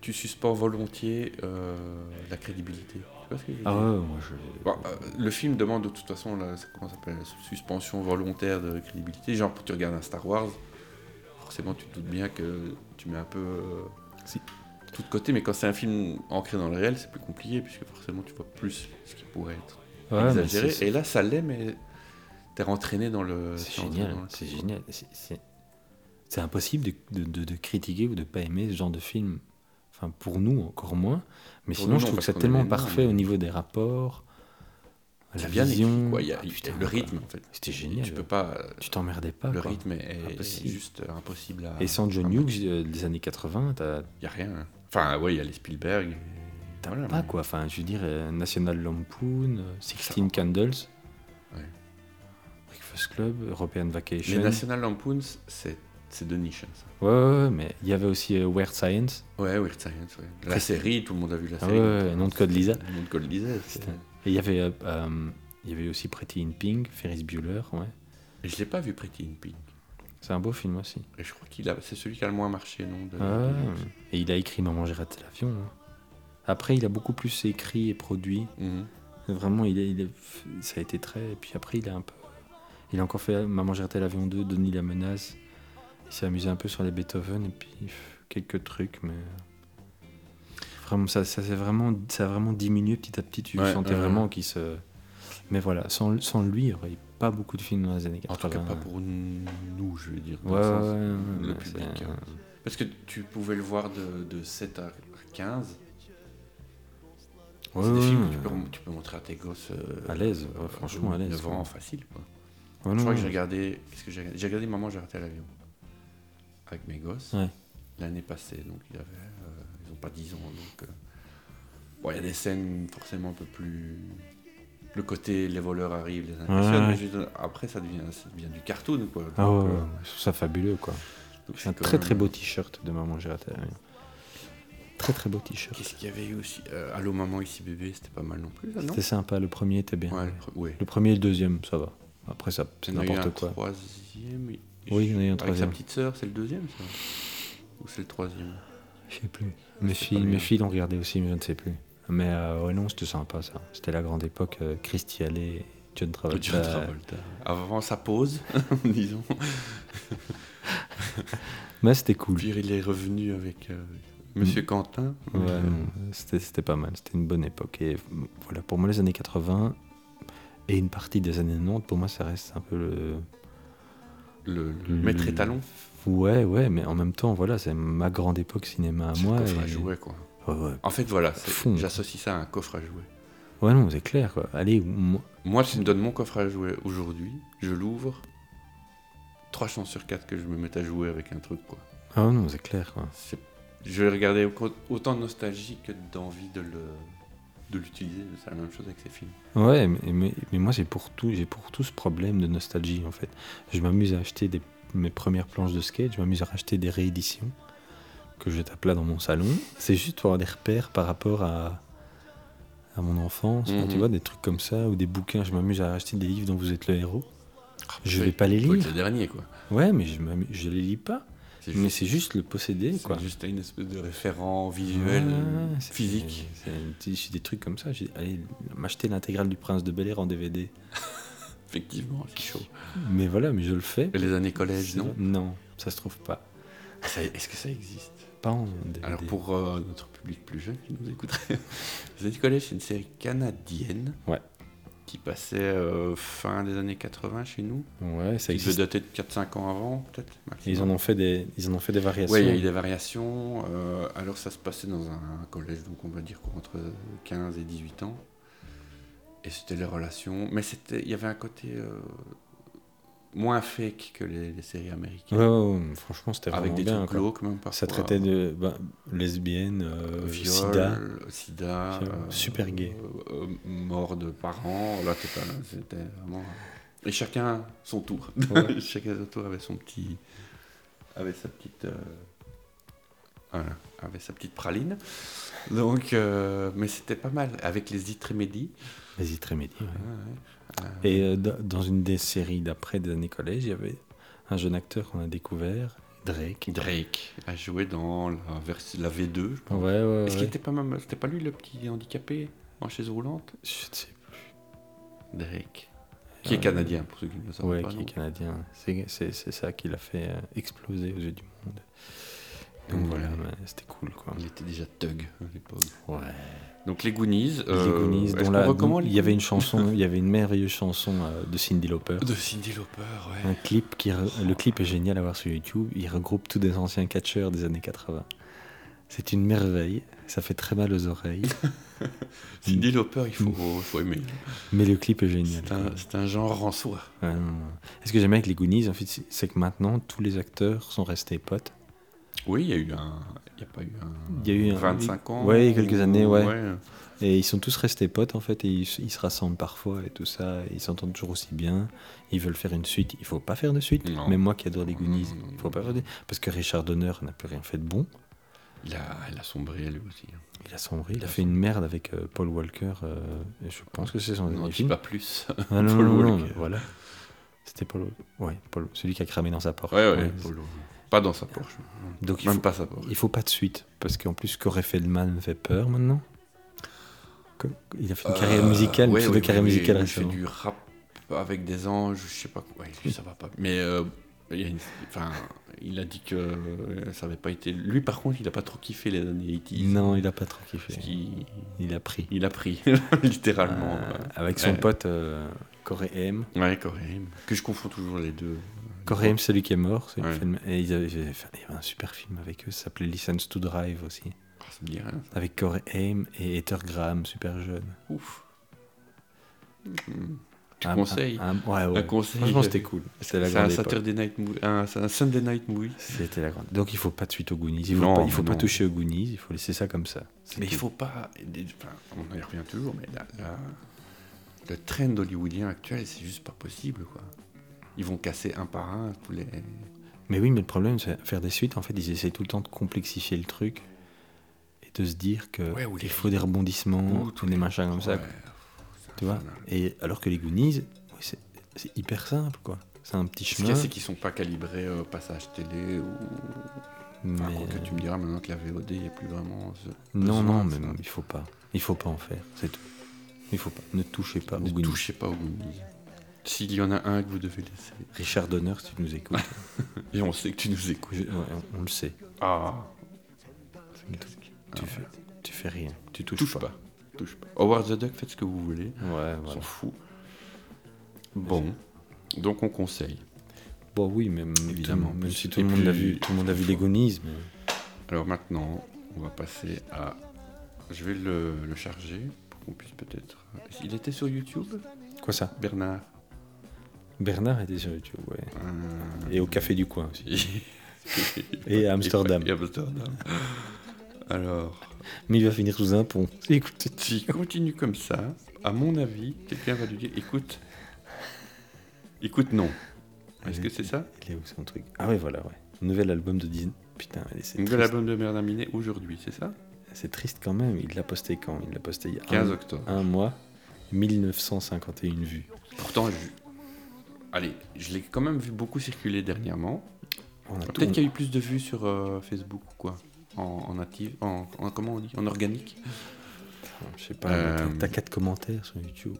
Speaker 1: tu suspends volontiers euh, la crédibilité. Tu vois ce que je veux
Speaker 2: Ah
Speaker 1: dire
Speaker 2: ouais, moi je.
Speaker 1: Bon, euh, le film demande de toute façon la, ça- comment ça s'appelle, la suspension volontaire de crédibilité. Genre, tu regardes un Star Wars, forcément, tu te doutes bien que tu mets un peu. euh,
Speaker 2: Si.
Speaker 1: tout de côté, mais quand c'est un film ancré dans le réel, c'est plus compliqué, puisque forcément tu vois plus ce qui pourrait être
Speaker 2: Ouais, mais
Speaker 1: exagéré.
Speaker 2: c'est-
Speaker 1: Et euh, là, ça l'est, mais t'es rentraîné dans le.
Speaker 2: C'est
Speaker 1: t'es rentraîné
Speaker 2: génial,
Speaker 1: dans le
Speaker 2: c'est
Speaker 1: truc.
Speaker 2: génial. C'est- C'est c'est impossible de, de- de- de critiquer ou de pas aimer ce genre de film. Enfin, pour nous, encore moins. Mais
Speaker 1: Pour
Speaker 2: sinon,
Speaker 1: nous,
Speaker 2: je
Speaker 1: non,
Speaker 2: trouve
Speaker 1: parce
Speaker 2: ça
Speaker 1: qu'on
Speaker 2: tellement
Speaker 1: aime les noms,
Speaker 2: parfait
Speaker 1: mais-
Speaker 2: au niveau des rapports, la
Speaker 1: C'est bien écrit,
Speaker 2: vision.
Speaker 1: quoi. Il y a,
Speaker 2: Ah,
Speaker 1: il y a
Speaker 2: putain,
Speaker 1: le
Speaker 2: quoi.
Speaker 1: rythme, en fait.
Speaker 2: C'était génial.
Speaker 1: Tu peux pas. euh,
Speaker 2: Tu t'emmerdais pas.
Speaker 1: le
Speaker 2: quoi.
Speaker 1: rythme est, est
Speaker 2: Impossible.
Speaker 1: juste euh, impossible à.
Speaker 2: Et sans John
Speaker 1: à-
Speaker 2: Hughes euh, des années 80, t'as
Speaker 1: Il n'y a
Speaker 2: hein.
Speaker 1: rien. Enfin, ouais, il y a les Spielberg.
Speaker 2: t'as
Speaker 1: Voilà,
Speaker 2: pas
Speaker 1: mais-
Speaker 2: quoi. Enfin, je veux dire, euh, National Lampoon, euh, Sixteen Candles,
Speaker 1: Ouais.
Speaker 2: Breakfast Club, European
Speaker 1: Les
Speaker 2: Vacation.
Speaker 1: National Lampoons, c'est c'est de niche. hein, ça.
Speaker 2: Ouais, ouais, ouais, mais il y avait aussi euh, Weird Science,
Speaker 1: Ouais, Weird Science, ouais. La
Speaker 2: Très-
Speaker 1: série, tout le monde a vu la
Speaker 2: Ah
Speaker 1: série.
Speaker 2: ouais, ouais, nom de code Lisa.
Speaker 1: Le nom de code Lisa. c'est-
Speaker 2: Putain. Et il y avait, euh, euh, il y avait aussi Pretty in Pink, Ferris Bueller, ouais.
Speaker 1: Et je l'ai pas vu Pretty in Pink.
Speaker 2: C'est un beau film aussi.
Speaker 1: Et je crois qu'il a... c'est celui qui a le moins marché, non de...
Speaker 2: Ah,
Speaker 1: de-
Speaker 2: et il a écrit Maman, j'ai raté l'avion. hein. Après, il a beaucoup plus écrit et produit.
Speaker 1: Mhm.
Speaker 2: Vraiment, il est, il est- ça a été très. Et puis après, il a un peu. Il a encore fait Maman, j'ai raté l'avion 2, Denis la menace. Il s'est amusé un peu sur les Beethoven et puis pff, quelques trucs, mais. Vraiment, ça, ça, s'est vraiment, ça a vraiment diminué petit à petit. Tu
Speaker 1: Ouais,
Speaker 2: sentais
Speaker 1: ouais,
Speaker 2: vraiment qu'il se. Mais voilà, sans, sans lui, il n'y aurait pas beaucoup de films dans les années
Speaker 1: En tout
Speaker 2: 80.
Speaker 1: cas, pas pour nous, je veux dire. dans
Speaker 2: Ouais,
Speaker 1: le
Speaker 2: ouais,
Speaker 1: sens-
Speaker 2: ouais,
Speaker 1: le
Speaker 2: ouais,
Speaker 1: public,
Speaker 2: c'est-
Speaker 1: hein. Parce que tu pouvais le voir de, de 7 à 15.
Speaker 2: Ouais,
Speaker 1: c'est des
Speaker 2: ouais,
Speaker 1: films que tu
Speaker 2: ouais.
Speaker 1: peux, tu peux montrer à tes gosses. euh,
Speaker 2: À l'aise, ouais, franchement, à l'aise,
Speaker 1: 9
Speaker 2: quoi.
Speaker 1: ans, facile, quoi. Je
Speaker 2: Ouais, non,
Speaker 1: crois que
Speaker 2: non.
Speaker 1: j'ai regardé. Qu'est-ce que j'ai regardé J'ai regardé Maman, j'ai raté l'avion. Avec mes gosses.
Speaker 2: Ouais.
Speaker 1: L'année passée, donc ils avaient. euh, ils n'ont pas 10 ans. Donc. euh, Bon, il y a des scènes forcément un peu plus. Le côté, les voleurs arrivent, les impressionnent.
Speaker 2: ouais.
Speaker 1: mais je veux dire, Après, ça devient, ça devient du cartoon, quoi.
Speaker 2: Ah ouais,
Speaker 1: Donc,
Speaker 2: ouais,
Speaker 1: euh,
Speaker 2: ouais, je trouve ça fabuleux quoi.
Speaker 1: donc
Speaker 2: C'est un
Speaker 1: c'est quand
Speaker 2: très très
Speaker 1: même- euh,
Speaker 2: beau t-shirt de Maman J'ai raté l'avion. Très très beau t-shirt.
Speaker 1: Qu'est-ce qu'il y avait eu aussi Euh, Allô, maman, ici bébé, c'était pas mal non plus, ça, non
Speaker 2: C'était sympa, le premier était bien.
Speaker 1: Ouais,
Speaker 2: ouais.
Speaker 1: le pre- ouais.
Speaker 2: Le premier et le deuxième, ça va. Après ça, c'est
Speaker 1: Il y en a eu un
Speaker 2: n'importe quoi.
Speaker 1: Troisième. et-
Speaker 2: Oui, il y en a eu un
Speaker 1: Avec sa
Speaker 2: troisième.
Speaker 1: petite sœur, c'est le deuxième, ça Ou c'est le troisième
Speaker 2: Je sais plus. Mes
Speaker 1: C'est pas
Speaker 2: filles,
Speaker 1: bien.
Speaker 2: mes filles l'ont regardé aussi, mais je ne sais plus. Mais euh, ouais non, c'était sympa ça. C'était la grande époque, euh, Christy Alley, John Travolta.
Speaker 1: John Travolta. Avant sa pause, [laughs] disons.
Speaker 2: Mais c'était cool.
Speaker 1: Puis il est revenu avec euh, Monsieur Quentin.
Speaker 2: Ouais, non, c'était c'était pas mal, c'était une bonne époque. Et mm, voilà, pour moi, les années 80 et une partie des années 90, pour moi, ça reste un peu le.
Speaker 1: Le, le maître
Speaker 2: Le-
Speaker 1: étalon.
Speaker 2: Ouais, ouais, mais en même temps, voilà, c'est ma grande époque cinéma à
Speaker 1: C'est
Speaker 2: moi.
Speaker 1: le coffre à
Speaker 2: et-
Speaker 1: jouets, quoi.
Speaker 2: Ouais, ouais.
Speaker 1: En fait, voilà, c'est-
Speaker 2: Fond.
Speaker 1: j'associe ça à un coffre à jouets.
Speaker 2: Ouais, non, c'est clair, quoi. Allez, moi-
Speaker 1: Moi, tu me donnes mon coffre à jouets aujourd'hui, je l'ouvre. Trois chances sur quatre que je me mette à jouer avec un truc, quoi.
Speaker 2: Ah non, c'est clair, quoi.
Speaker 1: C'est- Je vais le regarder au- autant de nostalgie que d'envie de le de l'utiliser. C'est la même chose avec ces films.
Speaker 2: Ouais, mais, mais, mais moi, j'ai pour, tout, j'ai pour tout ce problème de nostalgie, en fait. Je m'amuse à acheter des, mes premières planches de skate, je m'amuse à racheter des rééditions que je tape là dans mon salon. C'est juste pour avoir des repères par rapport à, à mon enfance, Enfin, tu
Speaker 1: Mhm.
Speaker 2: vois, des trucs comme ça, ou des bouquins. Je m'amuse à acheter des livres dont vous êtes le héros. Je
Speaker 1: faut
Speaker 2: vais
Speaker 1: être-
Speaker 2: pas les
Speaker 1: faut être
Speaker 2: lire.
Speaker 1: Le dernier, quoi.
Speaker 2: Ouais, mais je, m'amuse- je les lis pas.
Speaker 1: C'est
Speaker 2: Mais
Speaker 1: juste-
Speaker 2: c'est juste le posséder,
Speaker 1: C'est
Speaker 2: quoi.
Speaker 1: juste une espèce de référent visuel, euh,
Speaker 2: Ouais, c'est-
Speaker 1: physique.
Speaker 2: c'est- c'est- J'ai des trucs comme ça. J'ai allez, m'acheter l'intégrale du Prince de Bel Air en DVD.
Speaker 1: Effectivement, c'est chaud.
Speaker 2: Mais voilà, mais je le fais.
Speaker 1: Et les années collège, non
Speaker 2: Non, ça se trouve pas.
Speaker 1: Ça- Est-ce que ça existe
Speaker 2: Pas en DVD.
Speaker 1: Alors pour euh, notre public plus jeune qui nous écouterait, [laughs] les années collège, c'est une série canadienne.
Speaker 2: Ouais.
Speaker 1: Qui passait euh, fin des années 80 chez nous.
Speaker 2: Ouais, ça
Speaker 1: Qui devait
Speaker 2: existe.
Speaker 1: dater de 4-5 ans avant, peut-être.
Speaker 2: Ils
Speaker 1: maximum.
Speaker 2: en ont fait des, ils en ont fait des variations.
Speaker 1: Ouais, il y a eu des variations. euh, alors ça se passait dans un, collège, donc on va dire quoi, entre 15 et 18 ans. Et c'était les relations. Mais c'était, il y avait un côté euh, moins fake que les, les séries américaines.
Speaker 2: Ouais, ouais, ouais, franchement, c'était vraiment
Speaker 1: avec des
Speaker 2: bien.
Speaker 1: trucs
Speaker 2: quoi.
Speaker 1: glauques même parfois.
Speaker 2: Ça traitait de ben, lesbienne, euh,
Speaker 1: Viol,
Speaker 2: sida.
Speaker 1: sida,
Speaker 2: Viol, super gay.
Speaker 1: euh, euh, mort de parents, la totale. hein, C'était vraiment. Et chacun son tour. [laughs]
Speaker 2: Ouais.
Speaker 1: chacun son tour avait son petit. avait sa petite. euh, Voilà, avait sa petite praline. Donc, euh, mais c'était pas mal. Avec les Itremédis.
Speaker 2: Vas-y, très médic. ouais.
Speaker 1: Ouais, ouais.
Speaker 2: Et euh, da- dans une des séries d'après des années collège, il y avait un jeune acteur qu'on a découvert, Drake.
Speaker 1: Drake a joué dans la, vers- la V2, je
Speaker 2: Ouais,
Speaker 1: pense.
Speaker 2: ouais, ouais.
Speaker 1: Est-ce qu'il était pas même. C'était pas lui le petit handicapé en chaise roulante
Speaker 2: Je sais plus.
Speaker 1: Drake. Qui est
Speaker 2: Ouais.
Speaker 1: canadien, pour ceux qui ne le savent
Speaker 2: Ouais,
Speaker 1: pas.
Speaker 2: qui est
Speaker 1: donc.
Speaker 2: canadien. C'est c'est- c'est ça qui l'a fait euh, exploser aux yeux du monde.
Speaker 1: Donc voilà,
Speaker 2: ouais, c'était cool quoi.
Speaker 1: il était déjà thug à l'époque.
Speaker 2: Ouais.
Speaker 1: Donc les Goonies.
Speaker 2: Les
Speaker 1: euh,
Speaker 2: Goonies,
Speaker 1: est-ce
Speaker 2: dont
Speaker 1: qu'on
Speaker 2: la-
Speaker 1: recommande
Speaker 2: il
Speaker 1: les
Speaker 2: y avait une
Speaker 1: Goonies [laughs]
Speaker 2: chanson, il y avait une merveilleuse chanson euh, de Cindy Lauper.
Speaker 1: de Cindy Lauper, ouais.
Speaker 2: Un clip qui re- le clip est génial à voir sur YouTube. Il regroupe tous des anciens catcheurs des années 80. C'est une merveille. Ça fait très mal
Speaker 1: [laughs]
Speaker 2: aux oreilles,
Speaker 1: Cindy Lauper, il faut, faut aimer.
Speaker 2: mais le clip est génial.
Speaker 1: C'est un, c'est un genre en soi.
Speaker 2: Ouais, non, non. Et ce que j'aime avec les Goonies, en fait, c'est- c'est que maintenant tous les acteurs sont restés potes.
Speaker 1: Oui, il y a eu un. Il n'y a pas eu un.
Speaker 2: Il y a eu un-
Speaker 1: 25 ans.
Speaker 2: Ouais, il y a quelques années, ouais.
Speaker 1: ouais.
Speaker 2: Et ils sont tous restés potes en fait, et ils, ils se rassemblent parfois et tout ça, et ils s'entendent toujours aussi bien. Ils veulent faire une suite, il faut pas faire de suite.
Speaker 1: Non.
Speaker 2: Même moi qui adore les Goonies,
Speaker 1: Non, non,
Speaker 2: il faut pas faire de... Parce que Richard Donner n'a plus rien fait de bon.
Speaker 1: Il a, il a sombré lui aussi. hein.
Speaker 2: Il a sombré, il a fait une merde avec euh, Paul Walker, euh, et je pense que c'est
Speaker 1: On
Speaker 2: son
Speaker 1: n'en
Speaker 2: dernier
Speaker 1: dit
Speaker 2: film.
Speaker 1: pas plus.
Speaker 2: Ah, non,
Speaker 1: Paul
Speaker 2: non, non,
Speaker 1: Walker.
Speaker 2: mais voilà. C'était Paul... Ouais, Paul... celui qui a cramé dans sa porte.
Speaker 1: Ouais, ouais.
Speaker 2: Ouais.
Speaker 1: Polo. Pas dans sa Porsche.
Speaker 2: Donc il
Speaker 1: Même
Speaker 2: faut...
Speaker 1: pas sa Porsche.
Speaker 2: il faut pas de suite, parce qu'en plus, qu'aurait fait le man fait peur maintenant. Que- Il a fait une carrière
Speaker 1: Euh,
Speaker 2: musicale, une
Speaker 1: ouais,
Speaker 2: pseudo
Speaker 1: ouais,
Speaker 2: carrière
Speaker 1: ouais,
Speaker 2: musicale
Speaker 1: Il fait
Speaker 2: récemment.
Speaker 1: du rap avec des anges, je sais pas quoi. Ouais, lui, ça va pas. Mais euh, il, y a une- enfin, il a dit que euh, ça avait pas été. Lui, par contre, il a pas trop kiffé les années 80.
Speaker 2: Non, il a pas trop kiffé.
Speaker 1: Parce qu'il
Speaker 2: Il a pris.
Speaker 1: il a pris, [laughs] littéralement.
Speaker 2: Euh, avec son
Speaker 1: Ouais.
Speaker 2: pote euh, Corey M.
Speaker 1: Ouais, Coréem. Que je confonds toujours les deux.
Speaker 2: Corey M, celui qui est mort. celui qui
Speaker 1: Ouais.
Speaker 2: fait le- et ils avaient- ils avaient fait- il y avait un super film avec eux, ça s'appelait License to Drive aussi.
Speaker 1: Ah, ça me dit rien.
Speaker 2: Avec Corey M et Heather Graham, super jeune.
Speaker 1: Ouf. Hmm. Tu
Speaker 2: Un-
Speaker 1: conseilles
Speaker 2: un- un- ouais, ouais.
Speaker 1: Un conseil. euh,
Speaker 2: Franchement, c'était cool. C'était la
Speaker 1: C'est un
Speaker 2: grande époque.
Speaker 1: Saturday Night Movie. un- c'est un Sunday Night Movie.
Speaker 2: C'était la grande. Donc il faut pas de suite aux Goonies. Il faut,
Speaker 1: Non,
Speaker 2: pas, il faut pas
Speaker 1: non.
Speaker 2: toucher aux Goonies. Il faut laisser ça comme ça. C'est
Speaker 1: Mais il
Speaker 2: tout.
Speaker 1: faut pas. Enfin, on y revient toujours, mais la- la- le trend hollywoodien actuel, c'est juste pas possible, quoi. Ils vont casser un par un tous les.
Speaker 2: Mais oui, mais le problème, c'est faire des suites. En fait, ils essaient tout le temps de complexifier le truc et de se dire que
Speaker 1: Ouais, ou
Speaker 2: il
Speaker 1: les-
Speaker 2: faut des rebondissements,
Speaker 1: Ou
Speaker 2: ou des machins comme ça.
Speaker 1: Ouais,
Speaker 2: quoi.
Speaker 1: c'est
Speaker 2: Tu vois
Speaker 1: infernal.
Speaker 2: Et alors que les Goonies, oui, c'est c'est hyper simple, quoi. C'est un petit
Speaker 1: Ce qu'il
Speaker 2: chemin.
Speaker 1: y a, c'est qu'ils sont pas calibrés euh, passage télé ou.
Speaker 2: mais... euh,
Speaker 1: Enfin, quoique Ah, tu me diras maintenant que la VOD, il n'y a plus vraiment. ce
Speaker 2: Non,
Speaker 1: besoin
Speaker 2: non,
Speaker 1: de
Speaker 2: mais
Speaker 1: ça.
Speaker 2: il faut pas. Il faut pas en faire, c'est tout. Il faut pas. Ne touchez pas aux
Speaker 1: Ne
Speaker 2: Goonies.
Speaker 1: touchez pas au Goonies. S'il y en a un que vous devez laisser.
Speaker 2: Richard Donner, si tu nous écoutes.
Speaker 1: Et on sait que tu nous écoutes.
Speaker 2: je- ouais, on, on le sait.
Speaker 1: Ah
Speaker 2: Tu, fais, tu fais rien. Tu touches,
Speaker 1: Touche pas. Touche pas. Howard the Duck, faites ce que vous voulez.
Speaker 2: Ouais,
Speaker 1: On
Speaker 2: voilà.
Speaker 1: s'en fout. Bon. Donc on conseille.
Speaker 2: Bon, oui, mais
Speaker 1: Évidemment.
Speaker 2: évidemment. Même si
Speaker 1: Et
Speaker 2: tout le monde l'a
Speaker 1: puis-
Speaker 2: vu, tout le monde a vu les Goonies, mais
Speaker 1: Alors maintenant, on va passer à. Je vais le, le charger pour qu'on puisse peut-être. Il était sur YouTube,
Speaker 2: quoi ça
Speaker 1: Bernard.
Speaker 2: Bernard était sur YouTube, ouais.
Speaker 1: Euh,
Speaker 2: Et au café du coin aussi.
Speaker 1: Et
Speaker 2: Et à
Speaker 1: [laughs]
Speaker 2: Amsterdam.
Speaker 1: Et Amsterdam. Alors,
Speaker 2: Mais il va finir sous un pont. Écoute,
Speaker 1: s'il continue comme ça, à mon avis, quelqu'un va lui dire écoute, écoute, non. Est-ce que c'est ça
Speaker 2: il est où son truc Ah ouais, voilà, ouais. Nouvel album de Disney. Putain, allez, c'est
Speaker 1: Nouvel
Speaker 2: triste.
Speaker 1: album de Bernard Minet aujourd'hui, c'est ça
Speaker 2: C'est triste quand même. Il l'a posté quand Il l'a posté il y a
Speaker 1: 15
Speaker 2: un,
Speaker 1: octobre.
Speaker 2: un mois. 1951 vues.
Speaker 1: Pourtant, je... allez, je l'ai quand même vu beaucoup circuler dernièrement.
Speaker 2: On a tout-
Speaker 1: Peut-être qu'il y a eu plus de vues sur euh, Facebook ou quoi en, en native, en, en- comment on dit, en organique.
Speaker 2: Je sais pas,
Speaker 1: Euh,
Speaker 2: t'as- t'as 4 commentaires sur YouTube.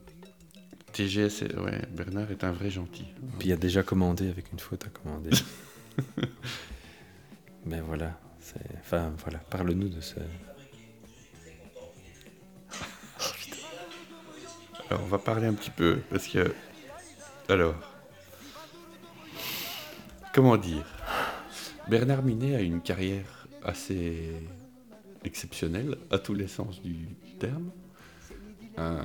Speaker 1: TGS, est- ouais, Bernard est un vrai gentil.
Speaker 2: Puis il y a déjà commandé avec une faute
Speaker 1: [laughs]
Speaker 2: à commander. Mais Ben voilà. c'est- Enfin, voilà. Parle-nous de ce.
Speaker 1: Alors, on va parler un petit peu, parce que... Alors... Comment dire Bernard Minet a une carrière assez exceptionnelle, à tous les sens du terme. Euh,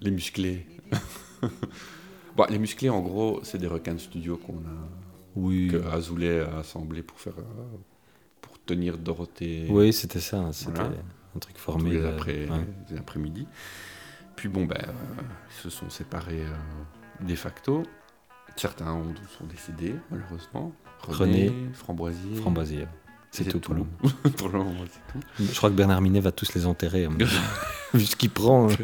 Speaker 1: les musclés... [laughs] Bon, les musclés, en gros, c'est des requins de studio qu'on a...
Speaker 2: Oui.
Speaker 1: que Azoulay a assemblé pour faire... euh, pour tenir Dorothée...
Speaker 2: Oui, c'était ça. hein, C'était
Speaker 1: Voilà.
Speaker 2: un truc
Speaker 1: tous
Speaker 2: formé.
Speaker 1: les,
Speaker 2: euh,
Speaker 1: après,
Speaker 2: ouais.
Speaker 1: les après-midi. Puis bon, ben, euh, ils se sont séparés euh, de facto. Certains ont- sont décédés, malheureusement. René,
Speaker 2: René,
Speaker 1: Framboisier.
Speaker 2: Framboisier. C'est
Speaker 1: C'était
Speaker 2: tout pour
Speaker 1: le-
Speaker 2: nous.
Speaker 1: [laughs] pour le moment, c'est tout.
Speaker 2: Je crois que Bernard Minet va tous les enterrer. [laughs] hein. Vu ce qu'il prend. hein.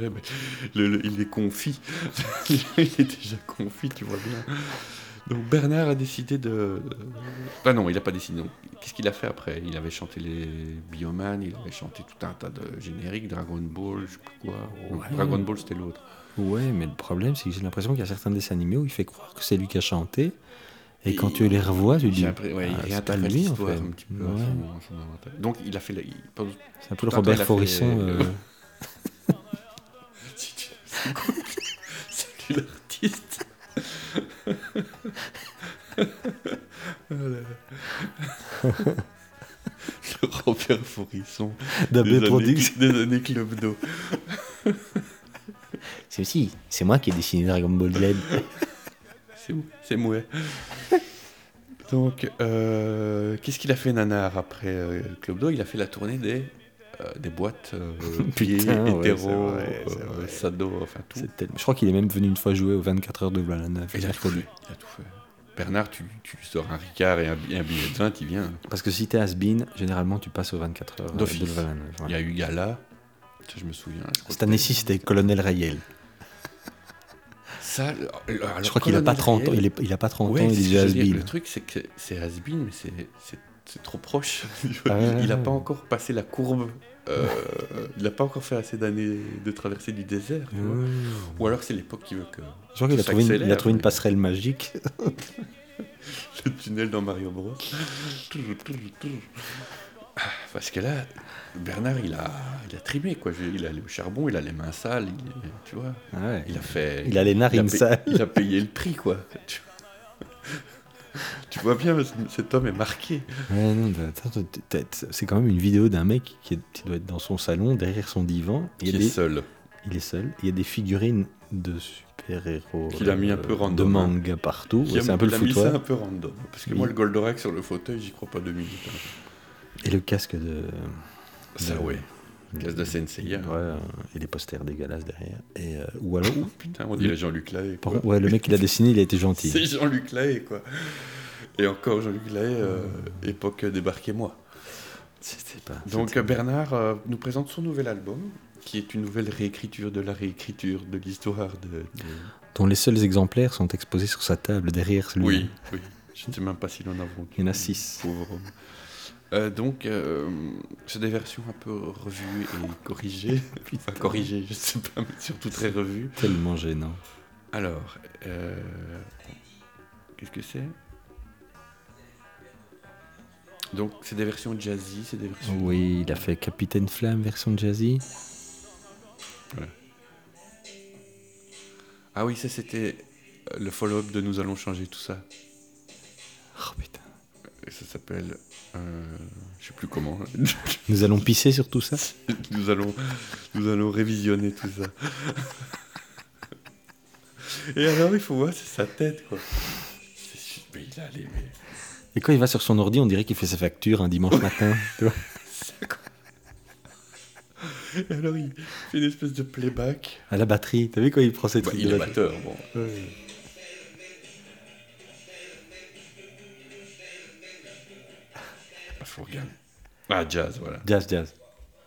Speaker 1: Le- le- il est confit. [laughs] il est déjà confit, tu vois bien. Donc Bernard a décidé de. euh, Enfin non, il n'a pas décidé. Donc, Qu'est-ce qu'il a fait après Il avait chanté les Bioman, il avait chanté tout un tas de génériques, Dragon Ball, je sais plus quoi. Oh,
Speaker 2: Ouais.
Speaker 1: Dragon Ball, c'était l'autre.
Speaker 2: Ouais, mais le problème, c'est que j'ai l'impression qu'il y a certains dessins animés où il fait croire que c'est lui qui a chanté. Et quand tu les revois, tu
Speaker 1: J'ai
Speaker 2: dis.
Speaker 1: l'impression- ouais,
Speaker 2: ah,
Speaker 1: il
Speaker 2: c'est pas
Speaker 1: réinterprète
Speaker 2: lui, en
Speaker 1: l'histoire
Speaker 2: fait.
Speaker 1: un petit peu à
Speaker 2: Ouais.
Speaker 1: son- son inventaire. Donc il a fait. la- il- pardon, [laughs]
Speaker 2: C'est un peu le
Speaker 1: Tintin, il a
Speaker 2: Robert
Speaker 1: fait-
Speaker 2: Forisson. euh,
Speaker 1: [laughs] Salut l'artiste.
Speaker 2: [laughs]
Speaker 1: Oh là là. Le Robert Forisson
Speaker 2: D'Abbé
Speaker 1: des, années,
Speaker 2: Prodix.
Speaker 1: des années Club d'eau.
Speaker 2: C'est aussi, c'est moi qui ai dessiné Dragon Ball [laughs] Z.
Speaker 1: C'est mou- C'est mouais. Donc, euh, qu'est-ce qu'il a fait Nanar après euh, Club d'eau Il a fait la tournée des, euh, des boîtes euh, gays,
Speaker 2: [laughs] Putain, ouais,
Speaker 1: hétéro,
Speaker 2: c'est vrai, c'est
Speaker 1: euh,
Speaker 2: vrai.
Speaker 1: sado, enfin tout.
Speaker 2: C'est tellement- Je crois qu'il est même venu une fois jouer aux 24 heures de Blanana.
Speaker 1: Il a tout fait. Il a tout fait. Bernard, tu, tu sors un Ricard et un, bi- un billet de vin, tu viens.
Speaker 2: Parce que si t'es has-been, généralement tu passes aux 24 heures euh,
Speaker 1: D'office.
Speaker 2: de Blanana.
Speaker 1: Il y a eu Gala. Ça, je me souviens. je crois
Speaker 2: Cette année-ci, c'était Colonel Rayel.
Speaker 1: Ça, le- le- alors,
Speaker 2: Je crois qu'il a pas
Speaker 1: Colonel
Speaker 2: 30 ans.
Speaker 1: Riel-
Speaker 2: Il, est- il a pas 30
Speaker 1: Ouais,
Speaker 2: ans,
Speaker 1: c'est
Speaker 2: il
Speaker 1: ce
Speaker 2: est
Speaker 1: que
Speaker 2: déjà
Speaker 1: je veux dire.
Speaker 2: has-been.
Speaker 1: Le truc, c'est que c'est has-been, mais c'est- c'est c'est trop proche. [laughs]
Speaker 2: Ah ouais,
Speaker 1: il n'a
Speaker 2: ouais,
Speaker 1: pas
Speaker 2: ouais.
Speaker 1: encore passé la courbe. euh, [laughs] il n'a pas encore fait assez d'années de traversée du désert. tu vois. Ou alors c'est l'époque qui veut que
Speaker 2: Je crois qu'il a
Speaker 1: Ça
Speaker 2: trouvé, une, il a
Speaker 1: accélère,
Speaker 2: trouvé une
Speaker 1: mais-
Speaker 2: passerelle magique.
Speaker 1: le tunnel dans Mario Bros. Ah, Parce que là, Bernard, il a, il a trimé, quoi. Je- Il est allé au charbon, il a les mains sales, il- tu vois. Ah Il a fait.
Speaker 2: Il a les narines
Speaker 1: il a pay-
Speaker 2: sales.
Speaker 1: Il a payé le prix, quoi. Tu, tu vois bien, ce- cet homme est marqué.
Speaker 2: Ouais, non, bah, attends, t'es- t'es- t'es- c'est quand même une vidéo d'un mec qui, est- qui doit être dans son salon, derrière son divan. Il, y a
Speaker 1: Il est
Speaker 2: des-
Speaker 1: seul.
Speaker 2: il est seul. Il y a des figurines de super-héros. euh,
Speaker 1: Qu'il a mis un peu
Speaker 2: De
Speaker 1: random, hein.
Speaker 2: manga partout.
Speaker 1: Il
Speaker 2: Ouais,
Speaker 1: a-
Speaker 2: c'est un peu
Speaker 1: il
Speaker 2: le
Speaker 1: a mis ça un
Speaker 2: foutoir.
Speaker 1: peu random. Parce que
Speaker 2: Oui.
Speaker 1: moi, le Goldorak sur le fauteuil, j'y crois pas deux minutes. hein.
Speaker 2: Et le casque de.
Speaker 1: Ça,
Speaker 2: de-
Speaker 1: ouais. Casse de Senseiya.
Speaker 2: Ouais, euh, et les posters dégueulasses derrière. Et, euh, ou alors.
Speaker 1: [laughs]
Speaker 2: ou-
Speaker 1: Putain, on dirait Jean-Luc Lahaye.
Speaker 2: par
Speaker 1: quoi.
Speaker 2: contre, ouais, le mec qui l'a dessiné, il a été
Speaker 1: C'est
Speaker 2: gentil.
Speaker 1: Jean-Luc Lahaye, quoi. Et encore Jean-Luc Lahaye, euh, époque débarquez-moi.
Speaker 2: C'était pas.
Speaker 1: Donc
Speaker 2: c'était-
Speaker 1: euh, Bernard euh, nous présente son nouvel album, qui est une nouvelle réécriture de la réécriture de l'histoire de... de-
Speaker 2: Dont les seuls exemplaires sont exposés sur sa table derrière celui
Speaker 1: Oui, oui. Je ne sais même pas s'il en a vendu.
Speaker 2: Il y en a six.
Speaker 1: Pauvre homme. Euh, donc, euh, c'est des versions un peu revues et
Speaker 2: [laughs]
Speaker 1: corrigées. enfin, corrigées, je sais pas, mais surtout très revues.
Speaker 2: Tellement gênant.
Speaker 1: Alors, euh, qu'est-ce que c'est Donc, c'est des versions jazzy, c'est des versions.
Speaker 2: Oui, il a fait Capitaine Flamme version jazzy.
Speaker 1: Ah oui, ça c'était euh, le follow-up de Nous allons changer tout ça.
Speaker 2: Oh putain.
Speaker 1: Et Ça s'appelle. euh, je sais plus comment. [laughs]
Speaker 2: Nous allons pisser sur tout ça
Speaker 1: nous, allons, nous allons révisionner tout ça. [laughs] Et alors, il faut voir, c'est sa tête quoi. C'est su- Mais il a les. mais-
Speaker 2: Et quand il va sur son ordi, on dirait qu'il fait sa facture un dimanche matin. tu vois.
Speaker 1: Et alors, il fait une espèce de playback.
Speaker 2: à la batterie. T'as vu quand il prend ses
Speaker 1: Bah,
Speaker 2: trucs
Speaker 1: il
Speaker 2: de
Speaker 1: est
Speaker 2: batterie
Speaker 1: batteur, bon. Ah, faut regarder. Ah, jazz, voilà.
Speaker 2: Jazz, jazz.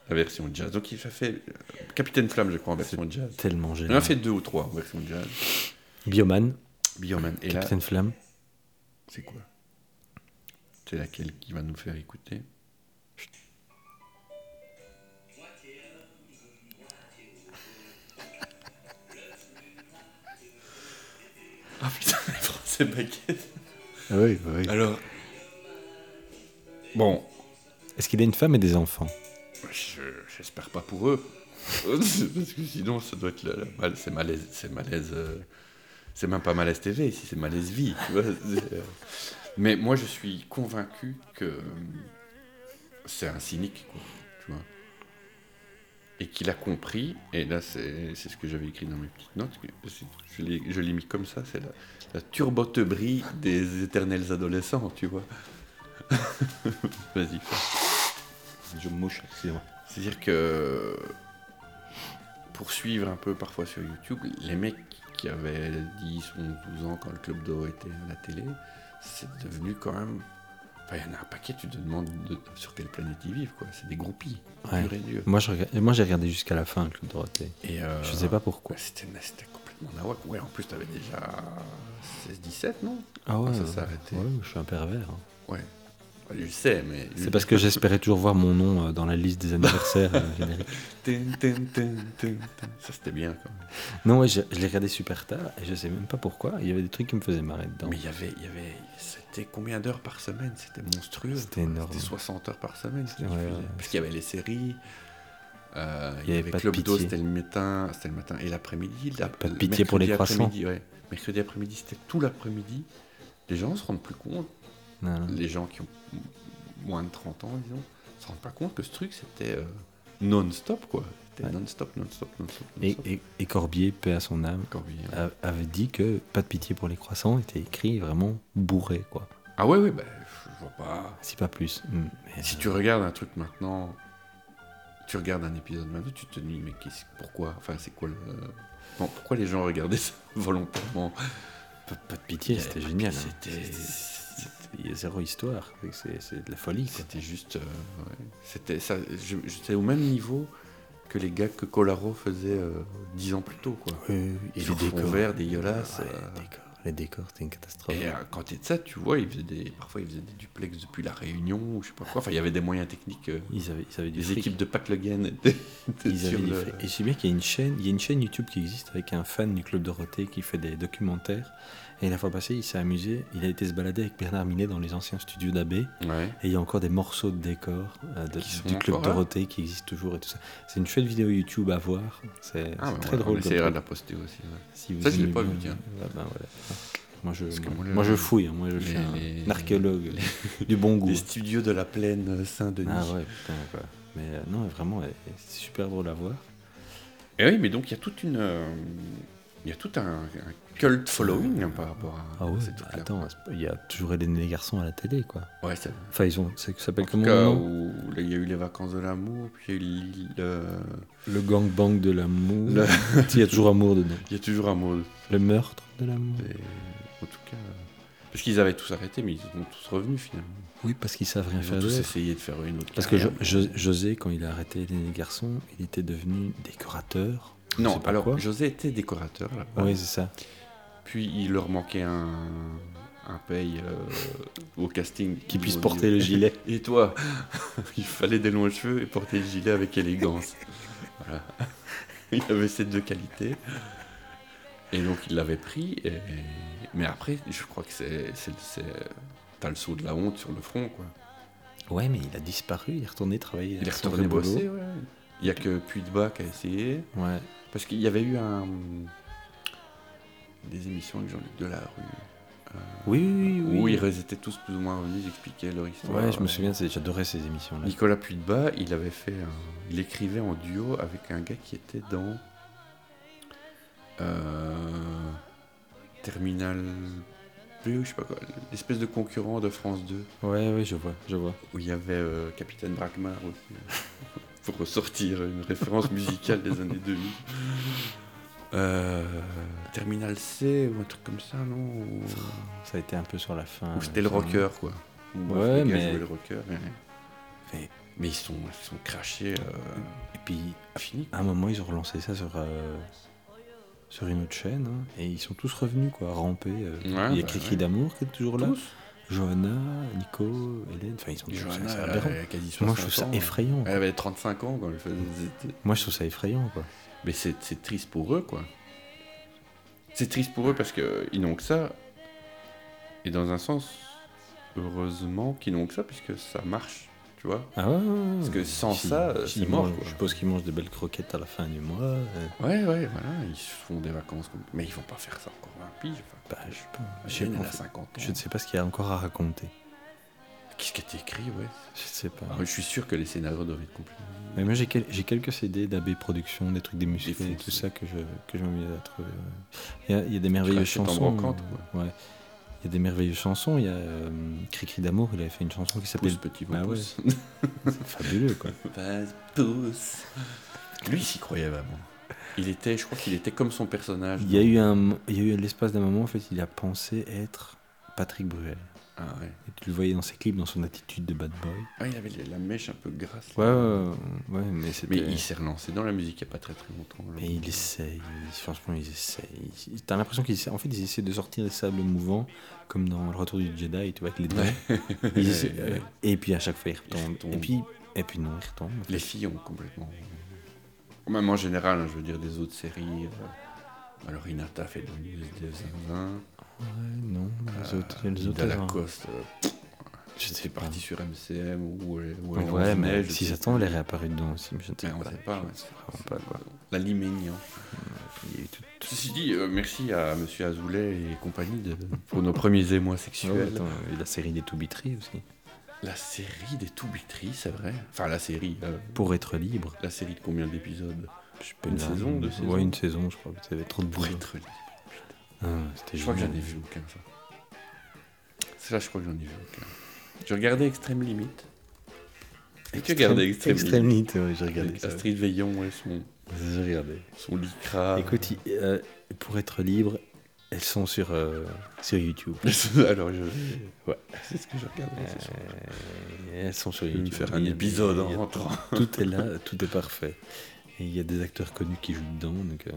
Speaker 1: La version jazz. Donc il a fait euh, Capitaine Flamme, je crois, en version jazz.
Speaker 2: Tellement
Speaker 1: Il en
Speaker 2: gênant.
Speaker 1: a fait deux ou trois en version jazz.
Speaker 2: Bioman,
Speaker 1: Ah. Bioman. Et là,
Speaker 2: Capitaine Flamme.
Speaker 1: c'est quoi C'est laquelle qui va nous faire écouter Ah putain, les français baguette. Ah
Speaker 2: oui, oui.
Speaker 1: Alors. Bon,
Speaker 2: Est-ce qu'il a une femme et des enfants
Speaker 1: Je- J'espère pas pour eux. Euh, Parce que sinon, ça doit être la- la mal- c'est malaise, c'est malaise, euh, c'est même pas malaise TV, ici c'est malaise vie. tu vois, c'est, euh. Mais moi, je suis convaincu que euh, c'est un cynique, quoi, tu vois. Et qu'il a compris. Et là, c'est c'est ce que j'avais écrit dans mes petites notes. que c'est- Je l'ai- je l'ai mis comme ça. C'est la, la turbotebrie des éternels adolescents, tu vois. [laughs] Vas-y.
Speaker 2: Je me mouche, excusez-moi.
Speaker 1: C'est-à-dire que pour suivre un peu parfois sur YouTube, les mecs qui avaient 10 ou 12 ans quand le club d'eau était à la télé, c'est devenu quand même. Enfin, il y en a un paquet, tu te demandes de- sur quelle planète ils vivent, quoi. C'est des groupies,
Speaker 2: Ouais.
Speaker 1: pur et dur.
Speaker 2: Moi, je regarde- moi, j'ai regardé jusqu'à la fin, Club Dorothée.
Speaker 1: Et, euh,
Speaker 2: Je sais pas pourquoi.
Speaker 1: ouais, C'était c'était complètement nawak. Ouais, en plus, t'avais déjà 16-17, non
Speaker 2: Ah
Speaker 1: Ah, ça s'est arrêté.
Speaker 2: ouais, je suis un pervers. hein.
Speaker 1: Ouais. Je sais, mais.
Speaker 2: C'est parce que j'espérais toujours voir mon nom euh, dans la liste des anniversaires
Speaker 1: [laughs]
Speaker 2: euh, génériques.
Speaker 1: Tin, tin, tin, tin, tin. Ça, c'était bien, quand même.
Speaker 2: Non, ouais, je, je l'ai regardé super tard et je sais même pas pourquoi. Il y avait des trucs qui me faisaient marrer dedans.
Speaker 1: Mais il y avait. il Y avait... C'était combien d'heures par semaine C'était monstrueux.
Speaker 2: C'était énorme.
Speaker 1: C'était 60 heures par semaine. c'était
Speaker 2: Ouais,
Speaker 1: diffusé.
Speaker 2: ouais.
Speaker 1: Parce qu'il y avait les séries. euh, il y
Speaker 2: avait
Speaker 1: avait
Speaker 2: pas de
Speaker 1: Club Do,
Speaker 2: pitié.
Speaker 1: c'était le matin, c'était le matin et l'après-midi. la-
Speaker 2: Pas de
Speaker 1: le
Speaker 2: pitié pour
Speaker 1: mercredi
Speaker 2: les croissants.
Speaker 1: après-midi, ouais. Mercredi après-midi, c'était tout l'après-midi. Les gens se rendent plus compte
Speaker 2: Non, non.
Speaker 1: les gens qui ont moins de 30 ans, disons, se rendent pas compte que ce truc, c'était euh, non-stop, quoi. C'était
Speaker 2: Ouais.
Speaker 1: non-stop, non-stop, non-stop.
Speaker 2: Et,
Speaker 1: non-stop.
Speaker 2: et- et Corbier, paix à son âme,
Speaker 1: Quand il-
Speaker 2: a- avait dit que Pas de pitié pour les croissants était écrit vraiment bourré, quoi.
Speaker 1: Ah ouais, ouais, bah, je vois pas.
Speaker 2: Si pas plus. Mm. Mais,
Speaker 1: Si
Speaker 2: euh,
Speaker 1: tu regardes un truc maintenant, tu regardes un épisode maintenant, tu te dis, mais qu'est-ce, pourquoi Enfin, c'est quoi le. Bon, pourquoi les gens regardaient ça [laughs] volontairement
Speaker 2: pas, pas de pitié, c'était génial. hein.
Speaker 1: C'était.
Speaker 2: C'était- Il y a zéro histoire. C'est- C'est c'est de la folie, quoi.
Speaker 1: C'était juste. euh, ouais. C'était ça. je- J'étais au même niveau que les gars que Colaro faisait euh, dix ans plus tôt, quoi.
Speaker 2: Et
Speaker 1: Ils les décors verts dégueulasses.
Speaker 2: Ouais,
Speaker 1: euh,
Speaker 2: les décors. Les décors, c'était une catastrophe.
Speaker 1: Et euh, à côté de ça, tu vois, ils faisaient des, parfois ils faisaient des duplex depuis la Réunion ou je sais pas quoi. Enfin, il y avait des moyens techniques. euh,
Speaker 2: Ils avaient, ils avaient du
Speaker 1: des
Speaker 2: fric.
Speaker 1: équipes de Pat Le Guen étaient- [laughs] étaient
Speaker 2: Ils avaient
Speaker 1: sur
Speaker 2: des
Speaker 1: le-
Speaker 2: fric. Et je sais bien qu'il y a une chaîne, il y a une chaîne YouTube qui existe avec un fan du club Dorothée qui fait des documentaires. Et la fois passée, il s'est amusé, il a été se balader avec Bernard Minet dans les anciens studios d'Abbé.
Speaker 1: Ouais.
Speaker 2: Et il y a encore des morceaux de décors euh, de-
Speaker 1: Qui sont
Speaker 2: du club
Speaker 1: encore là
Speaker 2: Dorothée qui existent toujours et tout ça. C'est une chouette vidéo YouTube à voir. C'est
Speaker 1: Ah,
Speaker 2: c'est
Speaker 1: bah,
Speaker 2: très
Speaker 1: ouais,
Speaker 2: drôle.
Speaker 1: On
Speaker 2: comme
Speaker 1: essaiera
Speaker 2: truc.
Speaker 1: de la poster aussi. ouais.
Speaker 2: Si vous
Speaker 1: Ça, je l'ai
Speaker 2: aimez
Speaker 1: pas
Speaker 2: bien,
Speaker 1: vu, tiens.
Speaker 2: euh, ben, voilà. Moi, je,
Speaker 1: Parce que
Speaker 2: moi,
Speaker 1: moi, le-
Speaker 2: moi, je fouille, hein. moi je suis
Speaker 1: les-
Speaker 2: un,
Speaker 1: les-
Speaker 2: un archéologue du bon goût.
Speaker 1: Les studios de la plaine euh, Saint-Denis.
Speaker 2: Ah ouais, putain, quoi. Mais euh, non, vraiment, euh, c'est super drôle à voir.
Speaker 1: Et Eh oui, mais donc il y a toute une. euh, Il y a tout un, un cult following hein, par rapport à,
Speaker 2: Ah ouais,
Speaker 1: ces trucs-là.
Speaker 2: attends, il y a toujours Hélène et les garçons à la télé, quoi.
Speaker 1: Ouais, c'est
Speaker 2: Enfin, ils ont, c'est que ça
Speaker 1: en
Speaker 2: s'appelle
Speaker 1: tout
Speaker 2: comment
Speaker 1: cas
Speaker 2: non
Speaker 1: où là, il y a eu les vacances de l'amour, puis il y a eu l'île. euh,
Speaker 2: Le gangbang de l'amour.
Speaker 1: Le-
Speaker 2: [laughs] il y a toujours amour dedans.
Speaker 1: Il y a toujours un mot.
Speaker 2: Le meurtre de l'amour.
Speaker 1: Et, En tout cas. euh, Parce qu'ils avaient tous arrêté, mais ils sont tous revenus finalement.
Speaker 2: Oui, parce qu'ils savent rien
Speaker 1: Ils ont
Speaker 2: faire
Speaker 1: tous
Speaker 2: d'autre.
Speaker 1: essayé de faire une autre.
Speaker 2: Parce que Jo-
Speaker 1: carrière, mais-
Speaker 2: Jo- José, quand il a arrêté Hélène et les garçons, il était devenu décorateur. Je sais
Speaker 1: Non,
Speaker 2: pas
Speaker 1: alors
Speaker 2: quoi.
Speaker 1: José était décorateur là
Speaker 2: Oui, c'est ça.
Speaker 1: Puis il leur manquait un, un paye euh, au casting.
Speaker 2: Qui puisse
Speaker 1: Ils ont
Speaker 2: porter
Speaker 1: dit,
Speaker 2: le gilet.
Speaker 1: [laughs] Et toi Il fallait des longs cheveux et porter le gilet avec élégance. voilà. [laughs] Il avait ces deux qualités. Et donc il l'avait pris. et- et- Mais après, je crois que c'est. c'est- c'est- T'as le saut de la honte sur le front quoi.
Speaker 2: Ouais, mais il a disparu, il est retourné travailler.
Speaker 1: Il est
Speaker 2: à son
Speaker 1: retourné
Speaker 2: vrai boulot.
Speaker 1: bosser, ouais. Il n'y a que Puy de Bas qui a essayé.
Speaker 2: Ouais.
Speaker 1: Parce qu'il y avait eu un. Des émissions avec Jean-Luc Delarue.
Speaker 2: Oui, oui, oui.
Speaker 1: Où ils étaient tous plus ou moins revenus, ils expliquaient leur histoire.
Speaker 2: Ouais, je me souviens, c'est- j'adorais ces émissions-là.
Speaker 1: Nicolas Puyde-Bas, il avait fait. un- Il écrivait en duo avec un gars qui était dans. euh, Terminal B, ou je sais pas quoi. L'espèce de concurrent de France 2,
Speaker 2: Ouais, ouais, je vois, je vois.
Speaker 1: où il y avait euh, Capitaine Brackmar aussi. euh, [laughs] pour ressortir une référence musicale des années 2000. Euh, Terminal C ou un truc comme ça, non Ou-
Speaker 2: Ça a été un peu sur la fin.
Speaker 1: Ou c'était le
Speaker 2: euh,
Speaker 1: rocker, quoi. Ou
Speaker 2: Ouais,
Speaker 1: les gars
Speaker 2: mais-
Speaker 1: jouaient le rocker. Ah, Mais, mais- mais ils sont, ils sont crachés euh,
Speaker 2: Et puis,
Speaker 1: à fini.
Speaker 2: à un moment, ils ont relancé ça sur, euh, sur une autre chaîne. hein, et ils sont tous revenus, quoi, ramper. euh.
Speaker 1: Ouais,
Speaker 2: il y a
Speaker 1: bah
Speaker 2: Cricri
Speaker 1: ouais.
Speaker 2: d'amour qui est toujours là.
Speaker 1: Tous.
Speaker 2: Johanna, Nico, Hélène. Enfin, ils sont tous
Speaker 1: Johanna,
Speaker 2: c'est
Speaker 1: elle
Speaker 2: aberrant.
Speaker 1: avait quasi 60
Speaker 2: Moi, je trouve ça
Speaker 1: ans. hein.
Speaker 2: effrayant.
Speaker 1: Elle avait 35 ans quand elle faisait des étés.
Speaker 2: Moi, je trouve ça effrayant, quoi.
Speaker 1: Mais c'est c'est triste pour eux, quoi. C'est triste pour eux parce qu'ils n'ont que ça. Et dans un sens, heureusement qu'ils n'ont que ça, puisque ça marche, tu vois.
Speaker 2: Ah ouais, ouais, ouais,
Speaker 1: Parce que
Speaker 2: ouais.
Speaker 1: sans
Speaker 2: Si-
Speaker 1: ça, euh,
Speaker 2: si
Speaker 1: ils mangent,
Speaker 2: mangent-
Speaker 1: quoi.
Speaker 2: Je suppose qu'ils mangent des belles croquettes à la fin du mois. euh,
Speaker 1: Ouais, ouais, voilà, ils se font des vacances. comme- Mais ils vont pas faire ça encore 20 piges.
Speaker 2: bah, je sais pas. Je sais
Speaker 1: J'ai
Speaker 2: pas, en
Speaker 1: à
Speaker 2: fait.
Speaker 1: 50 ans.
Speaker 2: Je ne sais pas ce qu'il y a encore à raconter.
Speaker 1: Qu'est-ce qui a été écrit, ouais.
Speaker 2: Je sais pas.
Speaker 1: Ah, je suis sûr que les scénarios doivent être complets.
Speaker 2: Mais moi j'ai, quel- j'ai quelques CD d'AB Productions, des trucs des musiques
Speaker 1: Des
Speaker 2: et
Speaker 1: fous,
Speaker 2: tout
Speaker 1: ça.
Speaker 2: ça que je, que je m'amuse à trouver. ouais. euh, Il y a- il y, a des merveilleuses
Speaker 1: l'achètes en
Speaker 2: chansons.
Speaker 1: brocante,
Speaker 2: euh, ouais. Il y a des merveilleuses chansons. Il y a euh, Cricri d'amour, il avait fait une chanson qui s'appelle
Speaker 1: Pousse, petit
Speaker 2: Bah ouais.
Speaker 1: pousse.
Speaker 2: C'est Fabuleux quoi.
Speaker 1: [laughs] Vas-y, pousse. [laughs] Lui, il s'y croyait vraiment. Il était, je crois qu'il était comme son
Speaker 2: Ah,
Speaker 1: personnage.
Speaker 2: Il y a eu un, il y a eu l'espace d'un moment en fait, il a pensé être Patrick Bruel.
Speaker 1: Ah ouais.
Speaker 2: Et tu le voyais dans ses clips, dans son attitude de bad boy.
Speaker 1: Ah, il avait la mèche un peu grasse.
Speaker 2: Ouais,
Speaker 1: là.
Speaker 2: ouais, ouais, mais c'était.
Speaker 1: Mais il s'est relancé dans la musique il n'y a pas très très longtemps. là.
Speaker 2: Mais il essaye, il- franchement, il essaye. Il- T'as l'impression qu'ils essaient- en fait, ils essaient de sortir des sables mouvants, comme dans Le Retour du Jedi, tu vois, avec les dents.
Speaker 1: [laughs]
Speaker 2: Ils essaient- euh,
Speaker 1: Ouais, ouais.
Speaker 2: Et puis à chaque fois, ils retombent.
Speaker 1: retombent.
Speaker 2: Et puis, et puis non, ils retombent.
Speaker 1: Les filles ont complètement. Même en général, hein, je veux dire, des autres séries. euh, Alors, Inata fait de des zinzins.
Speaker 2: Ouais, non,
Speaker 1: Ah,
Speaker 2: les autres, les autres, hein.
Speaker 1: Ida
Speaker 2: genre-
Speaker 1: Lacoste, euh,
Speaker 2: je sais
Speaker 1: c'est
Speaker 2: pas.
Speaker 1: parti sur MCM ou elle, ou elle en
Speaker 2: Ouais,
Speaker 1: venait,
Speaker 2: mais
Speaker 1: je
Speaker 2: si
Speaker 1: sais
Speaker 2: ça tombe, elle est réapparue dedans aussi, mais je ne sais
Speaker 1: pas. On
Speaker 2: pas.
Speaker 1: sait pas,
Speaker 2: Je
Speaker 1: ouais,
Speaker 2: sais
Speaker 1: c'est-
Speaker 2: vraiment pas, quoi.
Speaker 1: La Liménian.
Speaker 2: Il y a eu tout-
Speaker 1: Ceci dit, euh, merci à Monsieur Azoulay et compagnie de- pour nos premiers émois
Speaker 2: Ah ouais,
Speaker 1: sexuels.
Speaker 2: attends, et la série des Toubitries aussi.
Speaker 1: la série des Toubitries, c'est vrai. Enfin, la série. euh,
Speaker 2: Pour être libre.
Speaker 1: la série de combien d'épisodes
Speaker 2: Je sais pas,
Speaker 1: Une saison, deux saisons
Speaker 2: Ouais, une saison, je crois. Ça avait trop de
Speaker 1: Pour
Speaker 2: bruit.
Speaker 1: être libre.
Speaker 2: C'était
Speaker 1: Je crois que j'en
Speaker 2: génial.
Speaker 1: ai vu aucun, ça. C'est là, je crois que j'en ai vu aucun. Je regardais Extrême Limite. Et tu regardais Extrême
Speaker 2: Extrême
Speaker 1: Limite.
Speaker 2: Limite, ouais, j'ai regardé
Speaker 1: Avec
Speaker 2: ça.
Speaker 1: Astrid Veillon et son,
Speaker 2: J'ai regardé.
Speaker 1: son lycra.
Speaker 2: Écoute, il- euh, pour être libre, elles sont sur, euh, sur YouTube.
Speaker 1: [laughs] Alors, je...
Speaker 2: Ouais.
Speaker 1: c'est ce que je regardais. c'est sûr.
Speaker 2: Euh, elles sont sur
Speaker 1: Je vais me
Speaker 2: YouTube.
Speaker 1: faire
Speaker 2: Il
Speaker 1: un
Speaker 2: y a-
Speaker 1: épisode
Speaker 2: il
Speaker 1: en
Speaker 2: y a-
Speaker 1: rentrant.
Speaker 2: Tout est [laughs] là, tout est parfait. Et il y a des acteurs connus qui jouent dedans, donc. euh,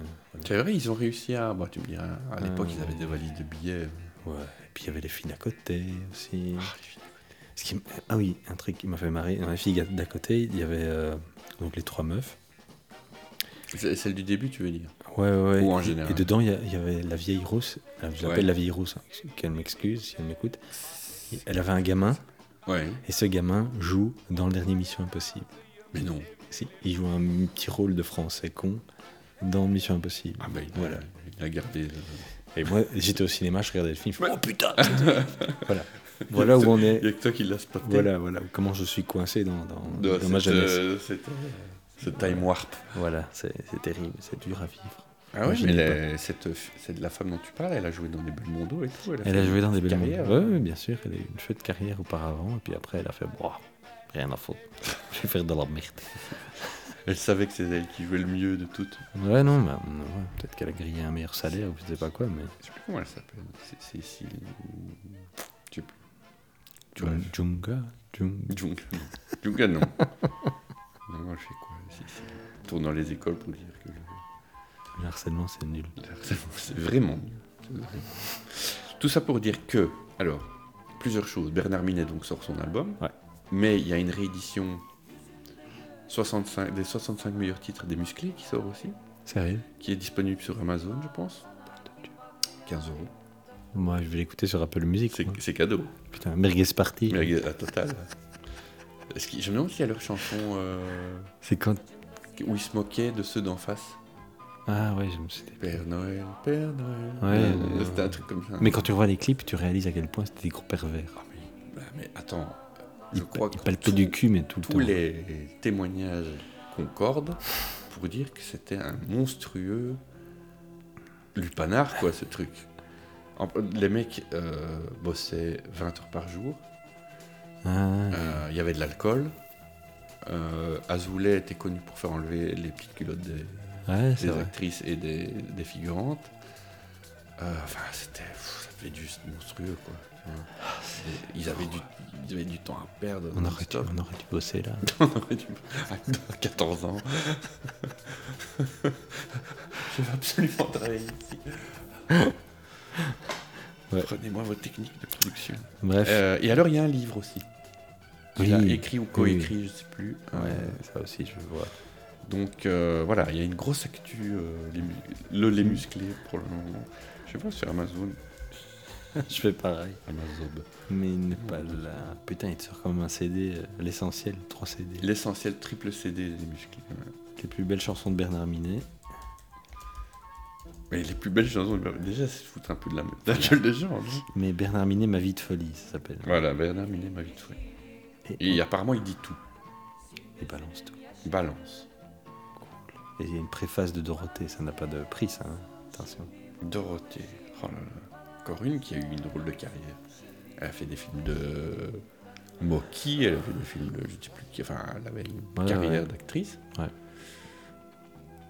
Speaker 1: C'est vrai, ils ont réussi à. Bah, tu me diras, à l'époque,
Speaker 2: Euh,
Speaker 1: ils avaient des valises de billets.
Speaker 2: ouais. Et puis il y avait les filles d'à côté aussi.
Speaker 1: Ah, les filles.
Speaker 2: Ce qui m- ah oui, un truc qui m'a fait marrer. Dans les filles d'à côté, il y avait euh, donc les trois meufs.
Speaker 1: C'est- Celle du début, tu veux dire
Speaker 2: Ouais, ouais.
Speaker 1: Ou en
Speaker 2: et-
Speaker 1: général.
Speaker 2: Et dedans, il y, a- il y avait la vieille rousse. Ah, Je l'appelle
Speaker 1: Ouais.
Speaker 2: la vieille rousse, hein, qu'elle m'excuse si elle m'écoute. Elle avait un gamin,
Speaker 1: Ouais.
Speaker 2: et ce gamin joue dans le dernier Mission Impossible.
Speaker 1: Mais non.
Speaker 2: Si, il joue un petit rôle de français con dans Mission Impossible.
Speaker 1: Ah, bah, il,
Speaker 2: Voilà.
Speaker 1: il a gardé. euh,
Speaker 2: Et moi, j'étais au cinéma, je regardais le film, je fais, Oh putain Voilà. Voilà où on
Speaker 1: Il y a
Speaker 2: est.
Speaker 1: que toi qui l'as spoté.
Speaker 2: [laughs] Voilà, voilà. Comment je suis coincé dans, dans,
Speaker 1: De
Speaker 2: dans ma
Speaker 1: cette,
Speaker 2: jeunesse.
Speaker 1: euh, cette, euh, ce time warp.
Speaker 2: Voilà, c'est c'est terrible, c'est dur à vivre.
Speaker 1: Ah ouais,
Speaker 2: Moi, je
Speaker 1: mais
Speaker 2: n'ai
Speaker 1: elle est- cette, f- cette- la femme dont tu parles, elle a joué dans des Belmondo et tout.
Speaker 2: Elle a
Speaker 1: fait
Speaker 2: joué dans des
Speaker 1: une
Speaker 2: belles
Speaker 1: carrière.
Speaker 2: mondes. Ouais, ouais, bien sûr. Elle a eu une chouette carrière auparavant. Et puis après, elle a fait Boah, rien à [laughs] foutre. Je vais faire de la merde.
Speaker 1: Elle savait que c'est elle qui jouait le mieux de toutes.
Speaker 2: Ouais, non, mais ouais, peut-être qu'elle a grillé un meilleur salaire ou je sais pas quoi. Mais.
Speaker 1: Je sais plus comment elle s'appelle. C'est Cécile. ou- Je sais plus. Tu vois,
Speaker 2: Jung- Junga Jung-
Speaker 1: Jung. Jung, non. non, elle fait quoi Cécile Tourne dans les écoles pour dire que le,
Speaker 2: Le harcèlement, c'est nul.
Speaker 1: le harcèlement, c'est vraiment. nul. C'est vraiment nul. Tout ça pour dire que. Alors, plusieurs choses. Bernard Minet donc sort son album.
Speaker 2: Ouais.
Speaker 1: Mais il y a une réédition 65, des 65 meilleurs titres des musclés qui sort aussi.
Speaker 2: Sérieux
Speaker 1: qui est disponible sur Amazon, je pense. 15 euros.
Speaker 2: Moi, je vais l'écouter sur Apple Music.
Speaker 1: C'est
Speaker 2: moi.
Speaker 1: c'est cadeau.
Speaker 2: Putain, Merguez Party.
Speaker 1: Mais à total. Est-ce qu'il- je me demande s'il y a leur chanson euh,
Speaker 2: C'est quand.
Speaker 1: où ils se moquaient de ceux d'en face.
Speaker 2: Ah ouais, je me suis dit-
Speaker 1: Père Noël, Père Noël.
Speaker 2: Ouais,
Speaker 1: Euh,
Speaker 2: euh,
Speaker 1: C'était un truc comme ça.
Speaker 2: Mais quand tu revois les clips, tu réalises à quel point c'était des gros pervers.
Speaker 1: Ah, mais, bah, mais attends, je
Speaker 2: Ils,
Speaker 1: crois
Speaker 2: ils
Speaker 1: que
Speaker 2: palpaient du cul, mais tout le
Speaker 1: tous
Speaker 2: temps.
Speaker 1: les témoignages concordent pour dire que c'était un monstrueux lupanard, quoi, ce truc. En- les mecs euh, bossaient 20 heures par jour.
Speaker 2: Ah,
Speaker 1: Euh, Il y avait de l'alcool. Euh, Azoulay était connu pour faire enlever les petites culottes des,
Speaker 2: ouais, c'est
Speaker 1: des
Speaker 2: vrai.
Speaker 1: actrices et des, des figurantes. Euh, Enfin, c'était. pff, Ça devait juste monstrueux, quoi. Enfin, et ils, avaient du, ils avaient du temps à perdre.
Speaker 2: On aurait,
Speaker 1: [laughs]
Speaker 2: dû,
Speaker 1: non-stop.
Speaker 2: on aurait dû bosser là.
Speaker 1: On aurait dû. À 14 [laughs] ans. Je vais absolument travailler ici.
Speaker 2: Ouais.
Speaker 1: Prenez-moi vos techniques de production.
Speaker 2: Bref.
Speaker 1: Euh, et alors, il y a un livre aussi.
Speaker 2: Oui.
Speaker 1: Il a écrit ou
Speaker 2: Oui,
Speaker 1: coécrit, je sais plus.
Speaker 2: Ouais,
Speaker 1: Euh,
Speaker 2: ça aussi, je vois.
Speaker 1: donc euh, voilà, il y a une grosse actu, euh, les, mu- le Les Musclés pour le moment. Je sais pas, sur [laughs] Amazon.
Speaker 2: je fais pareil.
Speaker 1: Amazon.
Speaker 2: Mais il n'est pas là. Putain, il te sort quand même un CD, euh, l'essentiel, 3 CD.
Speaker 1: L'essentiel triple CD des Musclés. ouais.
Speaker 2: Les plus belles chansons de Bernard Minet.
Speaker 1: Mais les plus belles chansons, de- déjà, c'est se foutre un peu de la, de la gueule des gens. hein. non
Speaker 2: Mais Bernard Minet, ma vie de folie, ça s'appelle.
Speaker 1: Voilà, ben, Bernard Minet m'a vite fait. Et apparemment, il dit tout.
Speaker 2: il balance tout.
Speaker 1: Il Balance.
Speaker 2: Et il y a une préface de Dorothée, ça n'a pas de prix, ça. hein. Attention.
Speaker 1: Dorothée. Oh là là. Encore une qui a eu une drôle de carrière. Elle a fait des films de Moki, elle a fait des films de je sais plus qui. Enfin, elle avait une
Speaker 2: Ouais,
Speaker 1: carrière
Speaker 2: ouais.
Speaker 1: d'actrice.
Speaker 2: Ouais.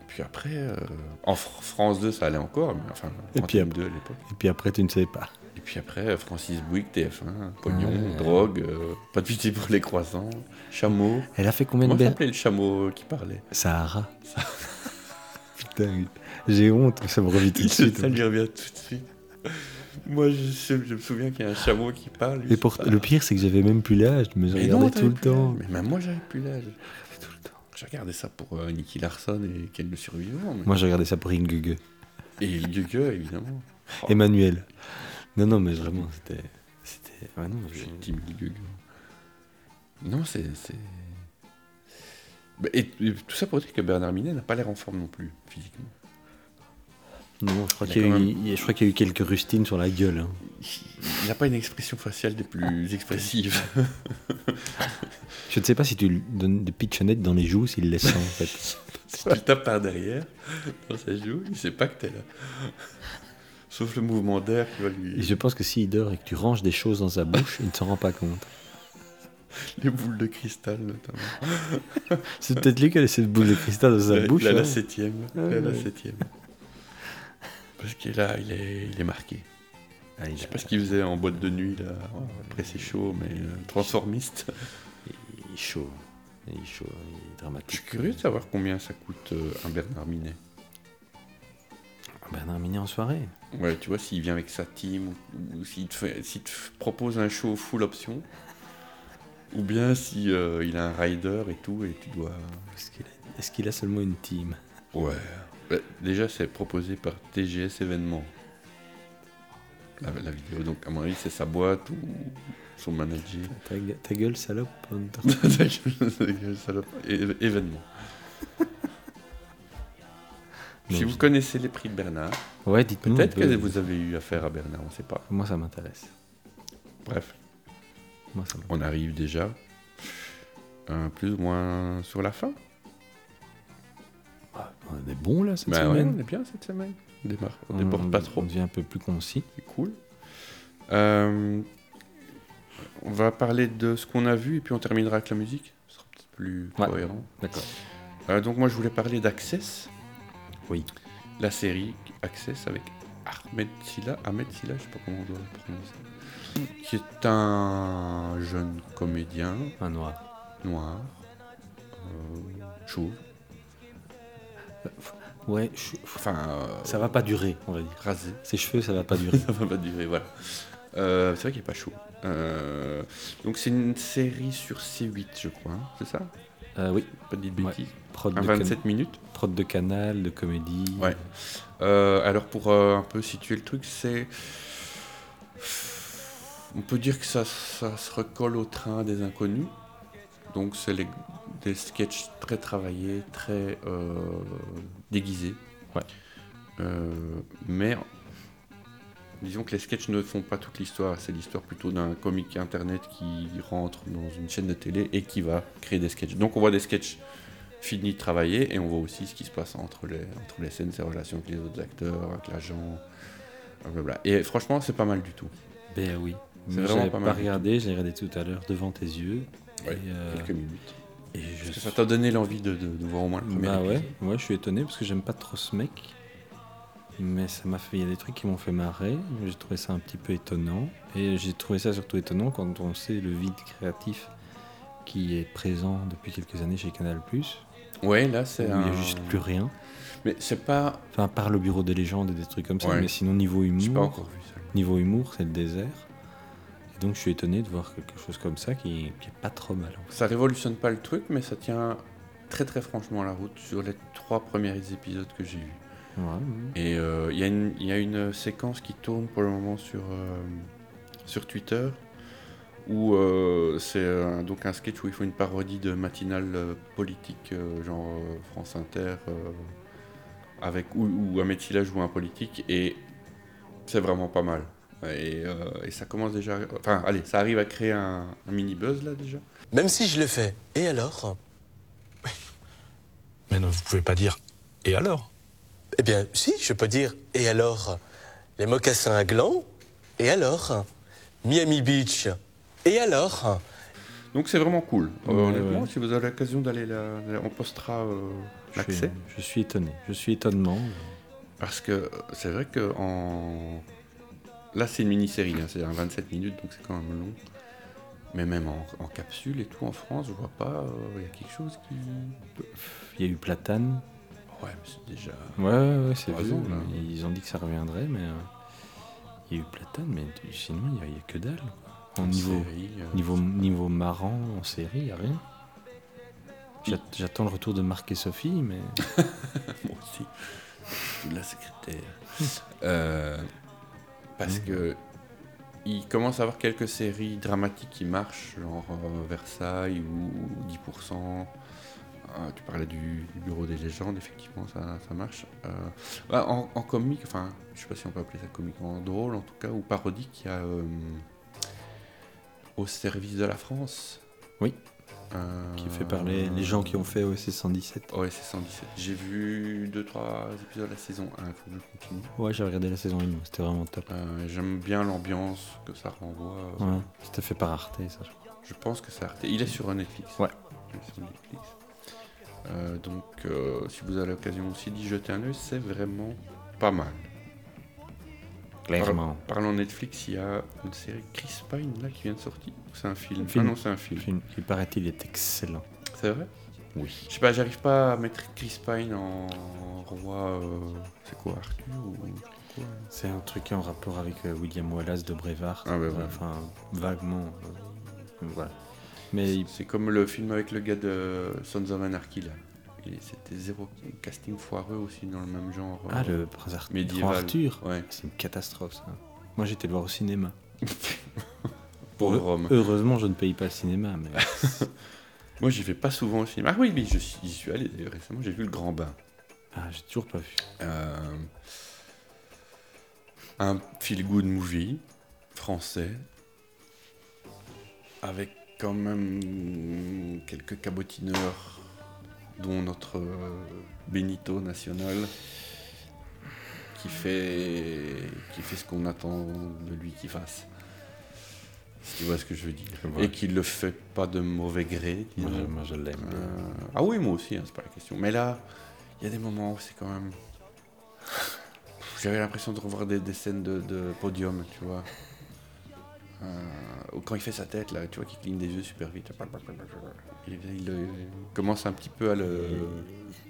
Speaker 1: Puis après, euh, en Fr- France 2, ça allait encore, mais enfin,
Speaker 2: Et
Speaker 1: en
Speaker 2: puis
Speaker 1: Team
Speaker 2: après-
Speaker 1: 2 à l'époque.
Speaker 2: Et puis après, tu ne sais pas.
Speaker 1: Et puis après, euh, Francis Bouygues, TF1, pognon, drogue, euh, pas de pitié pour les croissants, chameau.
Speaker 2: Elle a fait combien
Speaker 1: Comment
Speaker 2: de belles
Speaker 1: s'appelait le chameau qui parlait
Speaker 2: Sahara. [laughs] Putain, j'ai honte, ça me
Speaker 1: [laughs]
Speaker 2: revient tout de suite.
Speaker 1: Ça me revient tout de suite. Moi, je, sais- je me souviens qu'il y a un chameau qui parle. lui,
Speaker 2: Et
Speaker 1: c'est
Speaker 2: pour
Speaker 1: pas-
Speaker 2: le pire, c'est que j'avais même plus l'âge, mais je
Speaker 1: Mais
Speaker 2: regardais
Speaker 1: non, t'avais
Speaker 2: tout le
Speaker 1: plus l'âge.
Speaker 2: temps.
Speaker 1: Mais même moi, j'avais plus l'âge. J'avais tout le temps. J'ai regardé ça pour euh, Nicky Larson et Ken le survivant. mais- Oh.
Speaker 2: Moi, j'ai regardé ça pour Ingugue.
Speaker 1: Et Gugue, évidemment. Oh,
Speaker 2: Emmanuel. Non, non, mais vraiment, c'était. C'était. Ouais, non,
Speaker 1: je
Speaker 2: je-
Speaker 1: suis Team Gugue. Non, c'est. c'est- Bah, Et, et tout ça pour dire que Bernard Minet n'a pas l'air en forme non plus, physiquement.
Speaker 2: non, je crois
Speaker 1: Il a
Speaker 2: qu'il y, a
Speaker 1: quand
Speaker 2: eu- je crois qu'il y a eu quelques rustines sur la gueule. hein.
Speaker 1: Il n'a pas une expression faciale des plus expressives.
Speaker 2: Je ne sais pas si tu lui donnes des pitchonettes dans les joues, s'il les sent, en
Speaker 1: [laughs]
Speaker 2: fait.
Speaker 1: si [laughs] tu le tapes par derrière, dans sa joue, il sait pas que t'es là. Sauf le mouvement d'air qui va lui.
Speaker 2: Et je pense que s'il dort et que tu ranges des choses dans sa bouche, il ne s'en rend pas compte.
Speaker 1: Les boules de cristal, notamment.
Speaker 2: C'est peut-être lui qui a laissé cette boule de cristal dans sa
Speaker 1: La-
Speaker 2: bouche.
Speaker 1: la, la
Speaker 2: hein.
Speaker 1: Euh, septième.
Speaker 2: Ah
Speaker 1: la- la
Speaker 2: ouais.
Speaker 1: septième. Parce qu'il est là, il est, il est marqué.
Speaker 2: Ah, il
Speaker 1: Je
Speaker 2: a-
Speaker 1: sais pas ce qu'il faisait en boîte de nuit, là. Après, c'est chaud, mais euh, transformiste.
Speaker 2: il est chaud. Il est chaud, il est
Speaker 1: Je
Speaker 2: dramatique.
Speaker 1: suis curieux de savoir combien ça coûte euh, un Bernard Minet.
Speaker 2: Bernard Minet en soirée.
Speaker 1: Ouais, tu vois, s'il vient avec sa team, ou, ou s'il te, fait- s'il te f- propose un show full option, ou bien si euh, il a un rider et tout, et tu dois...
Speaker 2: Est-ce qu'il a, est-ce qu'il a seulement une team
Speaker 1: Ouais. Bah, déjà, c'est proposé par TGS événements. La, la vidéo, donc à mon avis, c'est sa boîte ou son
Speaker 2: [laughs]
Speaker 1: manager.
Speaker 2: ta, gue- ta gueule, salope.
Speaker 1: Ta gueule, ta gueule, salope. É- événement. si
Speaker 2: Non,
Speaker 1: vous
Speaker 2: je-
Speaker 1: connaissez les prix de Bernard,
Speaker 2: Ouais, dites-nous.
Speaker 1: peut-être
Speaker 2: un
Speaker 1: que
Speaker 2: peu.
Speaker 1: vous avez eu affaire à Bernard, on sait pas.
Speaker 2: Moi, ça m'intéresse.
Speaker 1: Bref,
Speaker 2: Moi, ça m'intéresse.
Speaker 1: on arrive déjà euh, plus ou moins sur la fin.
Speaker 2: On est bon là cette
Speaker 1: Bah ouais,
Speaker 2: semaine. Mmh.
Speaker 1: on est bien cette semaine. On démarre, on
Speaker 2: On-
Speaker 1: déborde pas trop.
Speaker 2: On devient un peu plus concis.
Speaker 1: C'est cool. Euh, on va parler de ce qu'on a vu et puis on terminera avec la musique. Ce sera peut-être plus
Speaker 2: Ouais.
Speaker 1: cohérent.
Speaker 2: D'accord.
Speaker 1: Euh, donc moi je voulais parler d'Access.
Speaker 2: Oui.
Speaker 1: La série Access avec Ahmed Silla. Ahmed Silla, je sais pas comment on doit le prononcer. Qui est un jeune comédien
Speaker 2: Un noir.
Speaker 1: noir, euh, chauve,
Speaker 2: Ouais, je-
Speaker 1: enfin euh,
Speaker 2: ça va pas durer, on va dire.
Speaker 1: rasé.
Speaker 2: Ses cheveux, ça va
Speaker 1: [laughs]
Speaker 2: pas durer.
Speaker 1: ça va pas durer, voilà. Euh, c'est vrai qu'il n'est pas chaud. Euh, donc c'est une série sur C8, je crois, hein, c'est ça
Speaker 2: Euh, oui,
Speaker 1: Pas de
Speaker 2: Ouais.
Speaker 1: bêtises.
Speaker 2: prod
Speaker 1: Un
Speaker 2: de,
Speaker 1: 27 minutes.
Speaker 2: can- prod de canal, de comédie.
Speaker 1: Ouais. Euh, alors pour euh, un peu situer le truc, c'est... On peut dire que ça, ça se recolle au train des inconnus. Donc c'est les- des sketchs très travaillés, très euh, déguisés.
Speaker 2: Ouais.
Speaker 1: Euh, mais disons que les sketchs ne font pas toute l'histoire. C'est l'histoire plutôt d'un comique internet qui rentre dans une chaîne de télé et qui va créer des sketchs. Donc on voit des sketchs finis de travailler et on voit aussi ce qui se passe entre les, entre les scènes, ses relations avec les autres acteurs, avec l'agent, blablabla. Et franchement, c'est pas mal du tout.
Speaker 2: Ben oui.
Speaker 1: C'est
Speaker 2: Moi,
Speaker 1: vraiment
Speaker 2: j'avais
Speaker 1: pas
Speaker 2: pas,
Speaker 1: mal.
Speaker 2: regardé, j'ai regardé tout à l'heure devant tes yeux.
Speaker 1: Ouais,
Speaker 2: Et, euh,
Speaker 1: Quelques minutes.
Speaker 2: et
Speaker 1: Est-ce
Speaker 2: je
Speaker 1: que ça t'a donné l'envie de, de- de voir au moins le premier
Speaker 2: Bah
Speaker 1: [laughs]
Speaker 2: ouais,
Speaker 1: épisode
Speaker 2: ouais, je suis étonné parce que j'aime pas trop ce mec. Mais ça m'a fait. Il y a des trucs qui m'ont fait marrer. mais J'ai trouvé ça un petit peu étonnant. Et j'ai trouvé ça surtout étonnant quand on sait le vide créatif qui est présent depuis quelques années chez Canal. où
Speaker 1: Ouais, là c'est
Speaker 2: Il n'y
Speaker 1: un...
Speaker 2: a juste plus rien.
Speaker 1: Mais c'est pas...
Speaker 2: Enfin, par le bureau des légendes et des trucs comme ça.
Speaker 1: Ouais.
Speaker 2: Mais sinon, niveau
Speaker 1: J'ai pas
Speaker 2: humour,
Speaker 1: encore vu ça.
Speaker 2: niveau humour c'est le désert. Et donc, je suis étonné de voir quelque chose comme ça qui, qui est pas trop mal. en fait.
Speaker 1: Ça révolutionne pas le truc, mais ça tient très très franchement la route sur les trois premiers épisodes que j'ai vus.
Speaker 2: Ouais, ouais.
Speaker 1: Et euh, il y, a une- il y a une séquence qui tourne pour le moment sur, euh, sur Twitter où euh, c'est euh, donc un sketch où ils font une parodie de matinale euh, politique, euh, genre euh, France Inter, euh, avec, où, où Ahmed Silla joue un politique, et c'est vraiment pas mal. Et, euh, et ça commence déjà. Enfin, allez, ça arrive à créer un, un mini buzz là déjà.
Speaker 6: Même si je le fais, et alors Mais non, vous pouvez pas dire et alors Eh bien, si, je peux dire et alors Les mocassins à gland Et alors Miami Beach Et alors
Speaker 1: Donc c'est vraiment cool. Euh,
Speaker 2: Ouais,
Speaker 1: honnêtement,
Speaker 2: ouais.
Speaker 1: si vous avez l'occasion d'aller la, la- on postera euh,
Speaker 2: Je suis,
Speaker 1: l'accès.
Speaker 2: je suis étonné. Je suis étonnement.
Speaker 1: Parce que c'est vrai que en Là, c'est une mini-série, hein, c'est un 27 minutes, donc c'est quand même long. Mais même en, en capsule et tout, en France, je vois pas, il y a quelque chose qui.
Speaker 2: Il y a eu Platane.
Speaker 1: Ouais, mais c'est déjà.
Speaker 2: Ouais, ouais, ouais, c'est
Speaker 1: Trois
Speaker 2: vu.
Speaker 1: ans, là.
Speaker 2: Ils ont dit que ça reviendrait, mais euh, il y a eu Platane, mais du- sinon il n'y a, il y a que dalle. quoi. En niveau,
Speaker 1: série, euh,
Speaker 2: niveau, niveau marrant, en série, il n'y a rien. J'a- J'attends le retour de Marc et Sophie, mais
Speaker 1: [laughs] Moi aussi. De la secrétaire. Euh, parce
Speaker 2: Mmh.
Speaker 1: que il commence à avoir quelques séries dramatiques qui marchent, genre euh, Versailles ou 10%. Euh, tu parlais du, du bureau des légendes, effectivement, ça, ça marche. Euh, bah, en, en comique, enfin, je sais pas si on peut appeler ça comique, en drôle en tout cas, ou parodique, il y a euh, Au service de la France.
Speaker 2: Oui.
Speaker 1: Euh,
Speaker 2: [laughs] qui fait parler les gens qui ont fait OSC 117.
Speaker 1: Ouais, c'est 117. J'ai vu 2-3 épisodes de la saison 1, faut que je continue.
Speaker 2: Ouais, j'ai regardé la saison 1, c'était vraiment top.
Speaker 1: Euh, J'aime bien l'ambiance que ça renvoie.
Speaker 2: Ouais, c'était fait par Arte, ça. je crois.
Speaker 1: Je pense que ça a arrêté. Il est sur Netflix.
Speaker 2: Ouais.
Speaker 1: Il est sur Netflix. Euh, donc, euh, si vous avez l'occasion aussi d'y jeter un œil, c'est vraiment pas mal.
Speaker 2: Clairement.
Speaker 1: Parlant Netflix, il y a une série Chris Pine là qui vient de sortir. Ou C'est un film.
Speaker 2: Un film.
Speaker 1: Ah non, c'est un
Speaker 2: Le
Speaker 1: film.
Speaker 2: film, il paraît-il, est excellent.
Speaker 1: C'est vrai
Speaker 2: Oui.
Speaker 1: Je sais pas, j'arrive pas à mettre Chris Pine en roi. euh, C'est quoi, Arthur ou... quoi
Speaker 2: C'est un truc en rapport avec euh, William Wallace de Brevard.
Speaker 1: Ah, ouais, ouais.
Speaker 2: Enfin, vaguement. euh, voilà. Mais il-
Speaker 1: C'est comme le film avec le gars de Sons of Anarchy là. Et C'était zéro casting foireux aussi dans le même genre. euh,
Speaker 2: Ah, le prince Arthur.
Speaker 1: Médiéval.
Speaker 2: Roi Arthur.
Speaker 1: Ouais.
Speaker 2: C'est une catastrophe, ça. Moi, j'étais le voir au cinéma.
Speaker 1: Pour
Speaker 2: Heu-
Speaker 1: Rome.
Speaker 2: Heureusement, je ne paye pas le cinéma, [laughs] mais
Speaker 1: Moi j'y vais pas souvent au cinéma. Ah oui, mais je suis- j'y suis allé d'ailleurs récemment, j'ai vu le grand bain.
Speaker 2: ah, j'ai toujours pas vu.
Speaker 1: Euh, Un feel good movie français avec quand même quelques cabotineurs dont notre euh, Benito national qui fait qui fait ce qu'on attend de lui qu'il fasse. Si tu vois ce que je veux dire.
Speaker 2: Ouais.
Speaker 1: Et qui le fait pas de mauvais gré.
Speaker 2: Moi,
Speaker 1: disons.
Speaker 2: je, moi, je l'aime. bien.
Speaker 1: Euh, ah oui, moi aussi, hein, c'est pas la question. Mais là, il y a des moments où c'est quand même. [laughs] J'avais l'impression de revoir des, des scènes de, de podium, tu vois. Euh, quand il fait sa tête, là, tu vois, qu'il cligne des yeux super vite. Il, il, euh, commence un petit peu à le,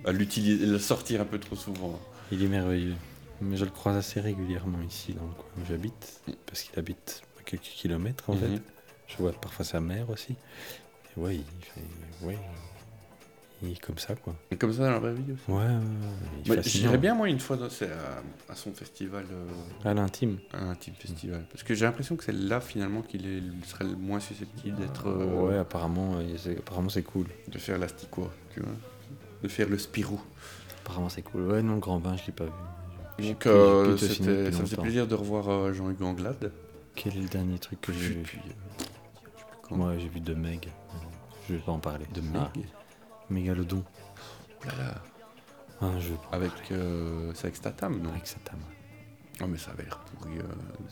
Speaker 1: à l'utiliser, le sortir un peu trop souvent.
Speaker 2: Il est merveilleux. Mais je le croise assez régulièrement ici, dans le coin où j'habite, parce qu'il habite à quelques kilomètres, en
Speaker 1: Mhm.
Speaker 2: fait. Je vois parfois sa mère aussi. Et ouais, il fait- ouais, il est comme ça, quoi.
Speaker 1: Comme ça dans la vraie vie aussi.
Speaker 2: Ouais, ouais, ouais, il est
Speaker 1: Bah,
Speaker 2: fascinant.
Speaker 1: J'irais bien, moi, une fois dans, c'est à, à son festival. euh,
Speaker 2: À Ah, l'intime.
Speaker 1: à un type festival. Parce que j'ai l'impression que c'est là finalement qu'il est, il serait le moins susceptible d'être euh,
Speaker 2: Ouais, apparemment, euh, c'est- apparemment c'est cool.
Speaker 1: de faire l'asticot, tu vois, de faire le Spirou.
Speaker 2: Apparemment c'est cool. Ouais, non, le grand bain, je l'ai pas vu. J'ai
Speaker 1: Donc
Speaker 2: plus- j'ai
Speaker 1: euh,
Speaker 2: plus de
Speaker 1: c'était-
Speaker 2: ciné depuis
Speaker 1: ça me faisait
Speaker 2: longtemps.
Speaker 1: plaisir de revoir euh, Jean-Hugues Anglade.
Speaker 2: Quel est le dernier truc que j'ai vu
Speaker 1: euh, quand.
Speaker 2: Moi, j'ai vu de Meg. Je vais pas en parler. De
Speaker 1: Meg
Speaker 2: Mégalodon.
Speaker 1: Oh là là.
Speaker 2: Un jeu pas
Speaker 1: Avec euh, c'est avec Statham, non
Speaker 2: avec sa tame.
Speaker 1: Oh mais ça avait l'air pourri, euh,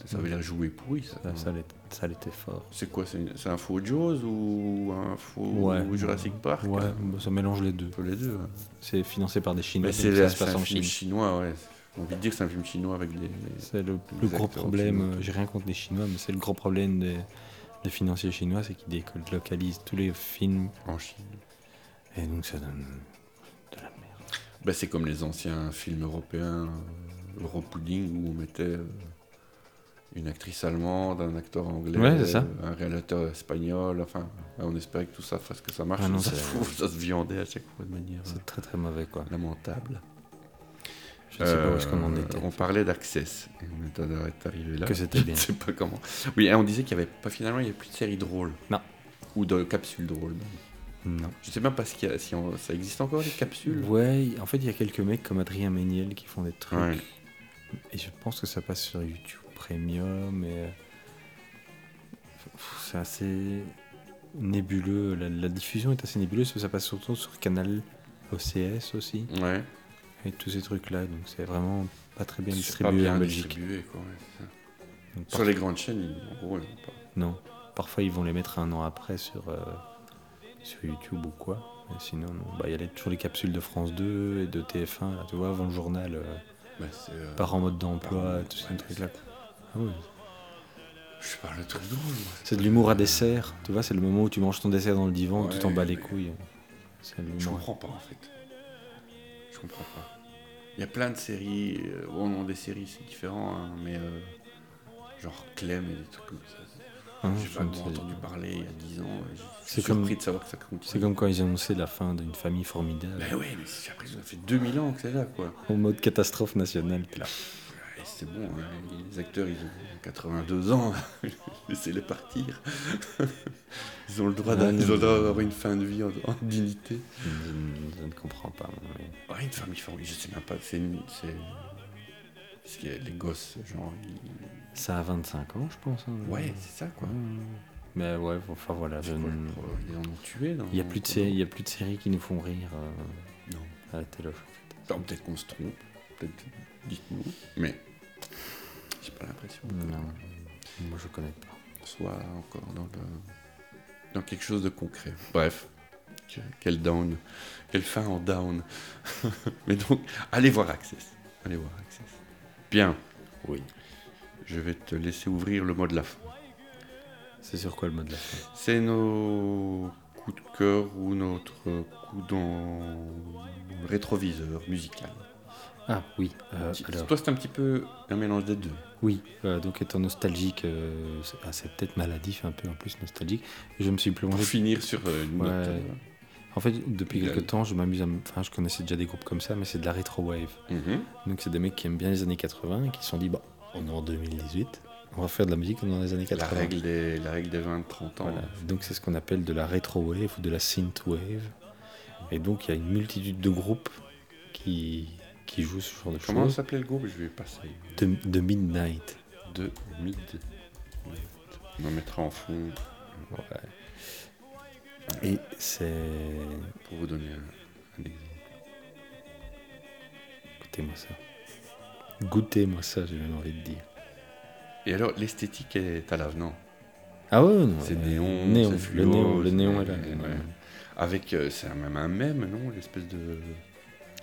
Speaker 1: ça avait l'air joué pourri ça.
Speaker 2: Mm. Ça, ça l'était- ça l'était fort.
Speaker 1: C'est quoi C'est une- c'est un faux Jaws ou un faux Jurassic Park
Speaker 2: Ouais,
Speaker 1: hein
Speaker 2: bah, ça mélange les deux.
Speaker 1: Un peu les deux. hein.
Speaker 2: C'est financé par des Chinois.
Speaker 1: Mais
Speaker 2: donc
Speaker 1: c'est
Speaker 2: ça
Speaker 1: c'est
Speaker 2: se passe
Speaker 1: un
Speaker 2: en
Speaker 1: film
Speaker 2: Chine.
Speaker 1: chinois, ouais. J'ai envie de dire que c'est un film chinois avec des,
Speaker 2: C'est le, le
Speaker 1: Les
Speaker 2: gros
Speaker 1: acteurs
Speaker 2: problème.
Speaker 1: chinois.
Speaker 2: euh, J'ai rien contre les Chinois, mais c'est le gros problème des, des financiers chinois, c'est qu'ils délocalisent tous les films
Speaker 1: en Chine.
Speaker 2: et donc ça donne de la merde.
Speaker 1: Bah, c'est comme les anciens films européens, euh, Europudding, où on mettait euh, une actrice allemande, un acteur anglais,
Speaker 2: Ouais, c'est ça.
Speaker 1: un réalisateur espagnol. Enfin, ouais, on espérait que tout ça fasse que ça marche.
Speaker 2: Ah non,
Speaker 1: ça,
Speaker 2: c'est-
Speaker 1: se trouve, ça se viandait à chaque fois de manière euh,
Speaker 2: C'est très très mauvais quoi.
Speaker 1: lamentable.
Speaker 2: Je ne sais pas où est-ce qu'on en
Speaker 1: Euh,
Speaker 2: était.
Speaker 1: On parlait d'Access. et On est arri- est arrivé là.
Speaker 2: Que c'était bien.
Speaker 1: [laughs] Je sais pas comment. Oui, et on disait qu'il y avait pas finalement, il y avait plus de séries drôles.
Speaker 2: Non.
Speaker 1: Ou de capsules drôles. même.
Speaker 2: Non.
Speaker 1: Je sais même pas ce qu'il y a- si on- ça existe encore les capsules.
Speaker 2: Ouais, en fait, il y a quelques mecs comme Adrien Méniel qui font des trucs.
Speaker 1: Ouais.
Speaker 2: Et je pense que ça passe sur YouTube Premium. Et... euh, pff, C'est assez nébuleux. La, la diffusion est assez nébuleuse parce que ça passe surtout sur Canal OCS aussi.
Speaker 1: Ouais.
Speaker 2: Et tous ces trucs-là. Donc c'est vraiment pas très bien
Speaker 1: C'est pas
Speaker 2: distribué
Speaker 1: bien
Speaker 2: en Belgique.
Speaker 1: distribué, quoi, ouais, c'est ça.
Speaker 2: Donc, par-
Speaker 1: Sur les grandes chaînes, ils- en gros, ils ont pas.
Speaker 2: Non. Parfois, ils vont les mettre un an après sur, euh, sur YouTube ou quoi. Mais sinon, non. Bah, il y a les- toujours les capsules de France 2 et de TF1, là, tu vois, avant le journal. euh,
Speaker 1: Bah, c'est, euh,
Speaker 2: par en mode d'emploi,
Speaker 1: Parents,
Speaker 2: tout
Speaker 1: ouais,
Speaker 2: ce truc-là. Ah ouais.
Speaker 1: Je parle de truc drôle. moi.
Speaker 2: C'est de l'humour à dessert. Tu vois, c'est le moment où tu manges ton dessert dans le divan et tu t'en bats les
Speaker 1: mais-
Speaker 2: couilles. C'est de
Speaker 1: Je
Speaker 2: l'humour.
Speaker 1: comprends pas en fait. Je comprends pas. Il y a plein de séries. euh, Bon, non, des séries c'est différent, hein, mais euh, genre Clem et des trucs comme ça.
Speaker 2: Hein,
Speaker 1: J'ai
Speaker 2: je
Speaker 1: pas
Speaker 2: ne sais-
Speaker 1: entendu parler il y a 10 ans. euh, Je suis
Speaker 2: C'est comme-
Speaker 1: surpris de savoir que ça
Speaker 2: C'est
Speaker 1: continue.
Speaker 2: comme quand ils annoncé la fin d'une famille formidable.
Speaker 1: Ben ouais, mais j'ai l'impression que ça fait 2000 ans que c'est là quoi.
Speaker 2: En mode catastrophe nationale, t'es là.
Speaker 1: Et c'est bon, hein, les acteurs ils ont 82 ans, [laughs] laissez-les partir. [laughs] ils ont le droit d'a-
Speaker 2: Ouais, non,
Speaker 1: ils ont le
Speaker 2: mais-
Speaker 1: droit d'avoir une fin de vie en, en dignité.
Speaker 2: Je, ne- je ne comprends pas. moi, mais-
Speaker 1: Ouais, une famille formidable, je sais même pas, c'est. une- c'est... Parce que les gosses, genre. ils-
Speaker 2: Ça a 25 ans, je pense. hein.
Speaker 1: Ouais, c'est ça quoi.
Speaker 2: Mais ouais, enfin voilà. Ah, je
Speaker 1: Je crois
Speaker 2: ne-
Speaker 1: que, euh, Ils en ont tué. dans-
Speaker 2: Il n'y a, plus de séries- il y a plus de séries qui nous font rire euh,
Speaker 1: Non.
Speaker 2: à la télé.
Speaker 1: Alors, peut-être qu'on se trompe, peut-être dites-nous, mais j'ai pas l'impression.
Speaker 2: Non. Moi, je connais pas.
Speaker 1: qu'on soit encore dans le dans quelque chose de concret. Bref, que- quel down, quelle fin en down. [laughs] Mais donc, allez voir Access. Allez voir Access. Bien. Oui. Je vais te laisser ouvrir le mot de la fin.
Speaker 2: C'est sur quoi le mot de la fin
Speaker 1: C'est nos coups de cœur ou notre coup dans le rétroviseur musical.
Speaker 2: Ah oui, euh,
Speaker 1: Ti-
Speaker 2: alors.
Speaker 1: Toi, c'est un petit peu un mélange des deux.
Speaker 2: Oui, euh, donc étant nostalgique, euh, c'est ah, c'est peut-être maladif un peu en plus nostalgique. Je me suis
Speaker 1: Pour
Speaker 2: plongé
Speaker 1: finir sur euh, une
Speaker 2: Ouais.
Speaker 1: note, euh,
Speaker 2: En fait, depuis
Speaker 1: Il a-
Speaker 2: quelques temps, je m'amuse à. me- Enfin, je connaissais déjà des groupes comme ça, mais c'est de la rétro wave.
Speaker 1: mhm.
Speaker 2: Donc, c'est des mecs qui aiment bien les années 80 et qui se sont dit, bon, on est en 2018, on va faire de la musique dans les années
Speaker 1: la
Speaker 2: 80.
Speaker 1: règle des, la règle des 20-30 ans.
Speaker 2: Voilà. Donc, c'est ce qu'on appelle de la rétro wave ou de la synth wave. Et donc, il y a une multitude de groupes qui, qui jouent ce genre de
Speaker 1: Comment
Speaker 2: choses.
Speaker 1: s'appelait le groupe Je vais passer.
Speaker 2: De, de Midnight.
Speaker 1: De mid. On en mettra en fond
Speaker 2: Voilà. Et c'est.
Speaker 1: pour vous donner un, un exemple.
Speaker 2: Écoutez-moi ça. Goûtez-moi ça, j'ai même envie de dire.
Speaker 1: Et alors, l'esthétique est à l'avenant.
Speaker 2: Ah ouais, non.
Speaker 1: C'est
Speaker 2: euh,
Speaker 1: néon,
Speaker 2: néon,
Speaker 1: c'est
Speaker 2: le
Speaker 1: fluo,
Speaker 2: néon, le
Speaker 1: c'est-
Speaker 2: néon est là.
Speaker 1: ouais. Avec, euh, c'est un- même un mème, non L'espèce de.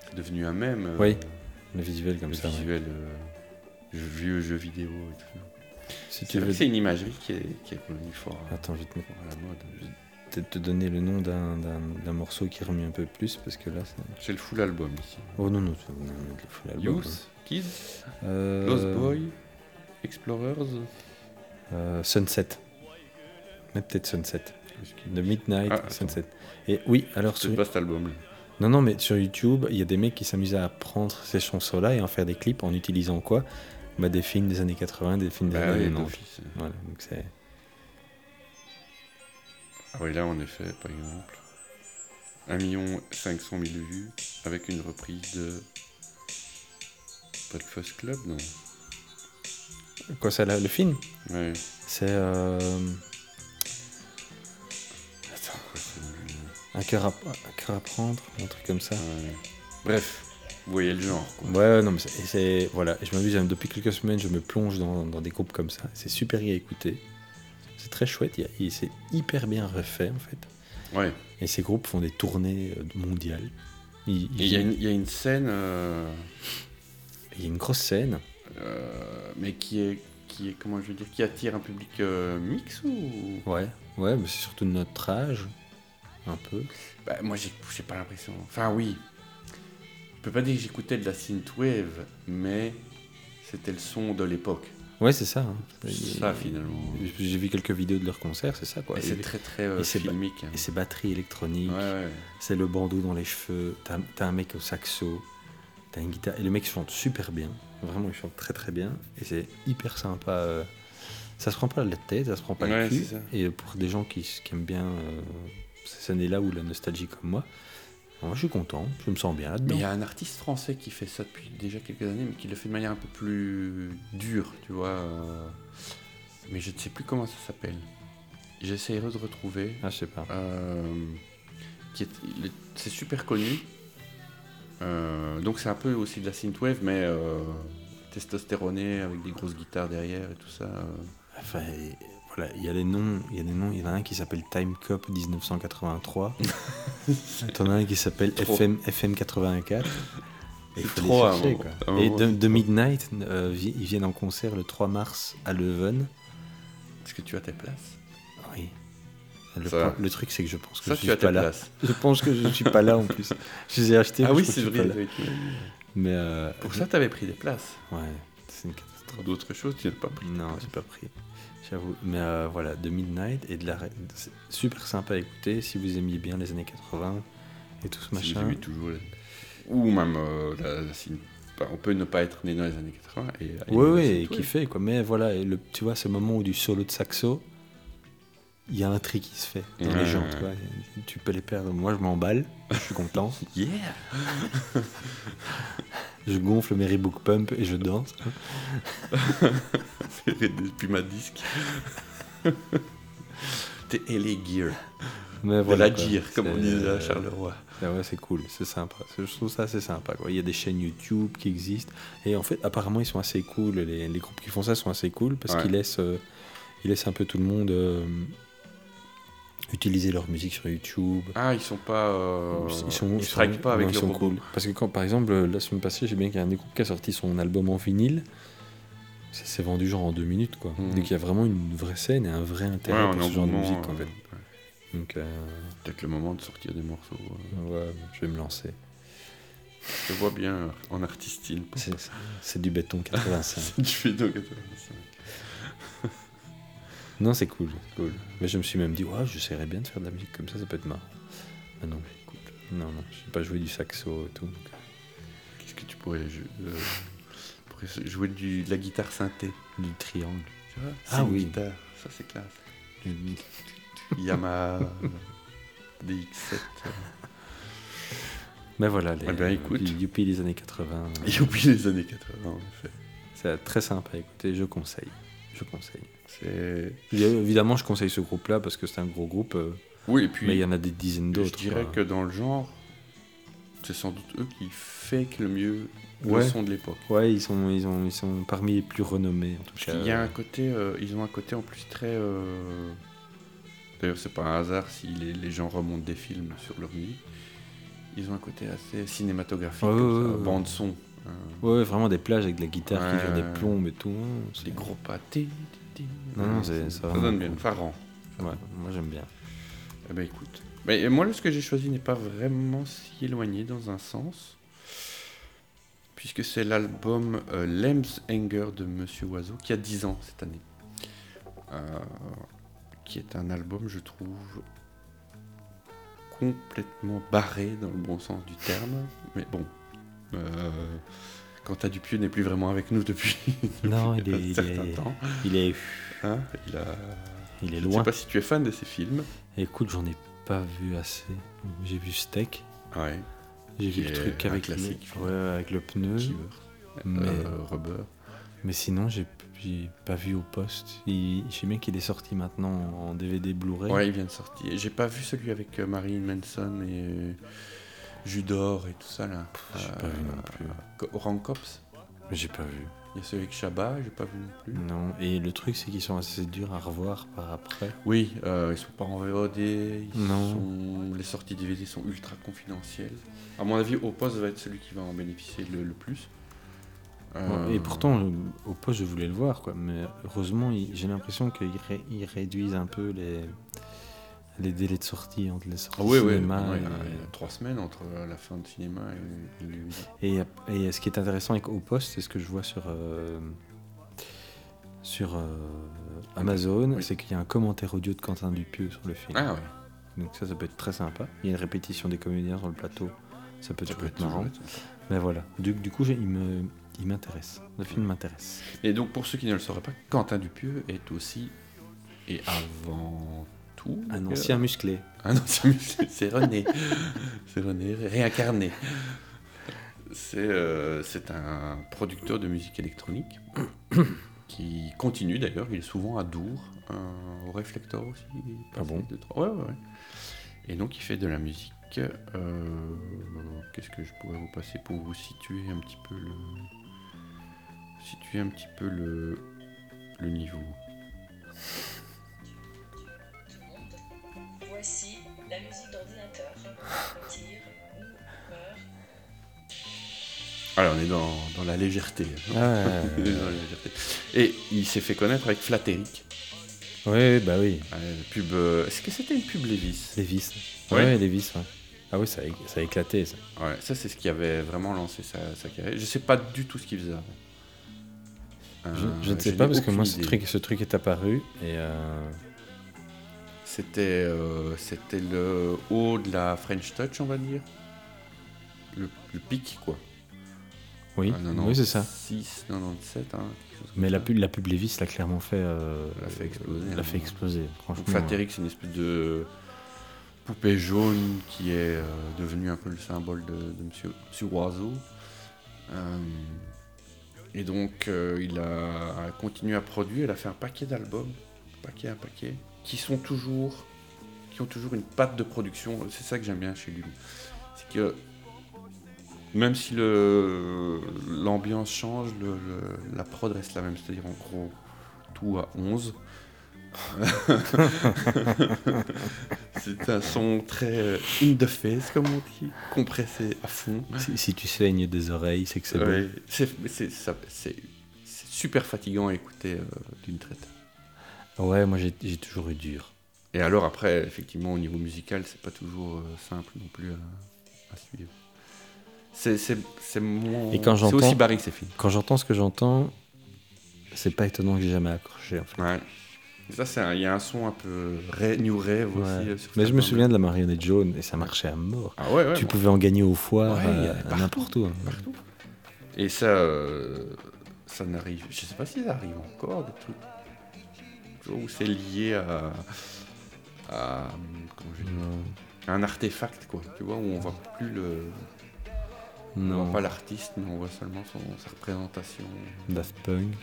Speaker 1: C'est devenu un mème. euh,
Speaker 2: Oui, Le visuel
Speaker 1: Le
Speaker 2: comme ça. ouais.
Speaker 1: visuel. euh, jeu- vieux jeu vidéo et tout ça.
Speaker 2: Si
Speaker 1: C'est
Speaker 2: tu
Speaker 1: vrai
Speaker 2: veux.
Speaker 1: que c'est une imagerie qui est, qui est revenue fort, à-
Speaker 2: Attends, je vais te mettre-
Speaker 1: fort à la mode.
Speaker 2: peut-être te donner le nom d'un- d'un d'un morceau qui remue un peu plus parce que là. c'est-
Speaker 1: C'est le full album ici.
Speaker 2: Oh non, non, tu non, non, il faut l'album.
Speaker 1: Youth, Kids,
Speaker 2: Euh,
Speaker 1: Lost Boy, Explorers.
Speaker 2: euh, Sunset. Mais peut-être Sunset. De Midnight,
Speaker 1: Ah, attends.
Speaker 2: Sunset. Et oui, alors sur...
Speaker 1: C'est pas cet album-là.
Speaker 2: Non, non, mais sur YouTube, il y a des mecs qui s'amusent à prendre ces chansons-là et en faire des clips en utilisant quoi bah, Des films des années 80, des films des
Speaker 1: Bah
Speaker 2: années
Speaker 1: oui,
Speaker 2: 90.
Speaker 1: d'office.
Speaker 2: Voilà, donc c'est.
Speaker 1: Ah oui, là, en effet, par exemple, 1 500 000 vues avec une reprise de Breakfast Club, non
Speaker 2: Quoi, ça, là, le film
Speaker 1: Ouais.
Speaker 2: C'est euh,
Speaker 1: Attends, quoi, c'est
Speaker 2: un, cœur à, un cœur à prendre, un truc comme ça.
Speaker 1: Ouais. Bref, vous voyez le genre, quoi.
Speaker 2: Ouais, ouais, non, mais c'est- c'est. Voilà, je m'amuse, hein, depuis quelques semaines, je me plonge dans, dans des groupes comme ça. C'est super à écouter. C'est très chouette, il y a- il- c'est hyper bien refait en fait.
Speaker 1: Ouais.
Speaker 2: Et ces groupes font des tournées euh, mondiales. Ils- ils-
Speaker 1: Et Il y, a une- il y a une scène, euh,
Speaker 2: il y a une grosse scène.
Speaker 1: euh, mais qui est, qui est, comment je veux dire, qui attire un public euh, mix ou
Speaker 2: Ouais, ouais, mais c'est surtout de notre âge, un peu.
Speaker 1: Bah, moi, j'ai j'ai pas l'impression. Enfin, oui. Je peux pas dire que j'écoutais de la synthwave, mais c'était le son de l'époque.
Speaker 2: Ouais, c'est ça. hein.
Speaker 1: C'est ça, finalement.
Speaker 2: J'ai vu quelques vidéos de leurs concerts, c'est ça quoi.
Speaker 1: Et c'est très très euh,
Speaker 2: et c'est ba-
Speaker 1: filmique. hein.
Speaker 2: et ces batteries électroniques.
Speaker 1: Ouais, ouais.
Speaker 2: C'est le bandeau dans les cheveux, t'as t'as un mec au saxo, t'as une guitare. Et le mec chante super bien. Vraiment, il chante très très bien. Et c'est hyper sympa. euh, Ça se prend pas la tête, ça se prend pas le
Speaker 1: Ouais,
Speaker 2: cul.
Speaker 1: c'est ça.
Speaker 2: Et pour des gens qui, qui aiment bien euh, ces années-là ou la nostalgie comme moi, moi je suis content, je me sens bien
Speaker 1: Mais il y
Speaker 2: là-dedans.
Speaker 1: a un artiste français qui fait ça depuis déjà quelques années, mais qui le fait de manière un peu plus dure, tu vois. euh, Mais je ne sais plus comment ça s'appelle. J'essayerai de retrouver.
Speaker 2: Ah, je sais pas.
Speaker 1: euh, qui est- il est- C'est super connu. Euh, donc c'est un peu aussi de la synthwave, mais euh, testostéroné avec des grosses guitares derrière et tout ça. euh.
Speaker 2: Enfin, et- voilà, il y a les noms, il y a des noms, il y en a un qui s'appelle Time Cop 1983.
Speaker 1: [laughs]
Speaker 2: T'en as un qui s'appelle
Speaker 1: Trop.
Speaker 2: FM, FM 84. Et
Speaker 1: C'est
Speaker 2: faut les
Speaker 1: trop, hein, à un
Speaker 2: chercher,
Speaker 1: moment-
Speaker 2: quoi.
Speaker 1: à un
Speaker 2: Et
Speaker 1: moment,
Speaker 2: de,
Speaker 1: c'est
Speaker 2: de Midnight, euh, vi- ils viennent en concert le 3 mars à Leuven.
Speaker 1: Est-ce que tu as ta place
Speaker 2: Oui. Le,
Speaker 1: Ça va.
Speaker 2: point- le truc, c'est que je pense que
Speaker 1: Ça,
Speaker 2: je
Speaker 1: tu
Speaker 2: suis
Speaker 1: as
Speaker 2: pas
Speaker 1: ta
Speaker 2: là.
Speaker 1: place.
Speaker 2: Je pense que je suis pas là en
Speaker 1: [laughs]
Speaker 2: plus. Je les ai achetés.
Speaker 1: Ah
Speaker 2: mais
Speaker 1: oui,
Speaker 2: je
Speaker 1: c'est
Speaker 2: crois que
Speaker 1: vrai.
Speaker 2: je suis pas là. Mais euh,
Speaker 1: Pour ça, tu avais pris des places.
Speaker 2: ouais, c'est une catastrophe.
Speaker 1: D'autres choses, tu n'as pas pris.
Speaker 2: Non, j'ai pas pris. J'avoue. Mais euh, voilà, de Midnight et de la. C'est super sympa à écouter si vous aimiez bien les années 80 et tout ce
Speaker 1: Si
Speaker 2: machin.
Speaker 1: vous aimez toujours les- Ou même, euh, la- la- si- bah, on peut ne pas être né dans les années 80 et. et-
Speaker 2: Oui, oui, et
Speaker 1: c'est tout,
Speaker 2: kiffer, quoi. Mais voilà, et le, tu vois, ce moment où du solo de saxo, il y a un tri qui se fait dans
Speaker 1: Ouais,
Speaker 2: les gens,
Speaker 1: ouais,
Speaker 2: tu vois. Tu peux les perdre. Moi, je m'emballe, je
Speaker 1: [laughs]
Speaker 2: suis content.
Speaker 1: Yeah
Speaker 2: Je gonfle mes Reebok Pump et je danse.
Speaker 1: Depuis ma disque. T'es LA Gear.
Speaker 2: Mais
Speaker 1: Voilà,
Speaker 2: voilà.
Speaker 1: la
Speaker 2: quoi.
Speaker 1: Gear, comme on
Speaker 2: C'est-
Speaker 1: disait à Charleroi.
Speaker 2: Ah ouais, c'est cool, c'est sympa. C'est- Je trouve ça assez sympa. quoi. Il y a des chaînes YouTube qui existent. Et en fait, apparemment, ils sont assez cool. Les, les groupes qui font ça sont assez cool parce
Speaker 1: Ouais.
Speaker 2: qu'ils laissent, euh, ils laissent un peu tout le monde euh, utiliser leur musique sur YouTube.
Speaker 1: Ah, ils sont pas. euh,
Speaker 2: ils sont,
Speaker 1: ils strike
Speaker 2: sont-
Speaker 1: pas avec
Speaker 2: non, ils
Speaker 1: leur
Speaker 2: sont
Speaker 1: robot.
Speaker 2: cool. Parce que quand, par exemple, euh, la semaine passée, j'ai bien qu'il y a un des groupes qui a sorti son album en vinyle. Ça s'est vendu genre en deux minutes, quoi.
Speaker 1: Mhm.
Speaker 2: Donc il y a vraiment une vraie scène et un vrai
Speaker 1: Ouais,
Speaker 2: intérêt
Speaker 1: un
Speaker 2: pour ce genre de
Speaker 1: engouement,
Speaker 2: musique, en
Speaker 1: euh,
Speaker 2: fait.
Speaker 1: ouais.
Speaker 2: Donc euh,
Speaker 1: Peut-être le moment de sortir des morceaux. euh,
Speaker 2: ouais, je vais me lancer.
Speaker 1: Je te vois bien euh, en artistine. pour
Speaker 2: C'est- C'est du béton 85. [laughs]
Speaker 1: C'est du Fido 85.
Speaker 2: Non, c'est cool, c'est cool. Mais je me suis même dit, ouais, j'essaierais bien de faire de la musique comme ça, ça peut être marrant. Mais non, mais écoute, non, non, je sais pas jouer du saxo et tout. donc,
Speaker 1: Qu'est-ce que tu pourrais, jou- euh, pourrais jouer du, de la guitare synthé
Speaker 2: du triangle.
Speaker 1: tu vois
Speaker 2: Ah
Speaker 1: C'est une
Speaker 2: oui.
Speaker 1: guitare, ça c'est
Speaker 2: [laughs]
Speaker 1: classe.
Speaker 2: euh, du- du-
Speaker 1: Yamaha euh, DX7.
Speaker 2: Mais voilà, les, euh,
Speaker 1: Eh ben, écoute.
Speaker 2: du Youpi des années 80. euh,
Speaker 1: Et oublié les années 80 en effet.
Speaker 2: C'est euh, très sympa à écouter, je conseille. Je conseille.
Speaker 1: C'est...
Speaker 2: Je- Évidemment, je conseille ce groupe-là parce que c'est un gros groupe, euh,
Speaker 1: Oui, et puis
Speaker 2: mais il y en a des dizaines
Speaker 1: je
Speaker 2: d'autres. euh.
Speaker 1: dirais
Speaker 2: quoi.
Speaker 1: que dans le genre, c'est sans doute eux qui fake le mieux le
Speaker 2: Ouais.
Speaker 1: son de l'époque.
Speaker 2: Ouais, ils sont, ils, ont, ils sont parmi les plus renommés en tout cas.
Speaker 1: Parce qu'il y a un côté, euh, ils ont un côté en plus très. euh, D'ailleurs, c'est pas un hasard si les, les gens remontent des films sur leur musique. Ils ont un côté assez cinématographique,
Speaker 2: Ouais,
Speaker 1: comme
Speaker 2: ouais,
Speaker 1: ça,
Speaker 2: ouais, ouais.
Speaker 1: bande son, euh,
Speaker 2: Ouais, ouais, vraiment des plages avec de la guitare qui
Speaker 1: Ouais,
Speaker 2: durent
Speaker 1: ouais.
Speaker 2: des plombes et tout. hein, c'est-
Speaker 1: les gros pâtés.
Speaker 2: Non, non, c'est- c'est
Speaker 1: ça
Speaker 2: vraiment
Speaker 1: donne bien.
Speaker 2: cool.
Speaker 1: Farran.
Speaker 2: Ouais, moi
Speaker 1: [laughs]
Speaker 2: j'aime bien.
Speaker 1: Eh ben écoute. Mais euh, moi, le- ce que j'ai choisi n'est pas vraiment si éloigné dans un sens, puisque c'est l'album euh, Lamb's Anger de Monsieur Oiseau qui a 10 ans cette année. Euh, qui est un album, je trouve, complètement barré dans le bon sens du terme. Mais bon, euh, Quentin Dupieux n'est plus vraiment avec nous depuis,
Speaker 2: Non,
Speaker 1: depuis [laughs]
Speaker 2: il est-
Speaker 1: un
Speaker 2: il
Speaker 1: certain
Speaker 2: est-
Speaker 1: temps.
Speaker 2: Il est,
Speaker 1: hein. Il a-
Speaker 2: il est
Speaker 1: Je sais
Speaker 2: loin.
Speaker 1: pas si tu es fan de ses films.
Speaker 2: Écoute, j'en ai pas vu assez. J'ai vu Steak,
Speaker 1: Ouais.
Speaker 2: j'ai
Speaker 1: Qui
Speaker 2: vu le
Speaker 1: est
Speaker 2: truc
Speaker 1: un
Speaker 2: avec, le-
Speaker 1: classique.
Speaker 2: ouais, ouais, avec le pneu. Mais-
Speaker 1: Euh, rubber.
Speaker 2: Mais sinon, j'ai j'ai pas vu au poste. Il- Je sais bien qu'il est sorti maintenant en DVD Blu-ray.
Speaker 1: Ouais, il vient de sortir. J'ai pas vu celui avec euh, Marilyn Manson et euh, Judor et tout ça là. Euh,
Speaker 2: J'ai pas vu non plus.
Speaker 1: Co- Orange Cops.
Speaker 2: Mais J'ai pas vu.
Speaker 1: Il y a celui avec Shabba, j'ai pas vu non plus.
Speaker 2: Non, et le truc, c'est qu'ils sont assez durs à revoir par après.
Speaker 1: Oui, euh, ils sont pas en VOD. Ils
Speaker 2: Non.
Speaker 1: sont- Les sorties DVD sont ultra confidentielles. À mon avis, Opos va être celui qui va en bénéficier le, le plus. Euh,
Speaker 2: Et pourtant, je- au poste, je voulais le voir, quoi. Mais heureusement, il- j'ai l'impression qu'ils ré- ils réduisent un peu les... les délais de sortie entre les sorties
Speaker 1: Ah oui, oui,
Speaker 2: cinéma
Speaker 1: ouais,
Speaker 2: et-
Speaker 1: euh, trois semaines entre euh, la fin de cinéma et, et les-
Speaker 2: Et, et ce qui est intéressant avec Au Poste, c'est ce que je vois sur, euh, sur euh, Amazon,
Speaker 1: Oui.
Speaker 2: c'est qu'il y a un commentaire audio de Quentin Dupieux sur le film.
Speaker 1: Ah ouais,
Speaker 2: Donc ça, ça peut être très sympa. Il y a une répétition des comédiens sur le plateau. Ça peut
Speaker 1: ça
Speaker 2: toujours
Speaker 1: peut
Speaker 2: être
Speaker 1: être
Speaker 2: marrant.
Speaker 1: toujours
Speaker 2: Mais voilà. Du, du coup, j'ai- il me- il m'intéresse. Le film m'intéresse.
Speaker 1: Et donc, pour ceux qui ne le sauraient pas, Quentin Dupieux est aussi, et avant tout,
Speaker 2: Un
Speaker 1: euh,
Speaker 2: ancien musclé.
Speaker 1: [laughs] un ancien musée. C'est René. C'est René, réincarné. C'est euh, c'est un producteur de musique électronique [coughs] qui continue d'ailleurs. Il est souvent à Dour, euh, au réflecteur aussi. il passe
Speaker 2: Ah bon
Speaker 1: deux, trois- Ouais, ouais, ouais. Et donc, il fait de la musique. euh, Qu'est-ce que je pourrais vous passer pour vous situer un petit peu le. Situer un petit peu le, le niveau.
Speaker 10: Voici la musique d'ordinateur. On tire, on meurt.
Speaker 1: Alors, on est dans, dans la légèreté. hein.
Speaker 2: [laughs] Ah,
Speaker 1: Et il s'est fait connaître avec Flatteric.
Speaker 2: Oui, bah oui.
Speaker 1: la pub. euh, Est-ce que c'était une pub Levis
Speaker 2: Lévis.
Speaker 1: Oui.
Speaker 2: Ouais, ouais Lévis, ouais. Ah oui, ça a, ça a éclaté, ça.
Speaker 1: Ouais, ça c'est ce qui avait vraiment lancé sa, sa carrière. Je sais pas du tout ce qu'il faisait avant.
Speaker 2: Je,
Speaker 1: Euh,
Speaker 2: je ne sais
Speaker 1: n'ai
Speaker 2: pas, parce que
Speaker 1: aucune
Speaker 2: moi, ce
Speaker 1: idée.
Speaker 2: truc, ce truc est apparu, et... euh,
Speaker 1: C'était euh, c'était le haut de la French Touch, on va dire. Le, le pic, quoi.
Speaker 2: Oui,
Speaker 1: Ah, non, non,
Speaker 2: oui c'est ça.
Speaker 1: 6, 97, hein, quelque chose comme
Speaker 2: Mais la
Speaker 1: ça.
Speaker 2: pub, la pub Lévis l'a clairement fait... euh,
Speaker 1: Elle a fait exploser,
Speaker 2: l'a
Speaker 1: hein.
Speaker 2: fait exploser,
Speaker 1: Donc,
Speaker 2: franchement.
Speaker 1: Flatterick, c'est une espèce de poupée jaune qui est euh, devenue un peu le symbole de, de Monsieur, Monsieur Oiseau. Euh, et donc, euh, il a continué à produire, il a fait un paquet d'albums, un paquet, un paquet, qui sont toujours, qui ont toujours une patte de production. C'est ça que j'aime bien chez lui, c'est que même si le l'ambiance change, le- le- la prod reste la même, c'est-à-dire en gros tout à 11. c'est un son très euh, in the face, comme on dit, compressé à fond.
Speaker 2: Si, si tu saignes des oreilles, c'est que c'est bon.
Speaker 1: Ouais, c'est- mais c'est ça- c'est- c'est super fatigant à écouter euh, d'une traite.
Speaker 2: Ouais, moi j'ai j'ai toujours eu dur.
Speaker 1: Et alors après, effectivement, au niveau musical, c'est pas toujours euh, simple non plus euh, à, à suivre. C'est- C'est c'est moins...
Speaker 2: Et quand
Speaker 1: c'est
Speaker 2: j'entends-
Speaker 1: aussi barré que ces films.
Speaker 2: Quand j'entends ce que j'entends, c'est pas étonnant que j'ai jamais accroché en fait.
Speaker 1: Ouais. Ça, c'est un- il y a un son un peu ra- new rave
Speaker 2: Ouais.
Speaker 1: aussi. euh, sur
Speaker 2: Mais je me
Speaker 1: certains-
Speaker 2: souviens de la marionnette jaune et ça marchait à mort.
Speaker 1: Ah ouais, ouais,
Speaker 2: tu
Speaker 1: bon.
Speaker 2: pouvais en gagner au foire,
Speaker 1: Ouais, il y
Speaker 2: euh,
Speaker 1: avait
Speaker 2: à n'importe où. hein.
Speaker 1: Et ça, euh, ça n'arrive. Je sais pas si ça arrive encore des trucs. Tu vois, Où c'est lié à. à. comment je vais dire, à un artefact, quoi. Tu vois, où on voit plus le. On
Speaker 2: Non,
Speaker 1: voit pas l'artiste, mais on voit seulement son, sa représentation.
Speaker 2: Daft Punk,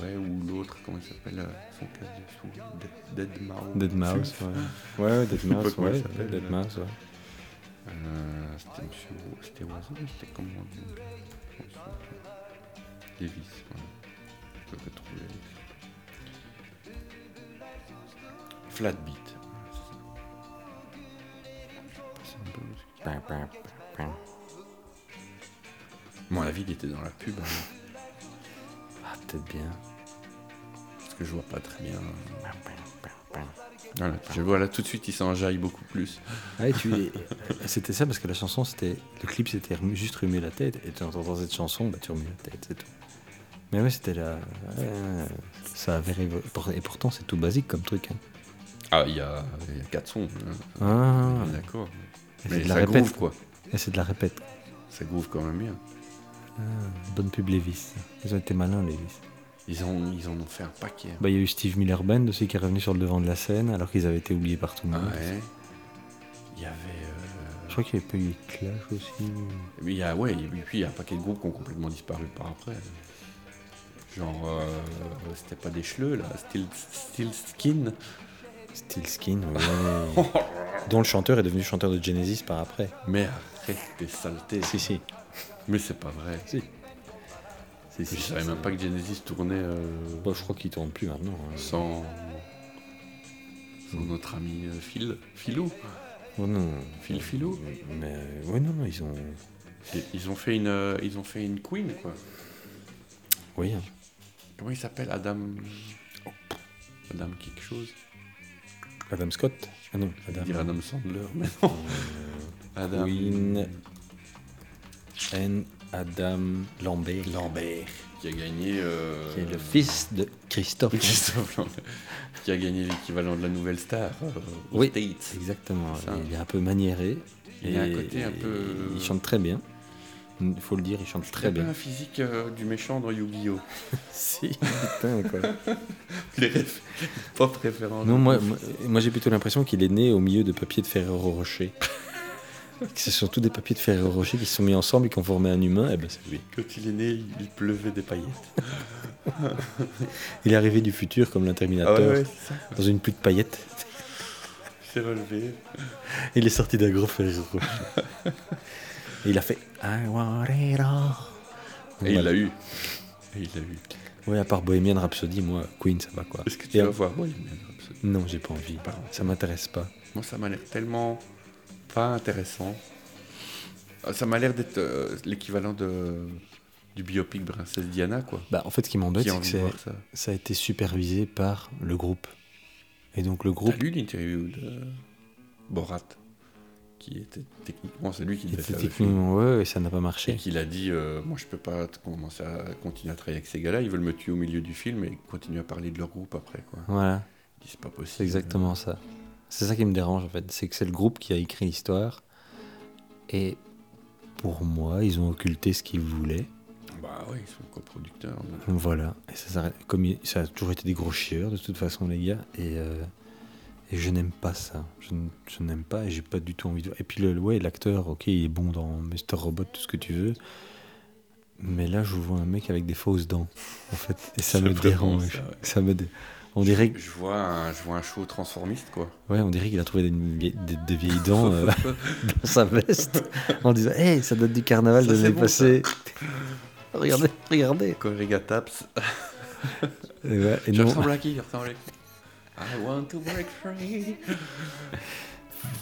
Speaker 1: Ouais, ou l'autre, comment il s'appelle euh, Son cas de sous. Dead, Dead Mouse.
Speaker 2: Dead Mouse,
Speaker 1: [laughs]
Speaker 2: ouais. Ouais, ouais, Dead
Speaker 1: Je sais pas
Speaker 2: Mouse,
Speaker 1: comment
Speaker 2: ouais,
Speaker 1: il s'appelle,
Speaker 2: Dead
Speaker 1: là.
Speaker 2: Mouse, ouais.
Speaker 1: Euh, c'était monsieur. C'était Oiseau, c'était comment on dit Davis, voilà. Je peux pas trouver. Flatbeat. C'est un peu- Mon avis, il était dans la pub, hein,
Speaker 2: Ah, peut-être bien.
Speaker 1: parce que je vois pas très bien. Voilà, je vois là tout de suite, il s'enjaille beaucoup plus.
Speaker 2: Ah, et [laughs] tu... et- c'était ça parce que la chanson, c'était. Le clip, c'était remu- juste remuer la tête. Et en entendant cette chanson, bah, tu remues la tête, c'est tout. Mais ouais, c'était la. ouais, ça avait. révo- Et pourtant, c'est tout basique comme truc. hein.
Speaker 1: Ah, il y a, il y a quatre sons. hein.
Speaker 2: Ah,
Speaker 1: D'accord.
Speaker 2: Et c'est
Speaker 1: Mais
Speaker 2: de la
Speaker 1: ça
Speaker 2: répète.
Speaker 1: groove, quoi.
Speaker 2: et c'est de la répète. Ah,
Speaker 1: Ça groove quand même bien.
Speaker 2: Bonne pub Lévis. Ils ont été malins, Lévis.
Speaker 1: Ils, ont, ils en ont fait un paquet. hein.
Speaker 2: Bah, il y a eu Steve Miller Band aussi qui est revenu sur le devant de la scène alors qu'ils avaient été oubliés par tout le
Speaker 1: Ah
Speaker 2: monde.
Speaker 1: ouais. Il y avait. euh,
Speaker 2: Je crois qu'il y avait pas eu les Clash aussi.
Speaker 1: mais il y a, ouais, et puis il y a un paquet de groupes qui ont complètement disparu par après. Genre, euh, c'était pas des cheleux là, Steel, Steel Skin.
Speaker 2: Steel Skin, [laughs] ouais. Dont le chanteur est devenu chanteur de Genesis par après.
Speaker 1: Mais arrête tes saletés.
Speaker 2: Si, si.
Speaker 1: Mais c'est pas vrai.
Speaker 2: Si.
Speaker 1: Mais je savais même pas que Genesis tournait euh,
Speaker 2: Bah, je crois qu'il tourne plus maintenant. hein.
Speaker 1: sans. sans notre ami euh, Phil. Philo.
Speaker 2: Ouais, Oh non, non.
Speaker 1: Phil Philo.
Speaker 2: Mais euh, ouais, non, non, ils ont.
Speaker 1: Et Ils ont fait une, euh, ils ont fait une queen quoi.
Speaker 2: Oui. hein.
Speaker 1: Comment il s'appelle Adam. Adam quelque chose.
Speaker 2: Adam Scott. Ah non,
Speaker 1: Je dirais
Speaker 2: Adam. Euh,
Speaker 1: Adam Sandler, mais non. Adam.
Speaker 2: Queen. And Adam Lambert.
Speaker 1: Lambert. Qui a gagné. euh,
Speaker 2: Qui est le fils de Christophe.
Speaker 1: Christophe Lambert. qui a gagné l'équivalent de la nouvelle star euh, aux
Speaker 2: Oui.
Speaker 1: States.
Speaker 2: Exactement.
Speaker 1: Ça.
Speaker 2: Il est un peu maniéré.
Speaker 1: Il
Speaker 2: et-
Speaker 1: a un côté un peu-
Speaker 2: Il chante très bien. Il faut le dire, il chante
Speaker 1: Très
Speaker 2: très
Speaker 1: bien.
Speaker 2: bien.
Speaker 1: un physique euh, du méchant dans Yu-Gi-Oh!
Speaker 2: [laughs]
Speaker 1: [laughs]
Speaker 2: si, putain, quoi.
Speaker 1: Les réf- pas préférant.
Speaker 2: Non, moi, moi, moi, j'ai plutôt l'impression qu'il est né au milieu de papier de Ferrero [laughs] Rocher. Que Ce sont tous des papiers de Ferrero Rocher qui se sont mis ensemble et qui ont formé un humain. Et ben, c'est lui.
Speaker 1: Quand il est né, il pleuvait des paillettes.
Speaker 2: Il est arrivé du futur comme l'Interminator,
Speaker 1: c'est ça.
Speaker 2: dans une pluie de paillettes.
Speaker 1: Il s'est relevé.
Speaker 2: [laughs] Il est sorti d'un gros Ferrero [laughs] Rocher. et il a fait I want it all.
Speaker 1: Et il
Speaker 2: Voilà.
Speaker 1: l'a eu. Et il l'a eu.
Speaker 2: Ouais, à part Bohemian Rhapsody, moi, Queen, ça va quoi.
Speaker 1: Est-ce que tu
Speaker 2: Et
Speaker 1: vas
Speaker 2: à-
Speaker 1: voir Oui, mais absolument.
Speaker 2: Non, j'ai pas envie. Ça m'intéresse pas.
Speaker 1: Moi, ça m'a l'air tellement pas intéressant. Euh, Ça m'a l'air d'être euh, l'équivalent de du biopic Princesse Diana, quoi.
Speaker 2: Bah, en fait, ce qui m'embête,
Speaker 1: Qui a
Speaker 2: c'est que
Speaker 1: envie de
Speaker 2: c'est-
Speaker 1: voir ça
Speaker 2: ça a été supervisé par le groupe. Et donc le groupe.
Speaker 1: T'as lu l'interview de Borat, qui était techniquement celui qui
Speaker 2: Il
Speaker 1: devait
Speaker 2: était
Speaker 1: faire le film.
Speaker 2: techniquement ouais, et ça n'a pas marché.
Speaker 1: Et qu'il a dit euh, Moi, je peux pas t- commencer à continuer à travailler avec ces gars-là, ils veulent me tuer au milieu du film et continuer à parler de leur groupe après. Quoi.
Speaker 2: Voilà,
Speaker 1: Il dit, C'est pas possible.
Speaker 2: c'est exactement ça. C'est ça qui me dérange en fait, c'est que c'est le groupe qui a écrit l'histoire. Et pour moi, ils ont occulté ce qu'ils voulaient.
Speaker 1: Bah ouais, ils sont coproducteurs. donc.
Speaker 2: Voilà, et ça s'arrête. Comme il- ça a toujours été des gros chieurs de toute façon, les gars, et, euh, et je n'aime pas ça. Je, n- je n'aime pas et j'ai pas du tout envie de. Et puis, le, ouais, l'acteur, ok, il est bon dans Mr. Robot, tout ce que tu veux, mais là, je vois un mec avec des fausses dents, en fait, et ça
Speaker 1: C'est
Speaker 2: me
Speaker 1: vraiment
Speaker 2: dérange.
Speaker 1: ça, ouais.
Speaker 2: Ça me dé- On dirait, que-
Speaker 1: Je vois un, je vois un show transformiste, quoi.
Speaker 2: ouais, on dirait qu'il a trouvé des, vieilles- des- des vieilles
Speaker 1: [laughs]
Speaker 2: dents euh, dans sa veste en disant Hey, ça date du carnaval
Speaker 1: Ça,
Speaker 2: de
Speaker 1: c'est
Speaker 2: l'année
Speaker 1: bon, ça.
Speaker 2: passée. regardez, regardez.
Speaker 1: Corriga Taps.
Speaker 2: Et ouais, et
Speaker 1: Je [laughs]
Speaker 2: non.
Speaker 1: ressemble à qui Je ressemble à qui I want to break free.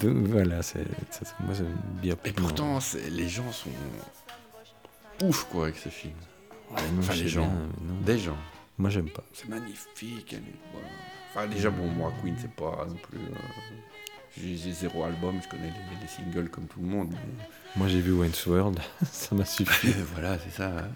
Speaker 2: Donc, voilà, c'est, ça, ça- moi, c'est bien.
Speaker 1: Et pourtant, c'est- les gens sont ouf, quoi, avec ce film. enfin, les gens. Des gens.
Speaker 2: Moi, j'aime pas.
Speaker 1: C'est magnifique. elle est- voilà. Enfin, déjà, bon, moi, Queen, c'est pas non plus. euh, j'ai j'ai zéro album, je connais les, les singles comme tout le monde. [laughs] mais-
Speaker 2: Moi, j'ai vu Wayne's World, [laughs] ça m'a suffi.
Speaker 1: voilà, c'est ça. hein.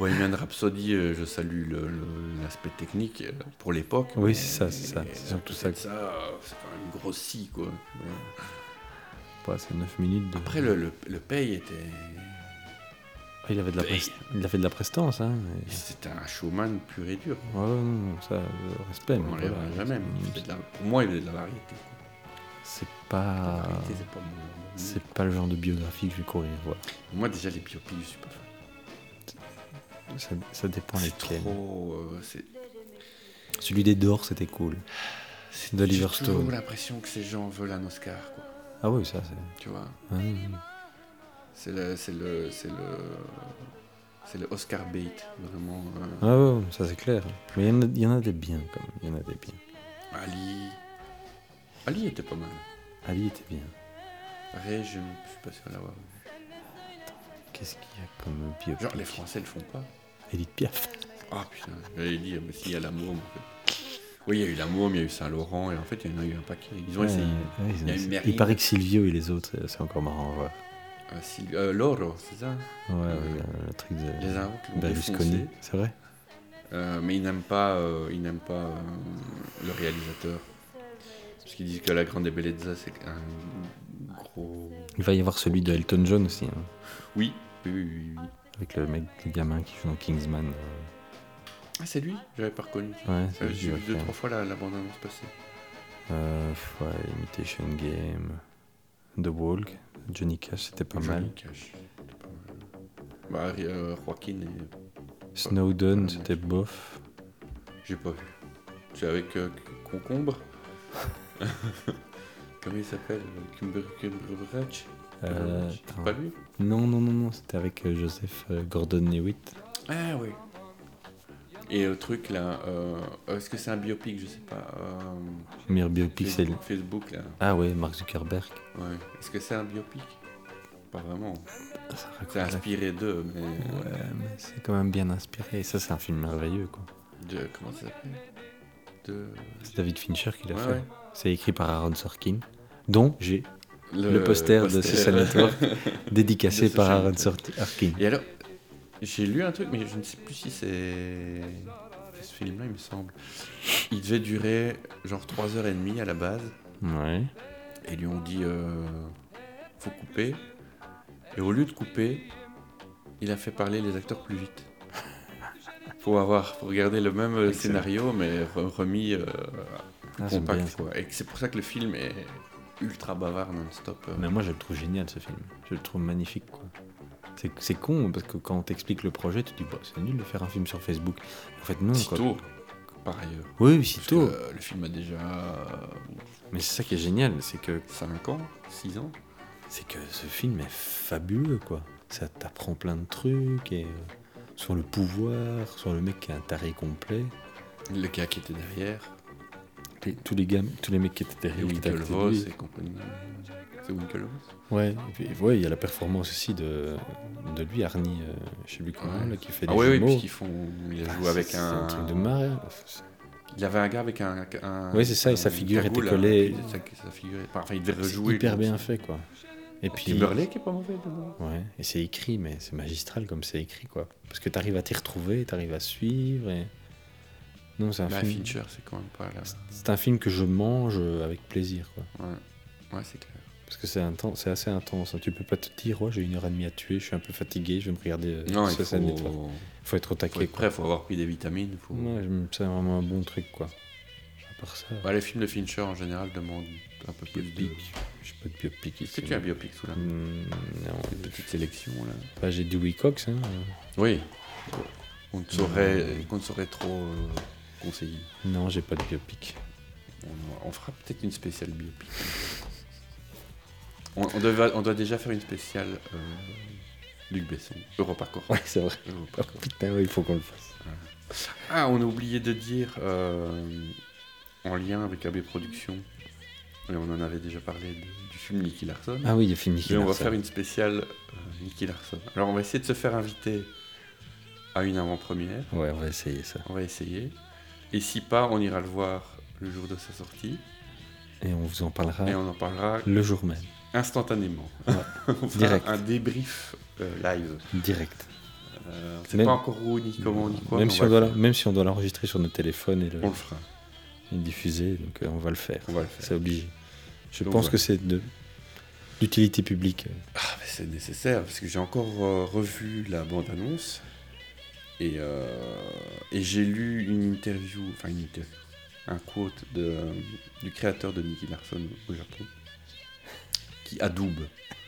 Speaker 1: Bohemian Rhapsody, euh, je salue le- le- l'aspect technique euh, pour l'époque.
Speaker 2: Oui,
Speaker 1: mais-
Speaker 2: c'est ça, c'est ça,
Speaker 1: mais
Speaker 2: c'est surtout
Speaker 1: à
Speaker 2: ça Mmh.
Speaker 1: côté de euh, c'est quand même grossi, quoi. Ouais.
Speaker 2: Ouais, c'est 9 minutes. De...
Speaker 1: Après, le, le, le Pay était.
Speaker 2: Ah, il, avait de la
Speaker 1: Hey.
Speaker 2: prest- il a fait de la prestance. Hein, mais-
Speaker 1: C'était un showman pur et dur.
Speaker 2: Ouais, ouais, non, ça, euh, respect.
Speaker 1: On
Speaker 2: mais
Speaker 1: l'enlèvera
Speaker 2: voilà,
Speaker 1: jamais. mais il faisait de la- Pour moi, il faisait de la variété. quoi.
Speaker 2: C'est
Speaker 1: La
Speaker 2: pas.
Speaker 1: variété, c'est pas mon-
Speaker 2: Ah. C'est pas le genre de biographie que je vais courir. voilà.
Speaker 1: Moi, déjà, les biopics, je suis pas fan.
Speaker 2: Ça, ça dépend
Speaker 1: C'est
Speaker 2: lesquels.
Speaker 1: trop. euh, c'est-
Speaker 2: Celui des Dors, c'était cool.
Speaker 1: c'est
Speaker 2: d'Oliver
Speaker 1: J'ai toujours
Speaker 2: Stone.
Speaker 1: l'impression que ces gens veulent un Oscar, quoi.
Speaker 2: Ah, oui, ça, c'est.
Speaker 1: Tu vois
Speaker 2: Ah,
Speaker 1: C'est le, c'est le, c'est le, c'est le Oscar bait, vraiment. euh,
Speaker 2: ah ouais, ouais, ça, c'est clair. Mais il y en a- il y, en a des biens, quand même. Il y en a des biens. Ah.
Speaker 1: Ali. Ali était pas mal.
Speaker 2: Ali était Ah, eh bien.
Speaker 1: Ray, je je suis pas sûr de l'avoir. vu.
Speaker 2: Qu'est-ce qu'il y a comme biopic
Speaker 1: Genre, les Français le font pas.
Speaker 2: Edith Piaf.
Speaker 1: Ah putain, j'allais dire, mais s'il y a la môme. En fait. Oui, il y a eu la môme, il y a eu Saint-Laurent, et en fait, il y en a eu un paquet. Ils ont essayé.
Speaker 2: Ouais, ouais, ils ont
Speaker 1: Il y a
Speaker 2: essayé.
Speaker 1: une
Speaker 2: Il
Speaker 1: Merlin.
Speaker 2: paraît que Silvio et les autres, euh, c'est encore marrant à voir.
Speaker 1: Euh, Sylvie- euh, Loro, c'est ça
Speaker 2: Ouais, ouais,
Speaker 1: Euh,
Speaker 2: le- le truc de
Speaker 1: Les Arabes l'ont
Speaker 2: Bah, Berlusconi,
Speaker 1: défoncé.
Speaker 2: c'est vrai
Speaker 1: Euh, mais ils n'aiment pas, euh, ils n'aiment pas euh, le réalisateur. Parce qu'ils disent que La Grande Bellezza, c'est un gros.
Speaker 2: Il va y avoir celui de Elton John aussi, hein,
Speaker 1: Oui, oui, oui, oui, oui.
Speaker 2: avec le mec, le gamin qui joue dans Kingsman. euh.
Speaker 1: Ah, c'est lui J'avais pas reconnu.
Speaker 2: Ouais,
Speaker 1: Euh,
Speaker 2: c'est
Speaker 1: J'ai vu
Speaker 2: lui,
Speaker 1: deux,
Speaker 2: ouais.
Speaker 1: trois fois la, la bande-annonce passer.
Speaker 2: Euh, pff, ouais, Imitation Game, The Walk, Johnny Cash, c'était pas mal.
Speaker 1: Johnny Cash, c'était pas mal. Bah, euh, Joaquin, et-
Speaker 2: Snowden,
Speaker 1: mal.
Speaker 2: c'était bof.
Speaker 1: j'ai pas vu. C'est avec euh,
Speaker 2: [laughs]
Speaker 1: Concombre Comment il s'appelle Cumber... Cumberbatch
Speaker 2: Euh,
Speaker 1: Cumberbatch C'est
Speaker 2: attends.
Speaker 1: Pas lui
Speaker 2: Non, non, non, non, c'était avec euh, Joseph euh, Gordon-Lewitt.
Speaker 1: Ah oui. Et le truc là, euh, est-ce que c'est un biopic Je sais pas. euh,
Speaker 2: Meilleur biopic, c'est...
Speaker 1: Facebook, Facebook, là.
Speaker 2: Ah ouais, Mark Zuckerberg.
Speaker 1: Ouais. Est-ce que c'est un biopic Pas vraiment.
Speaker 2: Ah, Ça raconte
Speaker 1: C'est
Speaker 2: la
Speaker 1: inspiré d'eux, mais.
Speaker 2: Ouais, mais c'est quand même bien inspiré. Et ça, c'est un film merveilleux, quoi.
Speaker 1: De. Comment ça s'appelle De.
Speaker 2: C'est David Fincher qui l'a
Speaker 1: Ouais,
Speaker 2: fait.
Speaker 1: ouais.
Speaker 2: C'est écrit par Aaron Sorkin, dont j'ai le, poster, de Social Network dédicacé
Speaker 1: De
Speaker 2: par
Speaker 1: Social
Speaker 2: Aaron
Speaker 1: Network.
Speaker 2: Sorti- Sorkin.
Speaker 1: [laughs] Et alors, j'ai lu un truc, mais je ne sais plus si c'est. c'est Ce film-là, il me semble. Il devait durer genre 3h30 à la base.
Speaker 2: Ouais.
Speaker 1: et lui ont dit euh, faut couper. Et au lieu de couper, il a fait parler les acteurs plus
Speaker 2: [laughs]
Speaker 1: vite. Pour avoir, pour garder le même euh,
Speaker 2: Excellent.
Speaker 1: scénario, mais re- remis euh,
Speaker 2: Ah, j'aime bien
Speaker 1: compact.
Speaker 2: ça.
Speaker 1: quoi. Et que c'est pour ça que le film est ultra bavard non-stop. euh.
Speaker 2: Mais moi, je le trouve génial ce film. Je le trouve magnifique, quoi. C'est- C'est con, parce que quand on t'explique le projet, tu te dis, bah, c'est nul de faire un film sur Facebook. En fait, non, quoi.
Speaker 1: Sitôt, par ailleurs.
Speaker 2: Oui, oui,
Speaker 1: Parce
Speaker 2: sitôt.
Speaker 1: que, euh, le film a déjà
Speaker 2: Mais c'est ça qui est génial, c'est que
Speaker 1: 5 ans, 6 ans.
Speaker 2: c'est que ce film est fabuleux, quoi. Ça t'apprend plein de trucs, et euh, sur le pouvoir, sur le mec qui a un taré complet,
Speaker 1: Le gars qui était derrière,
Speaker 2: les- tous les gars, tous les mecs qui
Speaker 1: et
Speaker 2: étaient derrière. qui étaient à côté de
Speaker 1: Winklevoss
Speaker 2: lui.
Speaker 1: et compagnie. C'est Winklevoss
Speaker 2: Ouais, et puis ouais, il y a la performance aussi de, de lui, Arnie, euh, je sais plus comment,
Speaker 1: Ouais.
Speaker 2: là, qui fait
Speaker 1: Ah
Speaker 2: des
Speaker 1: oui, oui,
Speaker 2: jumeaux.
Speaker 1: puisqu'ils font. Ils jouent avec
Speaker 2: C'est un truc de marée.
Speaker 1: Il avait un gars avec un. un-
Speaker 2: Oui, c'est ça, et sa
Speaker 1: une
Speaker 2: figure était
Speaker 1: cagoule,
Speaker 2: collée.
Speaker 1: hein, puis Sa, sa figure, est- enfin, il devait
Speaker 2: C'est
Speaker 1: rejouer.
Speaker 2: hyper
Speaker 1: donc,
Speaker 2: bien fait, quoi. Et puis.
Speaker 1: Timberlake est pas mauvais dedans.
Speaker 2: Ouais, et c'est écrit, mais c'est magistral comme c'est écrit, quoi. Parce que t'arrives à t'y retrouver, t'arrives à suivre, et. Non, c'est un
Speaker 1: Bah,
Speaker 2: film.
Speaker 1: Fincher, c'est quand même pas là.
Speaker 2: C'est un film que je mange euh, avec plaisir, quoi.
Speaker 1: Ouais, ouais c'est clair.
Speaker 2: Parce que c'est intense, c'est assez intense. hein. Tu peux pas te dire, ouais, j'ai une heure et demie à tuer, je suis un peu fatigué, je vais me regarder. euh,
Speaker 1: Non, il
Speaker 2: cette
Speaker 1: faut,
Speaker 2: scène nettoie. Faut être au
Speaker 1: faut
Speaker 2: taquet,
Speaker 1: être
Speaker 2: quoi.
Speaker 1: prêt, faut avoir pris des vitamines. Faut...
Speaker 2: Ouais, je me- c'est vraiment un bon truc, quoi. À part ça,
Speaker 1: Bah, les films de Fincher en général demandent un peu plus de.
Speaker 2: biopic. Je pas de biopic
Speaker 1: Est-ce
Speaker 2: ici.
Speaker 1: que tu as un biopic sous la main
Speaker 2: Hmm, Non.
Speaker 1: Une petite sélection là.
Speaker 2: Bah, j'ai Dewey Cox, hein.
Speaker 1: Oui. On ne saurait, qu'on ne saurait trop euh, conseiller.
Speaker 2: Non, j'ai pas de biopic. [laughs]
Speaker 1: On, on fera peut-être une spéciale biopic. On, on devait- on doit déjà faire une spéciale euh, Luc Besson, Europacorp.
Speaker 2: Ouais, c'est vrai. Oh, putain, ouais, il faut qu'on le fasse.
Speaker 1: Ah, on a oublié de dire, euh, en lien avec AB Productions, et on en avait déjà parlé de- du film Nicky Larson.
Speaker 2: Ah oui, il a fini.
Speaker 1: Mais on va faire une spéciale euh, Nicky Larson. Alors on va essayer de se faire inviter à une avant-première.
Speaker 2: Ouais, on va essayer ça.
Speaker 1: On va essayer. Et si pas, on ira le voir le jour de sa sortie.
Speaker 2: Et on vous en parlera
Speaker 1: Et on en parlera
Speaker 2: le jour même, [laughs]
Speaker 1: instantanément. on fera
Speaker 2: Direct.
Speaker 1: un débrief euh, live.
Speaker 2: direct.
Speaker 1: Euh, c'est
Speaker 2: Même-
Speaker 1: pas encore où, ni comment, ni quoi.
Speaker 2: même,
Speaker 1: mais
Speaker 2: si
Speaker 1: on
Speaker 2: on
Speaker 1: va
Speaker 2: doit
Speaker 1: le
Speaker 2: la-
Speaker 1: faire.
Speaker 2: même si on doit l'enregistrer sur nos téléphones et le,
Speaker 1: On le fera.
Speaker 2: et le diffuser, donc euh, on va le faire.
Speaker 1: On va le faire.
Speaker 2: C'est obligé. Je
Speaker 1: Donc,
Speaker 2: pense
Speaker 1: ouais.
Speaker 2: que c'est de d'utilité publique. euh,
Speaker 1: Ah, mais c'est nécessaire, parce que j'ai encore euh, revu la bande-annonce. Et, euh, et j'ai lu une interview, enfin une interview, un quote de, euh, du créateur de Nicky Larson au Japon, qui adoube.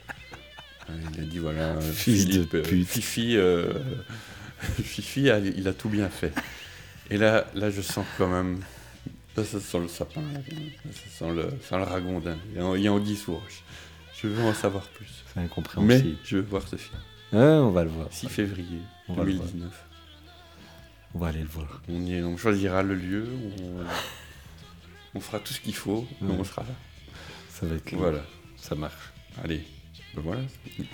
Speaker 2: [laughs]
Speaker 1: Euh, Il a dit voilà, euh,
Speaker 2: Fils de
Speaker 1: Philippe, euh,
Speaker 2: pute.
Speaker 1: Fifi, euh, [laughs] Fifi a- il a tout bien fait. Et là, là je sens quand même. Là, ça sent le sapin, là, ça sent le, ça sent le ragondin. Il y a- Il y a Anguille sous roche. Je veux en savoir plus.
Speaker 2: C'est
Speaker 1: Mais
Speaker 2: incompréhensible.
Speaker 1: je veux voir ce film.
Speaker 2: Ouais, on va le voir.
Speaker 1: 6 février
Speaker 2: On va le voir.
Speaker 1: 2019.
Speaker 2: On va aller le voir.
Speaker 1: On, y, on choisira le lieu, on, on fera tout ce qu'il faut, mais
Speaker 2: Ouais.
Speaker 1: on sera là.
Speaker 2: Ça va être
Speaker 1: Voilà.
Speaker 2: Ça marche.
Speaker 1: Allez. Ben voilà,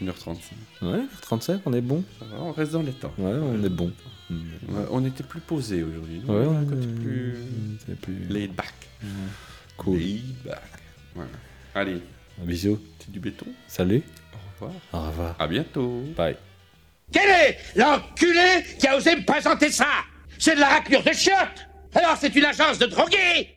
Speaker 1: 1h35.
Speaker 2: Ouais, 37, on est bon.
Speaker 1: Ça va, on reste dans les temps.
Speaker 2: Ouais, on est bon. Mm.
Speaker 1: Ouais, on était plus posé aujourd'hui. non
Speaker 2: Ouais,
Speaker 1: On
Speaker 2: on
Speaker 1: a un
Speaker 2: est
Speaker 1: côté plus
Speaker 2: on est plus-
Speaker 1: laid back.
Speaker 2: Cool.
Speaker 1: Laid back. Voilà. Allez,
Speaker 2: Un bisou.
Speaker 1: c'est du béton.
Speaker 2: Salut.
Speaker 1: Au revoir.
Speaker 2: Au revoir.
Speaker 1: À bientôt.
Speaker 2: Bye.
Speaker 7: Quel est l'enculé qui a osé me présenter ça C'est de la raclure de chiottes Alors c'est une agence de drogués